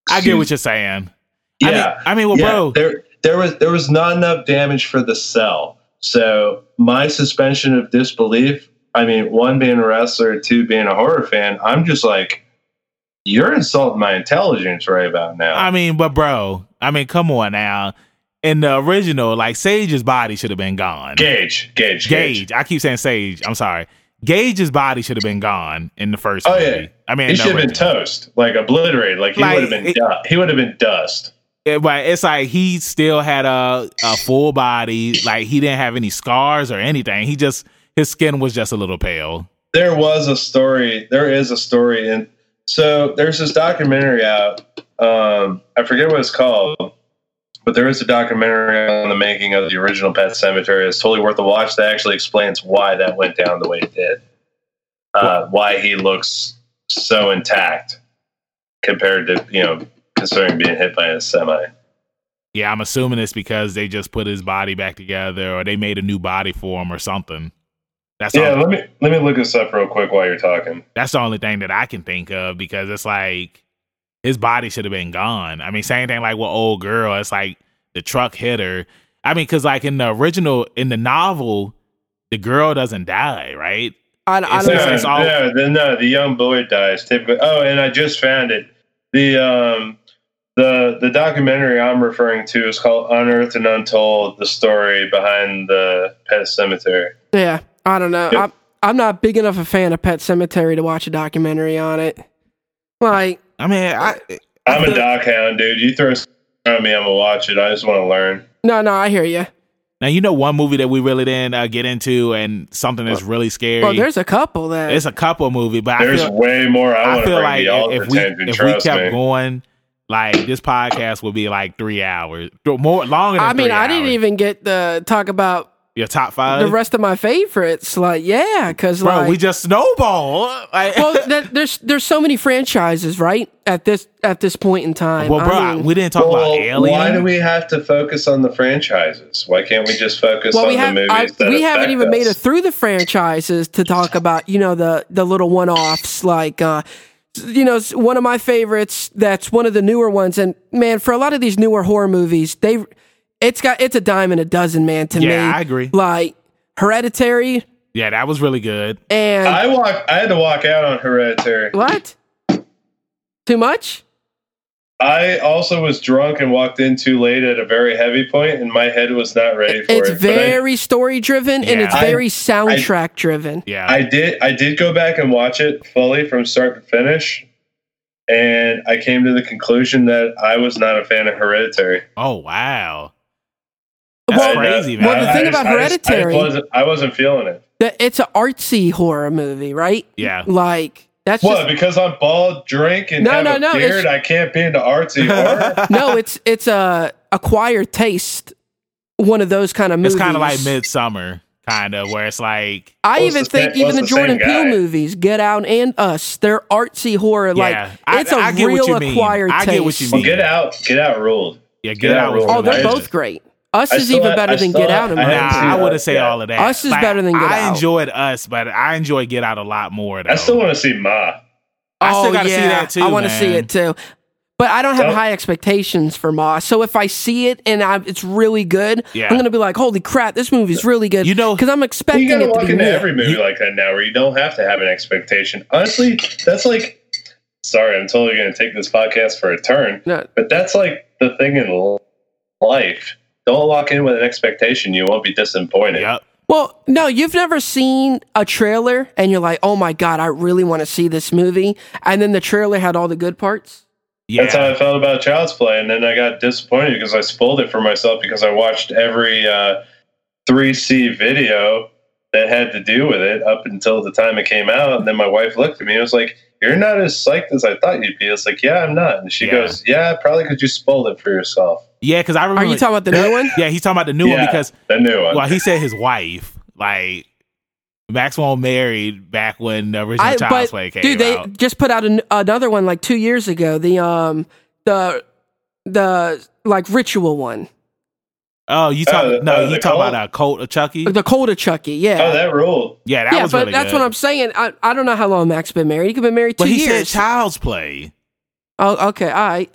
[SPEAKER 1] I get what you're saying.
[SPEAKER 3] yeah
[SPEAKER 1] I mean, I mean well,
[SPEAKER 3] yeah,
[SPEAKER 1] bro.
[SPEAKER 3] there there was there was not enough damage for the cell so my suspension of disbelief i mean one being a wrestler two being a horror fan i'm just like you're insulting my intelligence right about now
[SPEAKER 1] I mean, but bro. I mean, come on now. In the original, like Sage's body should have been gone.
[SPEAKER 3] Gage, Gage, Gage.
[SPEAKER 1] Gage. I keep saying Sage. I'm sorry. Gage's body should have been gone in the first
[SPEAKER 3] Oh,
[SPEAKER 1] movie.
[SPEAKER 3] yeah.
[SPEAKER 1] I mean,
[SPEAKER 3] He
[SPEAKER 1] in the
[SPEAKER 3] should have been
[SPEAKER 1] original.
[SPEAKER 3] toast, like obliterated. Like he
[SPEAKER 1] Like,
[SPEAKER 3] would have been,
[SPEAKER 1] it-
[SPEAKER 3] du- he would have been dust.
[SPEAKER 1] Yeah, but it's like he still had a, a full body. Like he didn't have any scars or anything. He just his skin was just a little pale.
[SPEAKER 3] There was a story. There is a story, and so there's this documentary out. Um, I forget what it's called, but there is a documentary on the making of the original Pet Cemetery. It's totally worth a watch. That actually explains why that went down the way it did. Uh, why he looks so intact compared to you know considering being hit by a semi.
[SPEAKER 1] Yeah, I'm assuming it's because they just put his body back together or they made a new body for him or something. That's
[SPEAKER 3] Yeah,
[SPEAKER 1] all
[SPEAKER 3] let me let me look this up real quick while you're talking.
[SPEAKER 1] that's the only thing that I can think of because it's like his body should have been gone. I mean, same thing like with old girl. It's like the truck hit her. I mean, because like in the original, in the novel, the girl doesn't die, right?
[SPEAKER 2] I, I
[SPEAKER 1] It's-
[SPEAKER 2] don't
[SPEAKER 1] it's-
[SPEAKER 2] know.
[SPEAKER 3] No,
[SPEAKER 1] it's all-
[SPEAKER 3] no, the, no, the young boy dies typically. Oh, and I just found it. The um, the the documentary I'm referring to is called "Unearthed and Untold: The Story Behind the Pet Cemetery."
[SPEAKER 2] Yeah, I don't know.
[SPEAKER 3] Yeah.
[SPEAKER 2] I'm I'm not big enough a fan of Pet Cemetery to watch a documentary on it. Like,
[SPEAKER 1] I mean, I,
[SPEAKER 3] I'm a doc hound, dude. You throw something at me, I'm gonna watch it. I just want to learn.
[SPEAKER 2] no, no, I hear you.
[SPEAKER 1] now you know one movie that we really didn't uh, get into, and something that's really scary.
[SPEAKER 2] Well, there's a couple that
[SPEAKER 1] it's a couple movie, but I
[SPEAKER 3] There's
[SPEAKER 1] feel,
[SPEAKER 3] way more I,
[SPEAKER 1] I
[SPEAKER 3] want to
[SPEAKER 1] feel
[SPEAKER 3] bring
[SPEAKER 1] like
[SPEAKER 3] to y'all's
[SPEAKER 1] if, if we
[SPEAKER 3] attention.
[SPEAKER 1] if we
[SPEAKER 3] trust
[SPEAKER 1] kept
[SPEAKER 3] me.
[SPEAKER 1] going, like this podcast would be like three hours, more longer. Than
[SPEAKER 2] I mean,
[SPEAKER 1] three
[SPEAKER 2] I didn't
[SPEAKER 1] hours.
[SPEAKER 2] even get the talk about
[SPEAKER 1] your top five.
[SPEAKER 2] the rest of my favorites. Like, yeah, because
[SPEAKER 1] Bro,
[SPEAKER 2] like,
[SPEAKER 1] we just snowball. Like, *laughs*
[SPEAKER 2] well, th- there's there's so many franchises, right? At this at this point in time.
[SPEAKER 1] Well,
[SPEAKER 2] I
[SPEAKER 1] bro, I-
[SPEAKER 2] mean-
[SPEAKER 1] we didn't talk
[SPEAKER 3] Well,
[SPEAKER 1] about Alien.
[SPEAKER 3] why do we have to focus on the franchises? Why can't we just focus
[SPEAKER 2] well,
[SPEAKER 3] on
[SPEAKER 2] we have
[SPEAKER 3] the movies
[SPEAKER 2] I,
[SPEAKER 3] that
[SPEAKER 2] we haven't
[SPEAKER 3] affect
[SPEAKER 2] even made
[SPEAKER 3] us?
[SPEAKER 2] it through the franchises to talk about you know the the little one offs like uh you know s- one of my favorites that's one of the newer ones and man for a lot of these newer horror movies they it's got it's a dime and a dozen man to
[SPEAKER 1] Yeah,
[SPEAKER 2] me
[SPEAKER 1] I agree.
[SPEAKER 2] like Hereditary
[SPEAKER 1] Yeah, that was really good.
[SPEAKER 2] and
[SPEAKER 3] I walk. I had to walk out on Hereditary.
[SPEAKER 2] what too much
[SPEAKER 3] I also was drunk and walked in too late at a very heavy point, and my head was not ready for
[SPEAKER 2] it's
[SPEAKER 3] it. But I-
[SPEAKER 2] very story driven and it's
[SPEAKER 1] Yeah.
[SPEAKER 3] I-
[SPEAKER 2] very soundtrack driven
[SPEAKER 1] Yeah,
[SPEAKER 3] I, did. I did go back and watch it fully from start to finish, and I came to the conclusion that I was not a fan of Hereditary.
[SPEAKER 1] oh wow, that's
[SPEAKER 2] well,
[SPEAKER 3] I-
[SPEAKER 1] crazy,
[SPEAKER 3] I-
[SPEAKER 1] man.
[SPEAKER 2] well, the thing about
[SPEAKER 3] I just- I,
[SPEAKER 2] Hereditary-
[SPEAKER 3] just wasn't, I wasn't feeling it.
[SPEAKER 2] that it's an artsy horror movie right
[SPEAKER 1] Yeah.
[SPEAKER 2] like that's just
[SPEAKER 3] What? Because I'm bald, drink, and
[SPEAKER 2] No,
[SPEAKER 3] have
[SPEAKER 2] no,
[SPEAKER 3] a
[SPEAKER 2] no, it's-
[SPEAKER 3] beard, I can't be into artsy
[SPEAKER 2] *laughs*
[SPEAKER 3] horror.
[SPEAKER 2] no, it's it's a acquired taste. One of those kind of movies.
[SPEAKER 1] it's kind of like Midsummer, kind of where it's like,
[SPEAKER 2] I
[SPEAKER 3] Well, it's
[SPEAKER 2] even
[SPEAKER 3] the same-
[SPEAKER 2] think
[SPEAKER 3] well,
[SPEAKER 2] even
[SPEAKER 3] it's
[SPEAKER 2] the
[SPEAKER 3] the
[SPEAKER 2] Jordan
[SPEAKER 3] same
[SPEAKER 2] Peele
[SPEAKER 3] guy.
[SPEAKER 2] movies, Get Out and Us, they're artsy horror.
[SPEAKER 1] Yeah,
[SPEAKER 2] like
[SPEAKER 1] I-
[SPEAKER 2] it's a
[SPEAKER 1] I get what
[SPEAKER 2] real
[SPEAKER 1] you mean.
[SPEAKER 2] acquired
[SPEAKER 1] I
[SPEAKER 2] taste.
[SPEAKER 1] get what you
[SPEAKER 3] Well,
[SPEAKER 1] mean.
[SPEAKER 3] get out, get out, ruled.
[SPEAKER 1] yeah, Get
[SPEAKER 3] Get
[SPEAKER 1] Out
[SPEAKER 3] Out
[SPEAKER 1] was
[SPEAKER 3] Rule.
[SPEAKER 2] Oh, they're
[SPEAKER 3] I-
[SPEAKER 2] both great. Us
[SPEAKER 3] I
[SPEAKER 2] is
[SPEAKER 3] still
[SPEAKER 2] even
[SPEAKER 3] ha-
[SPEAKER 2] better
[SPEAKER 3] I
[SPEAKER 2] than
[SPEAKER 3] still
[SPEAKER 2] Get
[SPEAKER 3] ha-
[SPEAKER 2] Out. In
[SPEAKER 3] I
[SPEAKER 2] my
[SPEAKER 3] haven't
[SPEAKER 1] Nah,
[SPEAKER 3] seen
[SPEAKER 2] opinion.
[SPEAKER 1] I
[SPEAKER 3] that.
[SPEAKER 1] wouldn't say
[SPEAKER 3] uh, Yeah.
[SPEAKER 1] all of that.
[SPEAKER 2] Us is
[SPEAKER 1] Like,
[SPEAKER 2] better than Get
[SPEAKER 1] I
[SPEAKER 2] Out.
[SPEAKER 1] enjoyed Us, but I enjoy Get Out a lot more. Though.
[SPEAKER 3] I still want to see Ma.
[SPEAKER 1] I still gotta see that too,
[SPEAKER 2] Oh, I want to see
[SPEAKER 1] man.
[SPEAKER 2] it too. But I don't have
[SPEAKER 3] Don't-
[SPEAKER 2] high expectations for Moss. So if I see it and I, it's really good,
[SPEAKER 1] Yeah.
[SPEAKER 2] I'm gonna be like, "Holy crap, this movie's really good!"
[SPEAKER 1] You know-
[SPEAKER 2] because I'm expecting
[SPEAKER 3] You gotta
[SPEAKER 2] it to
[SPEAKER 3] walk
[SPEAKER 2] be
[SPEAKER 3] into
[SPEAKER 2] good.
[SPEAKER 3] every movie
[SPEAKER 1] You-
[SPEAKER 3] like that now, where you don't have to have an expectation. Honestly, that's like. Sorry, I'm totally gonna take this podcast for a turn,
[SPEAKER 2] No.
[SPEAKER 3] but that's like the thing in life. Don't walk in with an expectation; you won't be disappointed.
[SPEAKER 1] Yep.
[SPEAKER 2] Well, no, you've never seen a trailer and you're like, "Oh my god, I really want to see this movie," and then the trailer had all the good parts.
[SPEAKER 1] Yeah.
[SPEAKER 3] That's how I felt about Child's Play, and then I got disappointed because I spoiled it for myself because I watched every uh, 3C video that had to do with it up until the time it came out, and then my wife looked at me and was like, "You're not as psyched as I thought you'd be." It's like, "Yeah, I'm not," and she
[SPEAKER 1] Yeah.
[SPEAKER 3] goes, "Yeah, probably because you spoiled it for yourself."
[SPEAKER 1] yeah, because I remember.
[SPEAKER 2] Are you talking about the new one?
[SPEAKER 1] yeah, he's talking about the new one
[SPEAKER 3] Yeah.
[SPEAKER 1] because
[SPEAKER 3] The new one.
[SPEAKER 1] well, he said his wife like. Maxwell married back when the original
[SPEAKER 2] I,
[SPEAKER 1] Child's
[SPEAKER 2] but
[SPEAKER 1] Play *laughs* came
[SPEAKER 2] dude, they
[SPEAKER 1] out.
[SPEAKER 2] just put out an, another one like two years ago. The um the the like ritual one,
[SPEAKER 1] Oh, you talk
[SPEAKER 3] Oh,
[SPEAKER 1] no,
[SPEAKER 3] oh,
[SPEAKER 1] you
[SPEAKER 3] the
[SPEAKER 1] talk about a cult
[SPEAKER 3] cult?
[SPEAKER 1] of Chucky.
[SPEAKER 2] the Cold of Chucky. Yeah,
[SPEAKER 3] oh, that ruled.
[SPEAKER 1] Yeah, that
[SPEAKER 2] yeah,
[SPEAKER 1] was
[SPEAKER 2] but
[SPEAKER 1] really
[SPEAKER 2] that's
[SPEAKER 1] good.
[SPEAKER 2] what I'm saying. I, I don't know how long Mac's been married. He could have been married two
[SPEAKER 1] But he
[SPEAKER 2] years.
[SPEAKER 1] said child's play.
[SPEAKER 2] oh, okay, all right.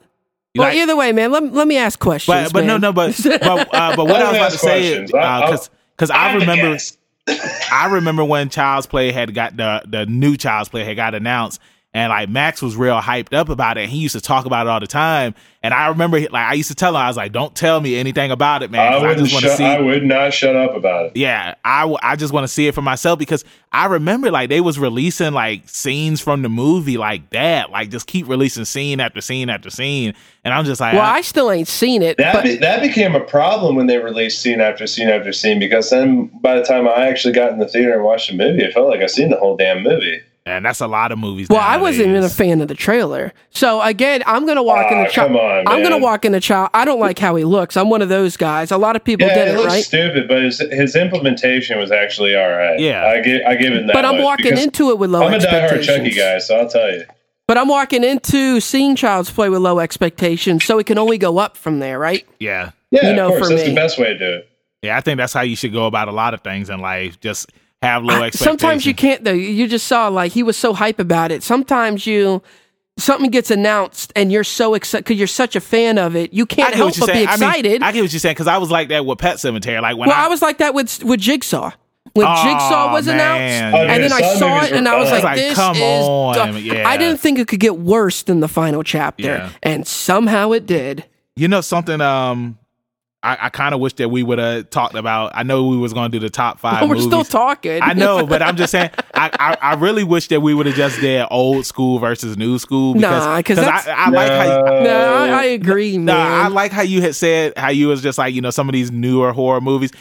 [SPEAKER 2] Well,
[SPEAKER 1] Like-
[SPEAKER 2] either way, man, let, let me ask questions.
[SPEAKER 1] but but no
[SPEAKER 2] man.
[SPEAKER 1] no but but, uh, but what I was
[SPEAKER 3] Let me
[SPEAKER 1] about to
[SPEAKER 3] ask
[SPEAKER 1] say
[SPEAKER 3] questions. I- I'll-
[SPEAKER 1] because because I
[SPEAKER 3] I'm the
[SPEAKER 1] remember
[SPEAKER 3] guest.
[SPEAKER 1] I remember when Child's Play had got the the new Child's Play had got announced and like Max was real hyped up about it. He used to talk about it all the time, and I remember like I used to tell him I was like, "Don't tell me anything about it, man.
[SPEAKER 3] I
[SPEAKER 1] 'cause I,
[SPEAKER 3] wouldn't
[SPEAKER 1] just want to
[SPEAKER 3] shut.
[SPEAKER 1] see."
[SPEAKER 3] I would not shut up about it.
[SPEAKER 1] yeah, I, w- I just want to see it for myself because I remember like they was releasing like scenes from the movie like that, like just keep releasing scene after scene after scene, and I'm just like, "Ah,
[SPEAKER 2] well,
[SPEAKER 1] I-
[SPEAKER 2] I still ain't seen it.
[SPEAKER 3] That
[SPEAKER 2] but
[SPEAKER 3] be, that became a problem when they released scene after scene after scene because then by the time I actually got in the theater and watched the movie, I felt like I seen the whole damn movie.
[SPEAKER 1] And that's a lot of movies.
[SPEAKER 2] well, I wasn't even a
[SPEAKER 1] nowadays.
[SPEAKER 2] fan of the trailer. So again, I'm gonna walk in
[SPEAKER 3] Ah,
[SPEAKER 2] the child.
[SPEAKER 3] come on,
[SPEAKER 2] I'm gonna
[SPEAKER 3] man.
[SPEAKER 2] walk in the child. I don't like how he looks. I'm one of those guys. A lot of people
[SPEAKER 3] Yeah,
[SPEAKER 2] did
[SPEAKER 3] it
[SPEAKER 2] it
[SPEAKER 3] looks
[SPEAKER 2] right.
[SPEAKER 3] stupid, but his, his implementation was actually all right.
[SPEAKER 1] Yeah.
[SPEAKER 3] I give I give him that.
[SPEAKER 2] But I'm
[SPEAKER 3] much
[SPEAKER 2] walking
[SPEAKER 3] because
[SPEAKER 2] into it with low
[SPEAKER 3] I'm a diehard
[SPEAKER 2] expectations.
[SPEAKER 3] Chucky guy, so I'll tell you.
[SPEAKER 2] But I'm walking into seeing Child's Play with low expectations, so it can only go up from there, right?
[SPEAKER 1] Yeah.
[SPEAKER 3] Yeah,
[SPEAKER 2] You know,
[SPEAKER 3] of course.
[SPEAKER 2] for
[SPEAKER 3] That's
[SPEAKER 2] me.
[SPEAKER 3] the best way to do it.
[SPEAKER 1] Yeah, I think that's how you should go about a lot of things in life. Just have low
[SPEAKER 2] I-
[SPEAKER 1] expectations.
[SPEAKER 2] Sometimes you can't though. You just saw like he was so hype about it. Sometimes you something gets announced and you're so excited because you're such a fan of it. You
[SPEAKER 1] I
[SPEAKER 2] can't
[SPEAKER 1] get
[SPEAKER 2] help
[SPEAKER 1] what you're
[SPEAKER 2] but be
[SPEAKER 1] saying. I mean,
[SPEAKER 2] excited.
[SPEAKER 1] I, get what you're saying because I was like that with Pet Cemetery. Like when
[SPEAKER 2] well,
[SPEAKER 1] I,
[SPEAKER 2] I was like that with with Jigsaw. When
[SPEAKER 1] Aw,
[SPEAKER 2] Jigsaw was
[SPEAKER 1] man. Oh,
[SPEAKER 2] announced, and then
[SPEAKER 3] Yeah,
[SPEAKER 2] I
[SPEAKER 3] Saw
[SPEAKER 2] saw
[SPEAKER 3] movies
[SPEAKER 2] it, and
[SPEAKER 3] were
[SPEAKER 2] I was
[SPEAKER 3] fun.
[SPEAKER 2] like,
[SPEAKER 1] It's like,
[SPEAKER 2] "This
[SPEAKER 1] come
[SPEAKER 2] is."
[SPEAKER 1] on,
[SPEAKER 2] dumb.
[SPEAKER 1] yeah.
[SPEAKER 2] I didn't think it could get worse than the final chapter,
[SPEAKER 1] Yeah.
[SPEAKER 2] and somehow it did.
[SPEAKER 1] you know something. Um, I, I kind of wish that we would have talked about. I know we was going to do the top five.
[SPEAKER 2] But we're
[SPEAKER 1] movies.
[SPEAKER 2] still talking.
[SPEAKER 1] I
[SPEAKER 2] *laughs*
[SPEAKER 1] know, but I'm just saying. I, I, I really wish that we would have just did old school versus new school because
[SPEAKER 2] Nah, 'cause
[SPEAKER 1] 'cause
[SPEAKER 2] that's-
[SPEAKER 1] I, I like how
[SPEAKER 3] No.
[SPEAKER 2] No, I, I agree,
[SPEAKER 1] No,
[SPEAKER 2] man.
[SPEAKER 1] I like how you had said how you was just like you know some of these newer horror movies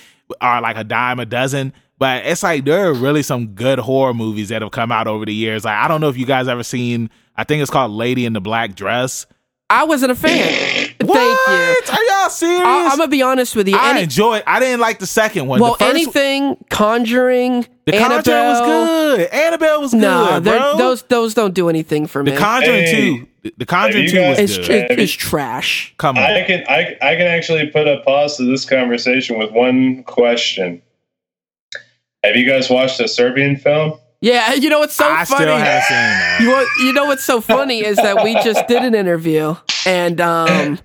[SPEAKER 1] are like a dime a dozen, but it's like there are really some good horror movies that have come out over the years. Like I don't know if you guys ever seen. I think it's called Lady in the Black Dress.
[SPEAKER 2] I wasn't a fan. Thank you.
[SPEAKER 1] What? Are y'all serious?
[SPEAKER 2] I,
[SPEAKER 1] I,
[SPEAKER 2] am gonna be honest with you. Any-
[SPEAKER 1] enjoyed. I didn't like the second one.
[SPEAKER 2] well,
[SPEAKER 1] the first,
[SPEAKER 2] anything Conjuring,
[SPEAKER 1] The Conjuring was
[SPEAKER 2] Annabelle,
[SPEAKER 1] good. Annabelle was
[SPEAKER 2] Nah,
[SPEAKER 1] good,
[SPEAKER 2] they're-
[SPEAKER 1] bro.
[SPEAKER 2] those those don't do anything for me.
[SPEAKER 1] the Conjuring
[SPEAKER 3] Hey.
[SPEAKER 1] two. The Conjuring
[SPEAKER 3] Have
[SPEAKER 1] two
[SPEAKER 3] you
[SPEAKER 1] was
[SPEAKER 3] guys-
[SPEAKER 2] it's
[SPEAKER 1] good.
[SPEAKER 2] tr- it's trash.
[SPEAKER 1] Come on.
[SPEAKER 3] I can I, I can actually put a pause to this conversation with one question. Have you guys watched a Serbian film?
[SPEAKER 2] Yeah, you know what's so
[SPEAKER 1] I
[SPEAKER 2] funny?
[SPEAKER 1] still haven't seen that.
[SPEAKER 2] You want- you know what's so funny is that we just did an interview and um,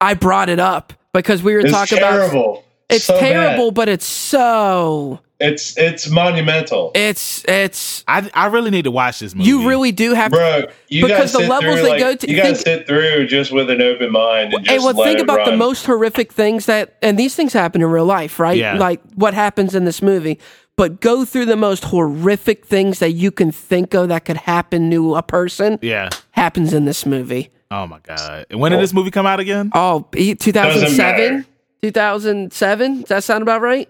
[SPEAKER 2] I brought it up because we were
[SPEAKER 3] It's
[SPEAKER 2] talking about
[SPEAKER 3] terrible.
[SPEAKER 2] it's
[SPEAKER 3] So bad.
[SPEAKER 2] terrible, but it's so
[SPEAKER 3] It's it's monumental,
[SPEAKER 2] it's it's
[SPEAKER 1] I I really need to watch this movie.
[SPEAKER 2] you really do have
[SPEAKER 3] bro. You
[SPEAKER 2] Because
[SPEAKER 3] guys
[SPEAKER 2] the
[SPEAKER 3] sit
[SPEAKER 2] levels
[SPEAKER 3] through,
[SPEAKER 2] they
[SPEAKER 3] like,
[SPEAKER 2] go to-
[SPEAKER 3] You guys
[SPEAKER 2] think-
[SPEAKER 3] sit through just with an open mind and
[SPEAKER 2] Hey,
[SPEAKER 3] just
[SPEAKER 2] well,
[SPEAKER 3] let
[SPEAKER 2] think
[SPEAKER 3] it
[SPEAKER 2] about the
[SPEAKER 3] run.
[SPEAKER 2] most horrific things that, and these things happen in real life, right?
[SPEAKER 1] Yeah.
[SPEAKER 2] Like what happens in this movie. But go through the most horrific things that you can think of that could happen to a person
[SPEAKER 1] Yeah.
[SPEAKER 2] happens in this movie.
[SPEAKER 1] Oh my god! And when did this movie come out again?
[SPEAKER 2] Oh, e- 2007?
[SPEAKER 3] matter.
[SPEAKER 2] 2007? Does that sound about right?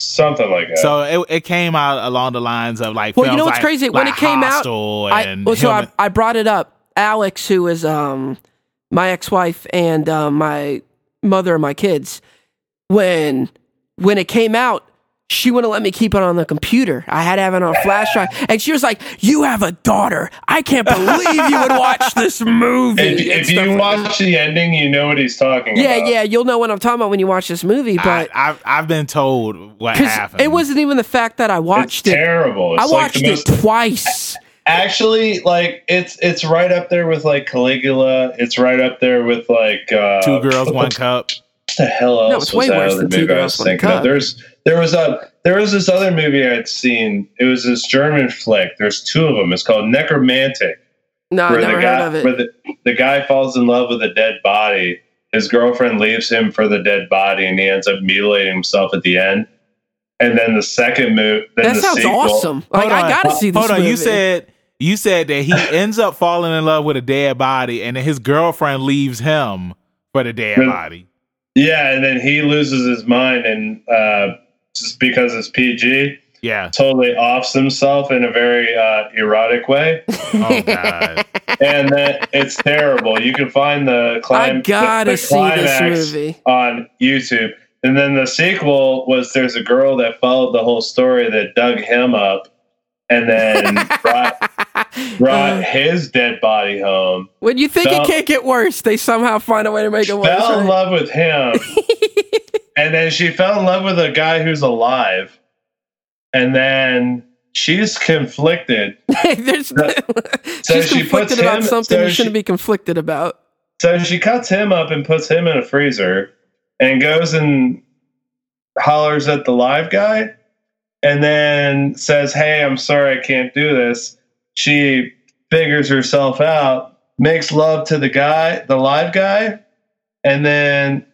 [SPEAKER 3] something like that.
[SPEAKER 1] So it, it came out along the lines of like.
[SPEAKER 2] Well, you
[SPEAKER 1] films
[SPEAKER 2] know what's
[SPEAKER 1] like-
[SPEAKER 2] crazy? When
[SPEAKER 1] like
[SPEAKER 2] it came out,
[SPEAKER 1] Hostel
[SPEAKER 2] I,
[SPEAKER 1] and
[SPEAKER 2] well, so I,
[SPEAKER 1] Human-
[SPEAKER 2] I brought it up. Alex, who is um, my ex-wife and uh, my mother and my kids, when when it came out, she wouldn't let me keep it on the computer. I had to have it on a flash drive, and she was like, "You have a daughter. I can't believe you would watch this movie."
[SPEAKER 3] if,
[SPEAKER 2] and
[SPEAKER 3] if
[SPEAKER 2] stuff
[SPEAKER 3] you
[SPEAKER 2] like
[SPEAKER 3] watch
[SPEAKER 2] that.
[SPEAKER 3] the ending, you know what he's talking
[SPEAKER 2] yeah,
[SPEAKER 3] about.
[SPEAKER 2] yeah, you'll know what I'm talking about when you watch this movie. But
[SPEAKER 1] I, I've I've been told what
[SPEAKER 2] 'cause
[SPEAKER 1] happened.
[SPEAKER 2] it wasn't even the fact that I
[SPEAKER 3] It's
[SPEAKER 2] watched it.
[SPEAKER 3] terrible. It's
[SPEAKER 2] I
[SPEAKER 3] like
[SPEAKER 2] watched
[SPEAKER 3] the most
[SPEAKER 2] it twice.
[SPEAKER 3] actually like it's it's right up there with like Caligula. It's right up there with like uh,
[SPEAKER 1] two girls,
[SPEAKER 3] *laughs* what
[SPEAKER 1] one
[SPEAKER 3] the
[SPEAKER 1] cup.
[SPEAKER 3] the hell else
[SPEAKER 2] No, it's
[SPEAKER 3] was
[SPEAKER 2] way
[SPEAKER 3] that
[SPEAKER 2] worse
[SPEAKER 3] other
[SPEAKER 2] than Two
[SPEAKER 3] movie I
[SPEAKER 2] Girls,
[SPEAKER 3] was
[SPEAKER 2] One
[SPEAKER 3] thinking of?
[SPEAKER 2] Cup.
[SPEAKER 3] There's there was a there was this other movie I'd seen. It was this German flick. There's two of them. It's called Necromantic,
[SPEAKER 2] No, I never
[SPEAKER 3] the
[SPEAKER 2] heard
[SPEAKER 3] guy
[SPEAKER 2] of it.
[SPEAKER 3] where the, the guy falls in love with a dead body. His girlfriend leaves him for the dead body, and he ends up mutilating himself at the end. And then the second movie, then
[SPEAKER 2] That
[SPEAKER 3] the
[SPEAKER 2] sounds
[SPEAKER 3] sequel,
[SPEAKER 2] awesome. Like
[SPEAKER 1] Hold
[SPEAKER 2] I
[SPEAKER 1] on.
[SPEAKER 2] gotta see this
[SPEAKER 1] Hold on,
[SPEAKER 2] movie.
[SPEAKER 1] you said you said that he *laughs* ends up falling in love with a dead body, and then his girlfriend leaves him for the dead
[SPEAKER 3] Really?
[SPEAKER 1] body.
[SPEAKER 3] Yeah, and then he loses his mind, and uh, just because it's PG,
[SPEAKER 1] Yeah.
[SPEAKER 3] totally offs himself in a very uh, erotic way,
[SPEAKER 1] Oh
[SPEAKER 2] *laughs*
[SPEAKER 1] god.
[SPEAKER 3] and then it's terrible. You can find the
[SPEAKER 2] I
[SPEAKER 3] climb.
[SPEAKER 2] gotta
[SPEAKER 3] the, the
[SPEAKER 2] see this
[SPEAKER 3] climax *laughs*
[SPEAKER 2] movie.
[SPEAKER 3] on YouTube, and then the sequel was there's a girl that followed the whole story that dug him up, and
[SPEAKER 2] *laughs*
[SPEAKER 3] then brought brought
[SPEAKER 2] Uh,
[SPEAKER 3] his dead body home.
[SPEAKER 2] when you think it
[SPEAKER 3] Fell-
[SPEAKER 2] can't get worse, they somehow find a way to make it worse.
[SPEAKER 3] fell in
[SPEAKER 2] right? *laughs*
[SPEAKER 3] love with him, and then she fell in love with a guy who's alive, and then she's conflicted.
[SPEAKER 2] There's
[SPEAKER 3] so
[SPEAKER 2] she's
[SPEAKER 3] she puts
[SPEAKER 2] conflicted about
[SPEAKER 3] him-
[SPEAKER 2] something
[SPEAKER 3] so
[SPEAKER 2] you shouldn't
[SPEAKER 3] she-
[SPEAKER 2] be conflicted about.
[SPEAKER 3] So she cuts him up and puts him in a freezer, and goes and hollers at the live guy, and then says, "Hey, I'm sorry, I can't do this." She figures herself out, makes love to the guy, the live guy, and then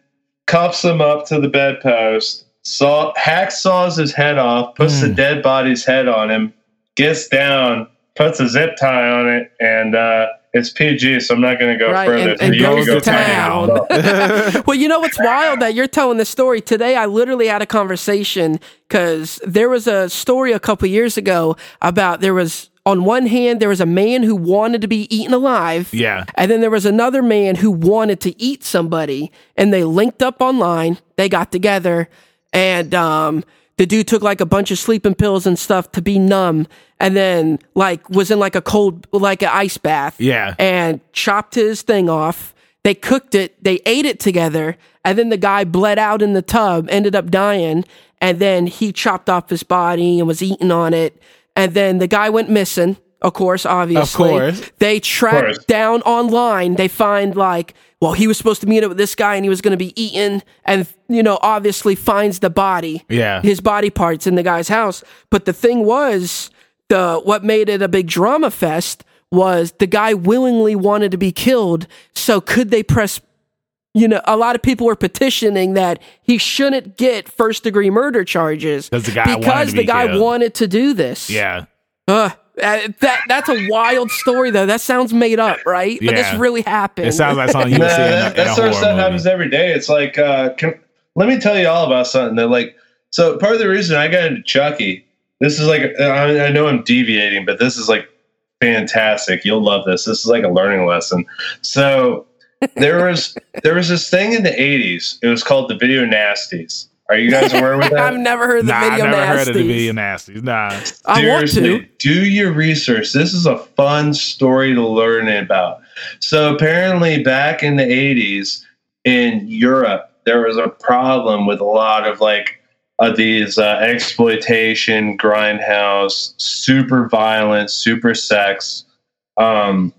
[SPEAKER 3] cuffs him up to the bedpost, saw hacksaws his head off, puts the
[SPEAKER 1] Hmm.
[SPEAKER 3] dead body's head on him, gets down, puts a zip tie on it, and uh, it's PG, so I'm not going to go
[SPEAKER 2] Right,
[SPEAKER 3] further.
[SPEAKER 2] and-
[SPEAKER 3] so
[SPEAKER 2] and
[SPEAKER 3] you can
[SPEAKER 2] goes
[SPEAKER 3] go
[SPEAKER 2] to
[SPEAKER 3] find it
[SPEAKER 2] town. *laughs*
[SPEAKER 3] yourself.
[SPEAKER 2] Well, you know what's wild that you're telling this story today. I literally had a conversation because there was a story a couple years ago about there was on one hand there was a man who wanted to be eaten alive,
[SPEAKER 1] Yeah.
[SPEAKER 2] And then there was another man who wanted to eat somebody, and they linked up online. They got together, and um, the dude took like a bunch of sleeping pills and stuff to be numb, and then like was in like a cold, like an ice bath.
[SPEAKER 1] Yeah.
[SPEAKER 2] and chopped his thing off. They cooked it. They ate it together, and then the guy bled out in the tub, ended up dying, and then he chopped off his body and was eating on it. And then the guy went missing. Of course, obviously.
[SPEAKER 1] course.
[SPEAKER 2] They track
[SPEAKER 3] course.
[SPEAKER 2] down online. They find like, well, he was supposed to meet up with this guy and he was going to be eaten, and you know, obviously finds the body,
[SPEAKER 1] Yeah.
[SPEAKER 2] his body parts in the guy's house. But the thing was, the what made it a big drama fest was the guy willingly wanted to be killed. So could they press? You know, a lot of people were petitioning that he shouldn't get first degree murder charges
[SPEAKER 1] 'Cause the guy wanted
[SPEAKER 2] because
[SPEAKER 1] to
[SPEAKER 2] the
[SPEAKER 1] be
[SPEAKER 2] guy
[SPEAKER 1] killed.
[SPEAKER 2] wanted to do this.
[SPEAKER 1] Yeah.
[SPEAKER 2] Ugh, uh, that that's a wild story though. That sounds made up, right? But this
[SPEAKER 1] Yeah.
[SPEAKER 2] really happened.
[SPEAKER 1] It sounds like something you
[SPEAKER 3] Nah,
[SPEAKER 1] would see in a,
[SPEAKER 3] that,
[SPEAKER 1] in
[SPEAKER 3] that
[SPEAKER 1] a
[SPEAKER 3] sort of stuff
[SPEAKER 1] horror
[SPEAKER 3] happens
[SPEAKER 1] movie.
[SPEAKER 3] every day. It's like, uh, can, let me tell you all about something that, like, so part of the reason I got into Chucky, this is like, uh, I, I know I'm deviating, but this is like fantastic. You'll love this. This is like a learning lesson. So there was there was this thing in the '80s. It was called the video nasties. Are you guys
[SPEAKER 2] *laughs*
[SPEAKER 3] aware of that?
[SPEAKER 2] I've never heard of the
[SPEAKER 1] Nah, I
[SPEAKER 2] video
[SPEAKER 1] never
[SPEAKER 2] nasties.
[SPEAKER 1] heard of the video nasties. Nah.
[SPEAKER 2] I want to.
[SPEAKER 3] do your research. This is a fun story to learn about. So apparently, back in the '80s in Europe, there was a problem with a lot of like of these uh, exploitation, grindhouse, super violent, super sex, um,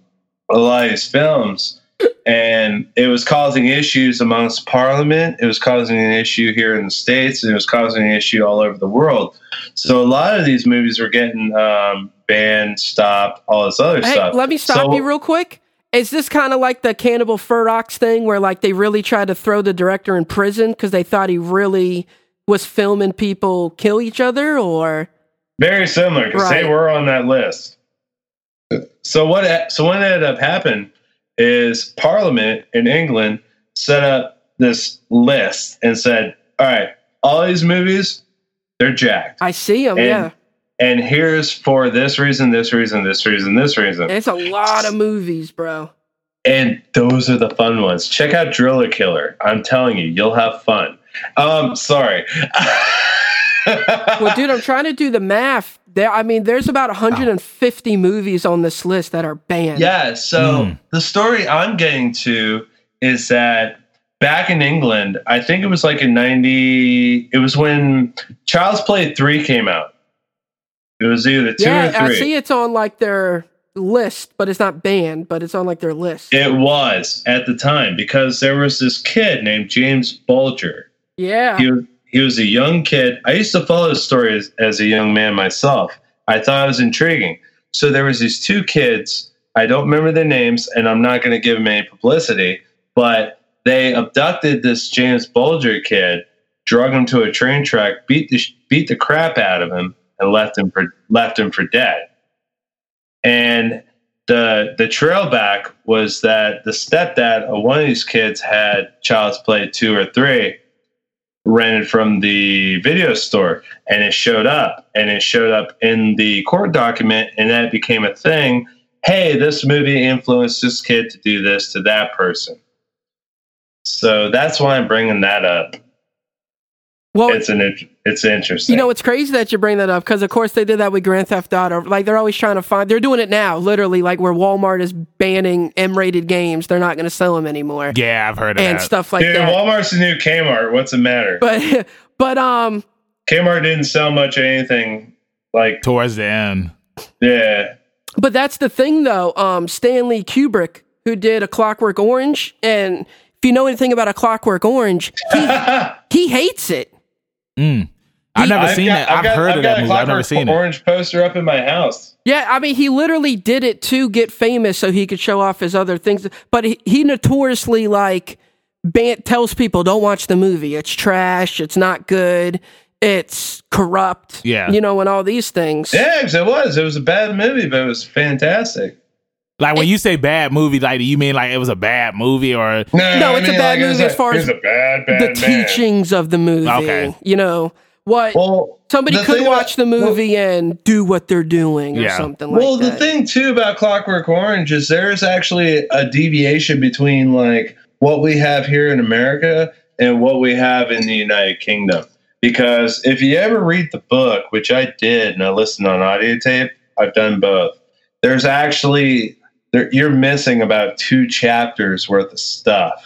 [SPEAKER 3] lies films. And it was causing issues amongst Parliament. It was causing an issue here in the States. And it was causing an issue all over the world. So a lot of these movies were getting um, banned, stopped, all this other
[SPEAKER 2] Hey,
[SPEAKER 3] stuff.
[SPEAKER 2] let me stop
[SPEAKER 3] So-
[SPEAKER 2] you real quick. Is this kind of like the Cannibal Furrox thing where like they really tried to throw the director in prison because they thought he really was filming people kill each other or
[SPEAKER 3] Very similar because
[SPEAKER 2] Right.
[SPEAKER 3] they were on that list. So what? e, So what ended up happening is Parliament in England set up this list and said, "All right, all these movies, they're jacked,
[SPEAKER 2] I see him. Oh,
[SPEAKER 3] And-
[SPEAKER 2] yeah.
[SPEAKER 3] and here's for this reason, this reason, this reason, this reason."
[SPEAKER 2] It's a lot of movies, bro.
[SPEAKER 3] And those are the fun ones. Check out Driller Killer. I'm telling you, you'll have fun.
[SPEAKER 2] Oh.
[SPEAKER 3] Um, sorry.
[SPEAKER 2] Well, dude, I'm trying to do the math. There, I mean, there's about 150 movies on this list that are banned.
[SPEAKER 3] *laughs* Yeah. So
[SPEAKER 1] Mm.
[SPEAKER 3] the story I'm getting to is that back in England, I think it was like in 90, it was when Child's Play 3 came out. It was either two
[SPEAKER 2] yeah,
[SPEAKER 3] or
[SPEAKER 2] I
[SPEAKER 3] three.
[SPEAKER 2] see it's on like their list, but it's not banned, but it's on like their list.
[SPEAKER 3] It was at the time because there was this kid named James Bulger.
[SPEAKER 2] yeah.
[SPEAKER 3] He was, he was a young kid. I used to follow his story as, as a young man myself. I thought it was intriguing. So there was these two kids. I don't remember their names, and I'm not going to give them any publicity. But they abducted this James Bulger kid, drug him to a train track, beat the sh- beat the crap out of him, and left him for left him for dead. And the the trail back was that the stepdad of one of these kids had Child's Play two or three rented from the video store and it showed up and it showed up in the court document and that became a thing hey this movie influenced this kid to do this to that person so that's why i'm bringing that up
[SPEAKER 2] well,
[SPEAKER 3] it's an int- it's
[SPEAKER 2] Oh,
[SPEAKER 3] interesting
[SPEAKER 2] you know, it's crazy that you bring that up because, of course, they did that with Grand Theft Auto. Like, they're always trying to find, they're doing it now, literally, like where Walmart is banning M rated games. They're not going to sell them anymore
[SPEAKER 1] Yeah, I've heard of
[SPEAKER 2] and
[SPEAKER 1] that.
[SPEAKER 2] stuff like
[SPEAKER 3] Dude,
[SPEAKER 2] that.
[SPEAKER 3] Walmart's the new Kmart. What's the matter?
[SPEAKER 2] but, *laughs* but, um,
[SPEAKER 3] Kmart didn't sell much of anything. Like,
[SPEAKER 1] Towards the end.
[SPEAKER 3] yeah,
[SPEAKER 2] But that's the thing, though. Um, Stanley Kubrick, who did A Clockwork Orange, and if you know anything about A Clockwork Orange,
[SPEAKER 3] *laughs*
[SPEAKER 2] he, he hates it.
[SPEAKER 1] Mm. I've never seen
[SPEAKER 3] got-
[SPEAKER 1] it. I've,
[SPEAKER 3] got-
[SPEAKER 1] heard
[SPEAKER 3] I've
[SPEAKER 1] of
[SPEAKER 3] got
[SPEAKER 1] that
[SPEAKER 3] a
[SPEAKER 1] movie. I've never
[SPEAKER 3] Clockwork
[SPEAKER 1] seen it.
[SPEAKER 3] Orange poster up in my house.
[SPEAKER 2] Yeah, I mean, he literally did it to get famous so he could show off his other things. But he, he notoriously like ban- tells people don't watch the movie. It's trash. It's not good. It's corrupt.
[SPEAKER 1] Yeah.
[SPEAKER 2] you know, and all these things.
[SPEAKER 3] Yeah, 'cause it was. It was a bad movie, but it was fantastic.
[SPEAKER 1] Like when you say bad movie, like do you mean like it was a bad movie or
[SPEAKER 2] No, it's a bad
[SPEAKER 3] it was
[SPEAKER 2] movie as far
[SPEAKER 3] it
[SPEAKER 2] as
[SPEAKER 3] was a bad, bad
[SPEAKER 2] the
[SPEAKER 3] man.
[SPEAKER 2] teachings of the movie.
[SPEAKER 1] Okay.
[SPEAKER 2] You know what?
[SPEAKER 3] Well,
[SPEAKER 2] Somebody
[SPEAKER 3] the
[SPEAKER 2] could
[SPEAKER 3] thing about-
[SPEAKER 2] watch the movie and do what they're doing or
[SPEAKER 1] Yeah.
[SPEAKER 2] something like
[SPEAKER 3] Well,
[SPEAKER 2] that.
[SPEAKER 3] the thing too about Clockwork Orange is there's actually a deviation between like what we have here in America and what we have in the United Kingdom. because if you ever read the book, which I did, and I listened on audio tape, I've done both. There's actually there, you're missing about two chapters worth of stuff,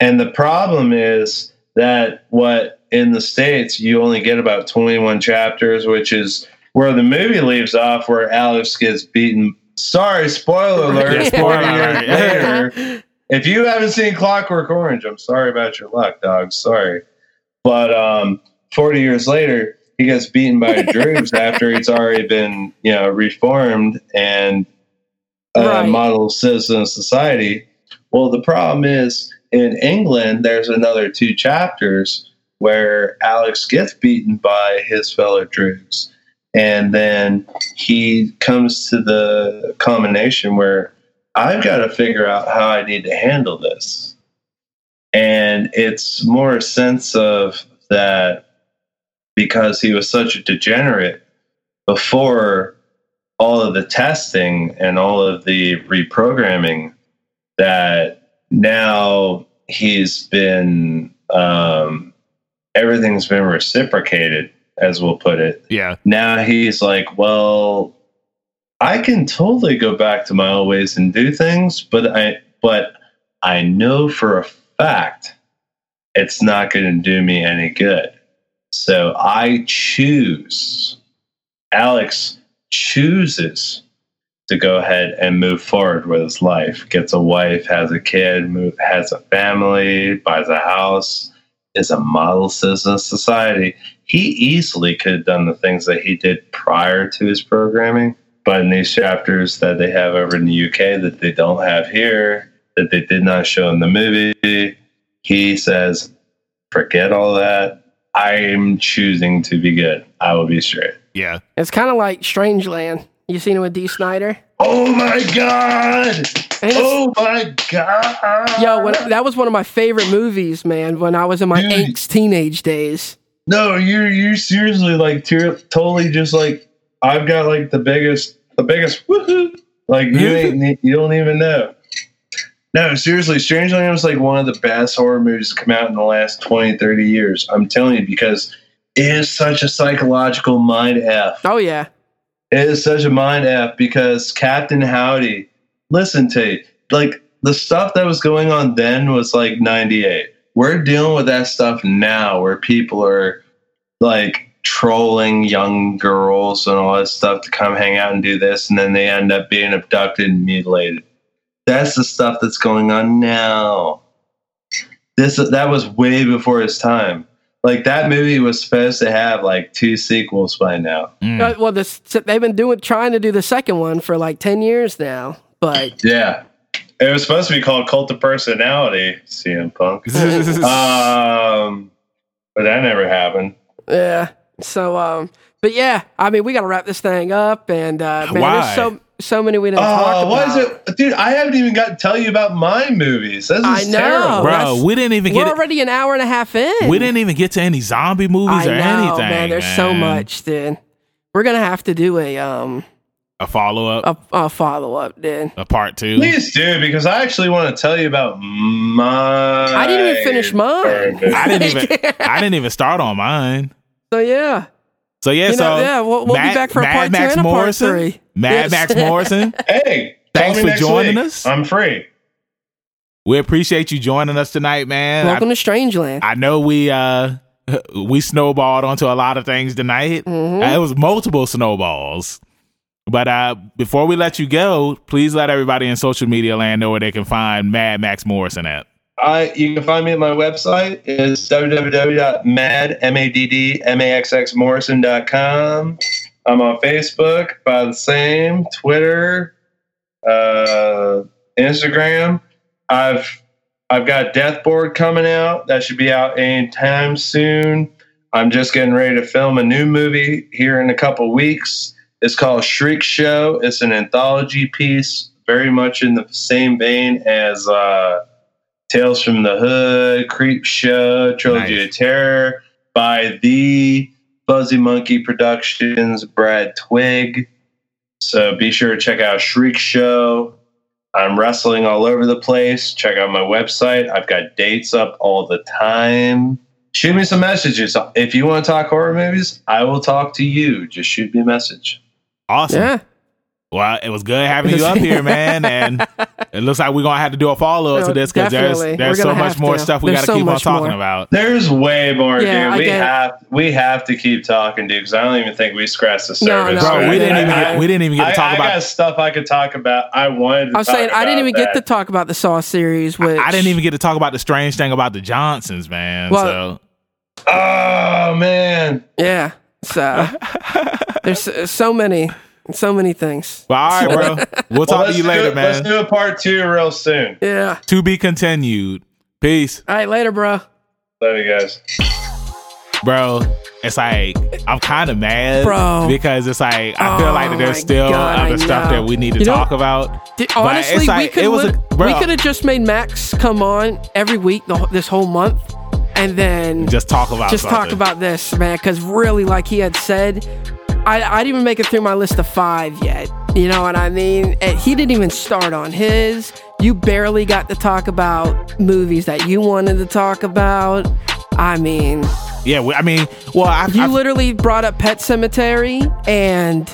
[SPEAKER 3] and the problem is that what in the states you only get about 21 chapters, which is where the movie leaves off, where Alex gets beaten. Sorry, spoiler alert.
[SPEAKER 1] Yeah, spoiler
[SPEAKER 3] 40 years
[SPEAKER 1] alert.
[SPEAKER 3] later
[SPEAKER 1] *laughs*
[SPEAKER 3] if you haven't seen Clockwork Orange, I'm sorry about your luck, dog. Sorry. But um, 40 years later, he gets beaten by a Druze after he's already been, you know, reformed and a
[SPEAKER 2] Right.
[SPEAKER 3] model citizen of society. Well, the problem is in England, there's another two chapters where Alex gets beaten by his fellow Druze. And then he comes to the culmination where I've got to figure out how I need to handle this. And it's more a sense of that because he was such a degenerate before all of the testing and all of the reprogramming that now he's been, um, everything's been reciprocated, as we'll put it
[SPEAKER 1] Yeah.
[SPEAKER 3] now he's like, well, I can totally go back to my old ways and do things, but I but I know for a fact it's not going to do me any good. So I choose. Alex chooses to go ahead and move forward with his life. Gets a wife, has a kid, move, has a family, buys a house, is a model citizen of society. He easily could have done the things that he did prior to his programming, but in these chapters that they have over in the UK that they don't have here, that they did not show in the movie, he says, "Forget all that. I'm choosing to be good. I will be straight."
[SPEAKER 1] Yeah.
[SPEAKER 2] *laughs* It's kind of like Strangeland. You seen it with D. Snyder?
[SPEAKER 3] Oh my god!
[SPEAKER 2] And it's-
[SPEAKER 3] Oh my god!
[SPEAKER 2] Yo, when, that was one of my favorite movies, man. When I was in my
[SPEAKER 3] Dude.
[SPEAKER 2] angst teenage days.
[SPEAKER 3] No, you're you're seriously like tear, totally just like I've got like the biggest the biggest woohoo like you ain't you don't even know. No, seriously, Strangeland was like one of the best horror movies to come out in the last 20, 30 years. I'm telling you because it is such a psychological mind f.
[SPEAKER 2] Oh yeah,
[SPEAKER 3] It is such a mind f because Captain Howdy, listen to you, like the stuff that was going on then was like '98. We're dealing with that stuff now, where people are like trolling young girls and all that stuff to come hang out and do this, and then they end up being abducted and mutilated. That's the stuff that's going on now. This that was way before its time. Like that movie was supposed to have like two sequels by now.
[SPEAKER 1] Mm. *laughs*
[SPEAKER 2] Uh, well, this, they've been doing trying to do the second one for like ten years now, but
[SPEAKER 3] Yeah. It was supposed to be called Cult of Personality, CM Punk.
[SPEAKER 1] Uh,
[SPEAKER 3] um, but that never happened.
[SPEAKER 2] yeah. So, um, but yeah, I mean, we got to wrap this thing up, and uh, man,
[SPEAKER 1] Why?
[SPEAKER 2] there's so so many we didn't talk
[SPEAKER 3] Oh,
[SPEAKER 2] about.
[SPEAKER 3] why is it? Dude, I haven't even got to tell you about my movies. This is
[SPEAKER 2] I know.
[SPEAKER 3] terrible.
[SPEAKER 1] Bro, we didn't even
[SPEAKER 2] We're
[SPEAKER 1] get it-
[SPEAKER 2] already an hour and a half in.
[SPEAKER 1] we didn't even get to any zombie
[SPEAKER 2] I
[SPEAKER 1] movies
[SPEAKER 2] know,
[SPEAKER 1] or anything.
[SPEAKER 2] man. There's so
[SPEAKER 1] man.
[SPEAKER 2] much, dude. We're gonna have to do a um
[SPEAKER 1] A follow up,
[SPEAKER 2] a, a follow up, dude.
[SPEAKER 1] a part two.
[SPEAKER 3] Please do, because I actually want to tell you about my.
[SPEAKER 2] I didn't even finish mine.
[SPEAKER 1] I didn't
[SPEAKER 2] *laughs*
[SPEAKER 1] even I didn't even start on mine.
[SPEAKER 2] So yeah,
[SPEAKER 1] So yeah,
[SPEAKER 2] You know,
[SPEAKER 1] so
[SPEAKER 2] yeah, we'll- we'll be back for a part two and a part
[SPEAKER 1] Morrison,
[SPEAKER 2] three.
[SPEAKER 1] Mad
[SPEAKER 2] Yes. *laughs*
[SPEAKER 1] Max Morrison,
[SPEAKER 3] hey, call
[SPEAKER 1] Thanks
[SPEAKER 3] me
[SPEAKER 1] for
[SPEAKER 3] next
[SPEAKER 1] joining
[SPEAKER 3] week.
[SPEAKER 1] us.
[SPEAKER 3] I'm free.
[SPEAKER 1] we appreciate you joining us tonight, man. I-
[SPEAKER 2] welcome to Strangeland.
[SPEAKER 1] I know we uh we snowballed onto a lot of things tonight.
[SPEAKER 2] Mhm.
[SPEAKER 1] Uh, it was multiple snowballs. But uh before we let you go, please let everybody in social media land know where they can find Mad Max Morrison at.
[SPEAKER 3] I you can find me at my website is www.madmaddmaxxmorrison.com. I'm on Facebook by the same, Twitter, uh, Instagram. I've I've got Death Board coming out. That should be out anytime soon. I'm just getting ready to film a new movie here in a couple weeks. It's called Shriek Show. It's an anthology piece, very much in the same vein as uh, Tales from the Hood, Creep Show, Trilogy
[SPEAKER 1] Nice.
[SPEAKER 3] of Terror by the Fuzzy Monkey Productions, Brad Twig. So be sure to check out Shriek Show. I'm wrestling all over the place. Check out my website. I've got dates up all the time. Shoot me some messages. If you want to talk horror movies, I will talk to you. Just shoot me a message.
[SPEAKER 1] Awesome.
[SPEAKER 2] Yeah.
[SPEAKER 1] Well, it was good having you up here, man. And it looks like we're gonna have to do a follow up
[SPEAKER 2] Oh,
[SPEAKER 1] to this because there's
[SPEAKER 2] definitely.
[SPEAKER 1] there's
[SPEAKER 2] We're
[SPEAKER 1] so
[SPEAKER 2] gonna
[SPEAKER 1] much
[SPEAKER 2] have
[SPEAKER 1] more
[SPEAKER 2] to.
[SPEAKER 1] stuff we
[SPEAKER 2] There's
[SPEAKER 1] got to
[SPEAKER 2] so
[SPEAKER 1] keep on
[SPEAKER 2] much
[SPEAKER 1] talking
[SPEAKER 2] more.
[SPEAKER 1] about.
[SPEAKER 3] There's way more,
[SPEAKER 2] Yeah,
[SPEAKER 3] dude.
[SPEAKER 2] I
[SPEAKER 3] we
[SPEAKER 2] get it.
[SPEAKER 3] have we have to keep talking, dude. Because I don't even think we scratched the
[SPEAKER 2] No, no,
[SPEAKER 3] surface.
[SPEAKER 1] Bro, we
[SPEAKER 2] I-
[SPEAKER 1] didn't even
[SPEAKER 2] I-
[SPEAKER 1] get, we didn't even get
[SPEAKER 3] I,
[SPEAKER 1] to talk
[SPEAKER 3] I
[SPEAKER 1] about.
[SPEAKER 3] got stuff I could talk about. I wanted. To
[SPEAKER 2] I'm saying I didn't even get to
[SPEAKER 3] the.
[SPEAKER 2] talk about the Saw series. Which
[SPEAKER 1] I didn't even get to talk about the strange thing about the Johnsons, man.
[SPEAKER 2] Well-
[SPEAKER 3] Oh man,
[SPEAKER 2] Yeah.
[SPEAKER 1] *laughs*
[SPEAKER 2] So there's uh, so many, so many things.
[SPEAKER 1] so, well, all
[SPEAKER 2] *laughs*
[SPEAKER 1] right, bro. We'll talk
[SPEAKER 3] Well,
[SPEAKER 1] to
[SPEAKER 3] let's
[SPEAKER 1] you
[SPEAKER 3] do
[SPEAKER 1] later,
[SPEAKER 3] it- Let's
[SPEAKER 1] man.
[SPEAKER 3] do a part two real soon.
[SPEAKER 2] Yeah.
[SPEAKER 1] To be continued. Peace,
[SPEAKER 2] All right. Later, bro.
[SPEAKER 3] Later, guys.
[SPEAKER 1] bro. It's like I'm kind of mad,
[SPEAKER 2] Bro.
[SPEAKER 1] because it's like I feel
[SPEAKER 2] Oh
[SPEAKER 1] like that
[SPEAKER 2] my
[SPEAKER 1] there's still
[SPEAKER 2] God, I
[SPEAKER 1] other stuff
[SPEAKER 2] know.
[SPEAKER 1] that we need to
[SPEAKER 2] You know-
[SPEAKER 1] talk about.
[SPEAKER 2] Did,
[SPEAKER 1] But
[SPEAKER 2] honestly,
[SPEAKER 1] it's like-
[SPEAKER 2] we could
[SPEAKER 1] it was a-
[SPEAKER 2] lit- we
[SPEAKER 1] bro.
[SPEAKER 2] could have just made Max come on every week the, wh- this whole month, and then just,
[SPEAKER 1] Just talk about
[SPEAKER 2] talk
[SPEAKER 1] something.
[SPEAKER 2] about this, man. Because really, like he had said, I I didn't even make it through my list of five yet. You know what I mean? And he didn't even start on his. You barely got to talk about movies that you wanted to talk about. I mean,
[SPEAKER 1] yeah. We, I mean, well, I,
[SPEAKER 2] you
[SPEAKER 1] I-
[SPEAKER 2] literally brought up Pet Cemetery, and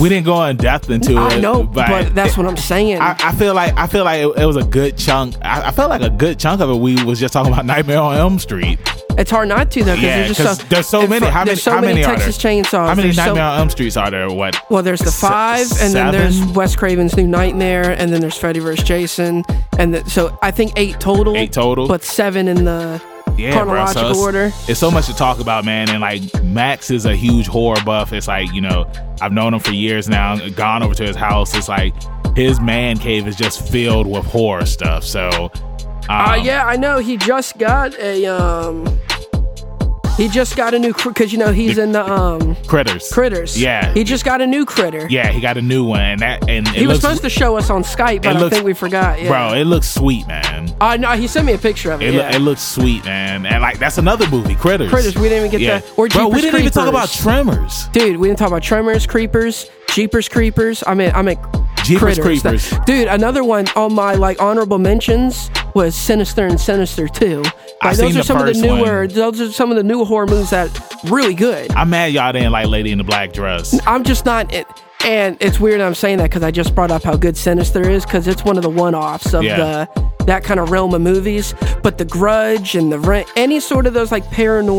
[SPEAKER 1] we didn't go in depth into it.
[SPEAKER 2] I know, but, that's what I'm saying.
[SPEAKER 1] I, I feel like I feel like it, it was a good chunk. I, I felt like a good chunk of it. We was just talking about Nightmare on Elm Street.
[SPEAKER 2] It's hard not to though, because
[SPEAKER 1] Yeah,
[SPEAKER 2] there's just
[SPEAKER 1] 'cause
[SPEAKER 2] so,
[SPEAKER 1] there's so
[SPEAKER 2] and
[SPEAKER 1] many.
[SPEAKER 2] fu-
[SPEAKER 1] How many-
[SPEAKER 2] There's so
[SPEAKER 1] how
[SPEAKER 2] many,
[SPEAKER 1] many are
[SPEAKER 2] Texas
[SPEAKER 1] there?
[SPEAKER 2] Chainsaws.
[SPEAKER 1] How many
[SPEAKER 2] Oh, There's so-
[SPEAKER 1] Nightmare on Elm Streets are there? What?
[SPEAKER 2] well, there's the
[SPEAKER 1] se-
[SPEAKER 2] five, and then there's
[SPEAKER 1] seven?
[SPEAKER 2] Wes Craven's New Nightmare, and then there's Freddy vs. Jason, and the, so I think eight total.
[SPEAKER 1] Eight total.
[SPEAKER 2] but seven in the
[SPEAKER 1] Yeah, bro. So
[SPEAKER 2] chronological
[SPEAKER 1] it's,
[SPEAKER 2] order.
[SPEAKER 1] it's so much to talk about, man. And like Max is a huge horror buff. It's like you know I've known him for years now. Gone over to his house. It's like his man cave is just filled with horror stuff. So, um,
[SPEAKER 2] Uh, yeah, I know. He just got a um, he just got a new because you know he's
[SPEAKER 1] The-
[SPEAKER 2] in the um
[SPEAKER 1] critters.
[SPEAKER 2] critters.
[SPEAKER 1] Yeah.
[SPEAKER 2] he just got a new critter.
[SPEAKER 1] Yeah, he got a new one, and that and it
[SPEAKER 2] he was
[SPEAKER 1] looks,
[SPEAKER 2] supposed to show us on Skype, but I
[SPEAKER 1] looks-
[SPEAKER 2] think we forgot. Yeah.
[SPEAKER 1] bro. It looks sweet, man.
[SPEAKER 2] uh, no, he sent me a picture of it.
[SPEAKER 1] It,
[SPEAKER 2] yeah.
[SPEAKER 1] loo- it looks sweet, man. And like that's another movie, Critters.
[SPEAKER 2] Critters, we didn't even get that. Or
[SPEAKER 1] Bro, we
[SPEAKER 2] Jeepers
[SPEAKER 1] didn't even talk about
[SPEAKER 2] Creepers.
[SPEAKER 1] Tremors.
[SPEAKER 2] Dude, we didn't talk about Tremors, Creepers, Jeepers, Creepers. I mean, I mean,
[SPEAKER 1] Jeepers
[SPEAKER 2] critters.
[SPEAKER 1] Creepers.
[SPEAKER 2] That- dude, another one on my like honorable mentions was Sinister and Sinister Two. Like,
[SPEAKER 1] I
[SPEAKER 2] those
[SPEAKER 1] seen
[SPEAKER 2] are
[SPEAKER 1] the
[SPEAKER 2] some of the
[SPEAKER 1] first
[SPEAKER 2] newer.
[SPEAKER 1] one.
[SPEAKER 2] Those are some of the new horror movies that really good.
[SPEAKER 1] I'm mad y'all didn't like Lady in the Black Dress.
[SPEAKER 2] I'm just not. It, and it's weird I'm saying that because I just brought up how good Sinister is because it's one of the one-offs of
[SPEAKER 1] Yeah.
[SPEAKER 2] the that kind of realm of movies. But The Grudge and The Rent, any sort of those like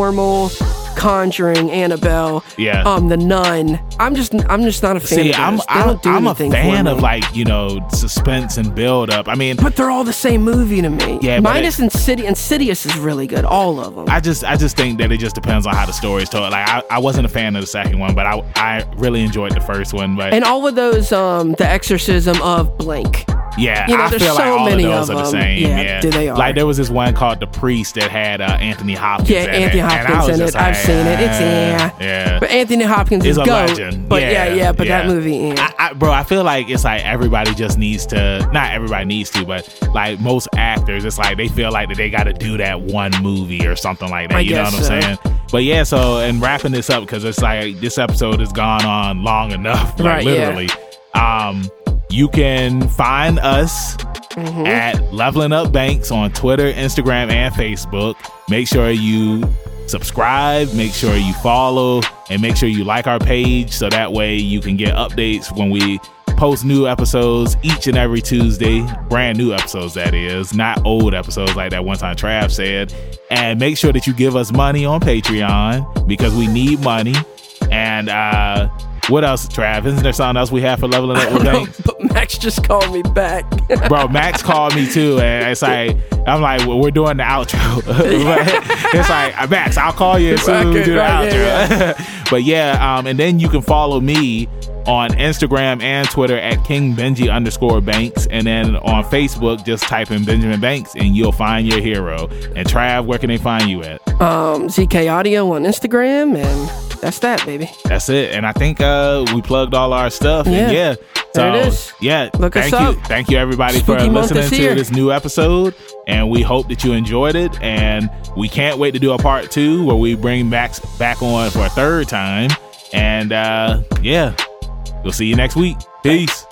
[SPEAKER 2] paranormal, Conjuring, Annabelle,
[SPEAKER 1] Yeah.
[SPEAKER 2] um, The Nun. I'm just I'm just not a fan.
[SPEAKER 1] See,
[SPEAKER 2] of
[SPEAKER 1] I'm
[SPEAKER 2] those. They
[SPEAKER 1] I'm,
[SPEAKER 2] don't do
[SPEAKER 1] I'm a
[SPEAKER 2] anything for
[SPEAKER 1] fan of
[SPEAKER 2] me.
[SPEAKER 1] like you know suspense and build up. I mean,
[SPEAKER 2] but they're all the same movie to me.
[SPEAKER 1] Yeah, but
[SPEAKER 2] minus Insidious. Insidious is really good. All of them.
[SPEAKER 1] I just I just think that it just depends on how the story is told. Like I, I wasn't a fan of the second one, but I I really enjoyed the first one. But
[SPEAKER 2] and all of those, um, the exorcism of blank.
[SPEAKER 1] Yeah,
[SPEAKER 2] You know,
[SPEAKER 1] I
[SPEAKER 2] there's
[SPEAKER 1] feel like
[SPEAKER 2] so
[SPEAKER 1] all
[SPEAKER 2] many
[SPEAKER 1] of those
[SPEAKER 2] of
[SPEAKER 1] are the
[SPEAKER 2] them.
[SPEAKER 1] same.
[SPEAKER 2] Yeah,
[SPEAKER 1] Yeah,
[SPEAKER 2] dude, they are.
[SPEAKER 1] Like there was this one called The Priest that had uh, Anthony Hopkins.
[SPEAKER 2] Yeah,
[SPEAKER 1] in
[SPEAKER 2] Anthony
[SPEAKER 1] it, and I
[SPEAKER 2] Hopkins
[SPEAKER 1] was
[SPEAKER 2] in
[SPEAKER 1] just
[SPEAKER 2] it. I've seen it. It's-
[SPEAKER 1] "Ah,
[SPEAKER 2] yeah."
[SPEAKER 1] yeah.
[SPEAKER 2] But Anthony Hopkins
[SPEAKER 1] It's
[SPEAKER 2] is
[SPEAKER 1] a
[SPEAKER 2] goat.
[SPEAKER 1] legend.
[SPEAKER 2] But yeah, yeah. but that
[SPEAKER 1] yeah.
[SPEAKER 2] movie. eh. yeah.
[SPEAKER 1] I, I, bro, I feel like it's like everybody just needs to. Not everybody needs to, but like most actors, it's like they feel like that they got to do that one movie or something like that.
[SPEAKER 2] I
[SPEAKER 1] you know what
[SPEAKER 2] guess
[SPEAKER 1] I'm
[SPEAKER 2] so.
[SPEAKER 1] saying? But yeah, so and wrapping this up because it's like this episode has gone on long enough, *laughs* like,
[SPEAKER 2] Right, yeah.
[SPEAKER 1] literally. Um, you can find us at Leveling Up Banks on Twitter, Instagram, and Facebook. Make sure you subscribe, make sure you follow, and make sure you like our page so that way you can get updates when we post new episodes each and every Tuesday. Brand new episodes, that is, not old episodes like that one time Trav said. And make sure that you give us money on Patreon because we need money. And uh what else, Trav? Isn't there something else we have for leveling up with banks?
[SPEAKER 2] *laughs* but Max just called me back. *laughs*
[SPEAKER 1] bro max called me too and it's like i'm like well, we're doing the outro *laughs* But it's like "Uh, max i'll call you as soon as we do the
[SPEAKER 2] Right,
[SPEAKER 1] outro
[SPEAKER 2] yeah,
[SPEAKER 1] *laughs* but yeah um, and then you can follow me on instagram and twitter at king benji underscore banks and then on facebook just type in benjamin banks and you'll find your hero and trav where can they find you at
[SPEAKER 2] um, ZK Audio on Instagram, and that's that, baby.
[SPEAKER 1] that's it and i think uh, we plugged all our stuff and
[SPEAKER 2] Yeah.
[SPEAKER 1] yeah
[SPEAKER 2] There it
[SPEAKER 1] so,
[SPEAKER 2] is.
[SPEAKER 1] yeah
[SPEAKER 2] Look us
[SPEAKER 1] thank
[SPEAKER 2] up.
[SPEAKER 1] you thank you everybody for
[SPEAKER 2] Spooky month
[SPEAKER 1] listening
[SPEAKER 2] is
[SPEAKER 1] to
[SPEAKER 2] here.
[SPEAKER 1] this new episode and we hope that you enjoyed it and we can't wait to do a part two where we bring max back on for a third time and uh yeah we'll see you next week peace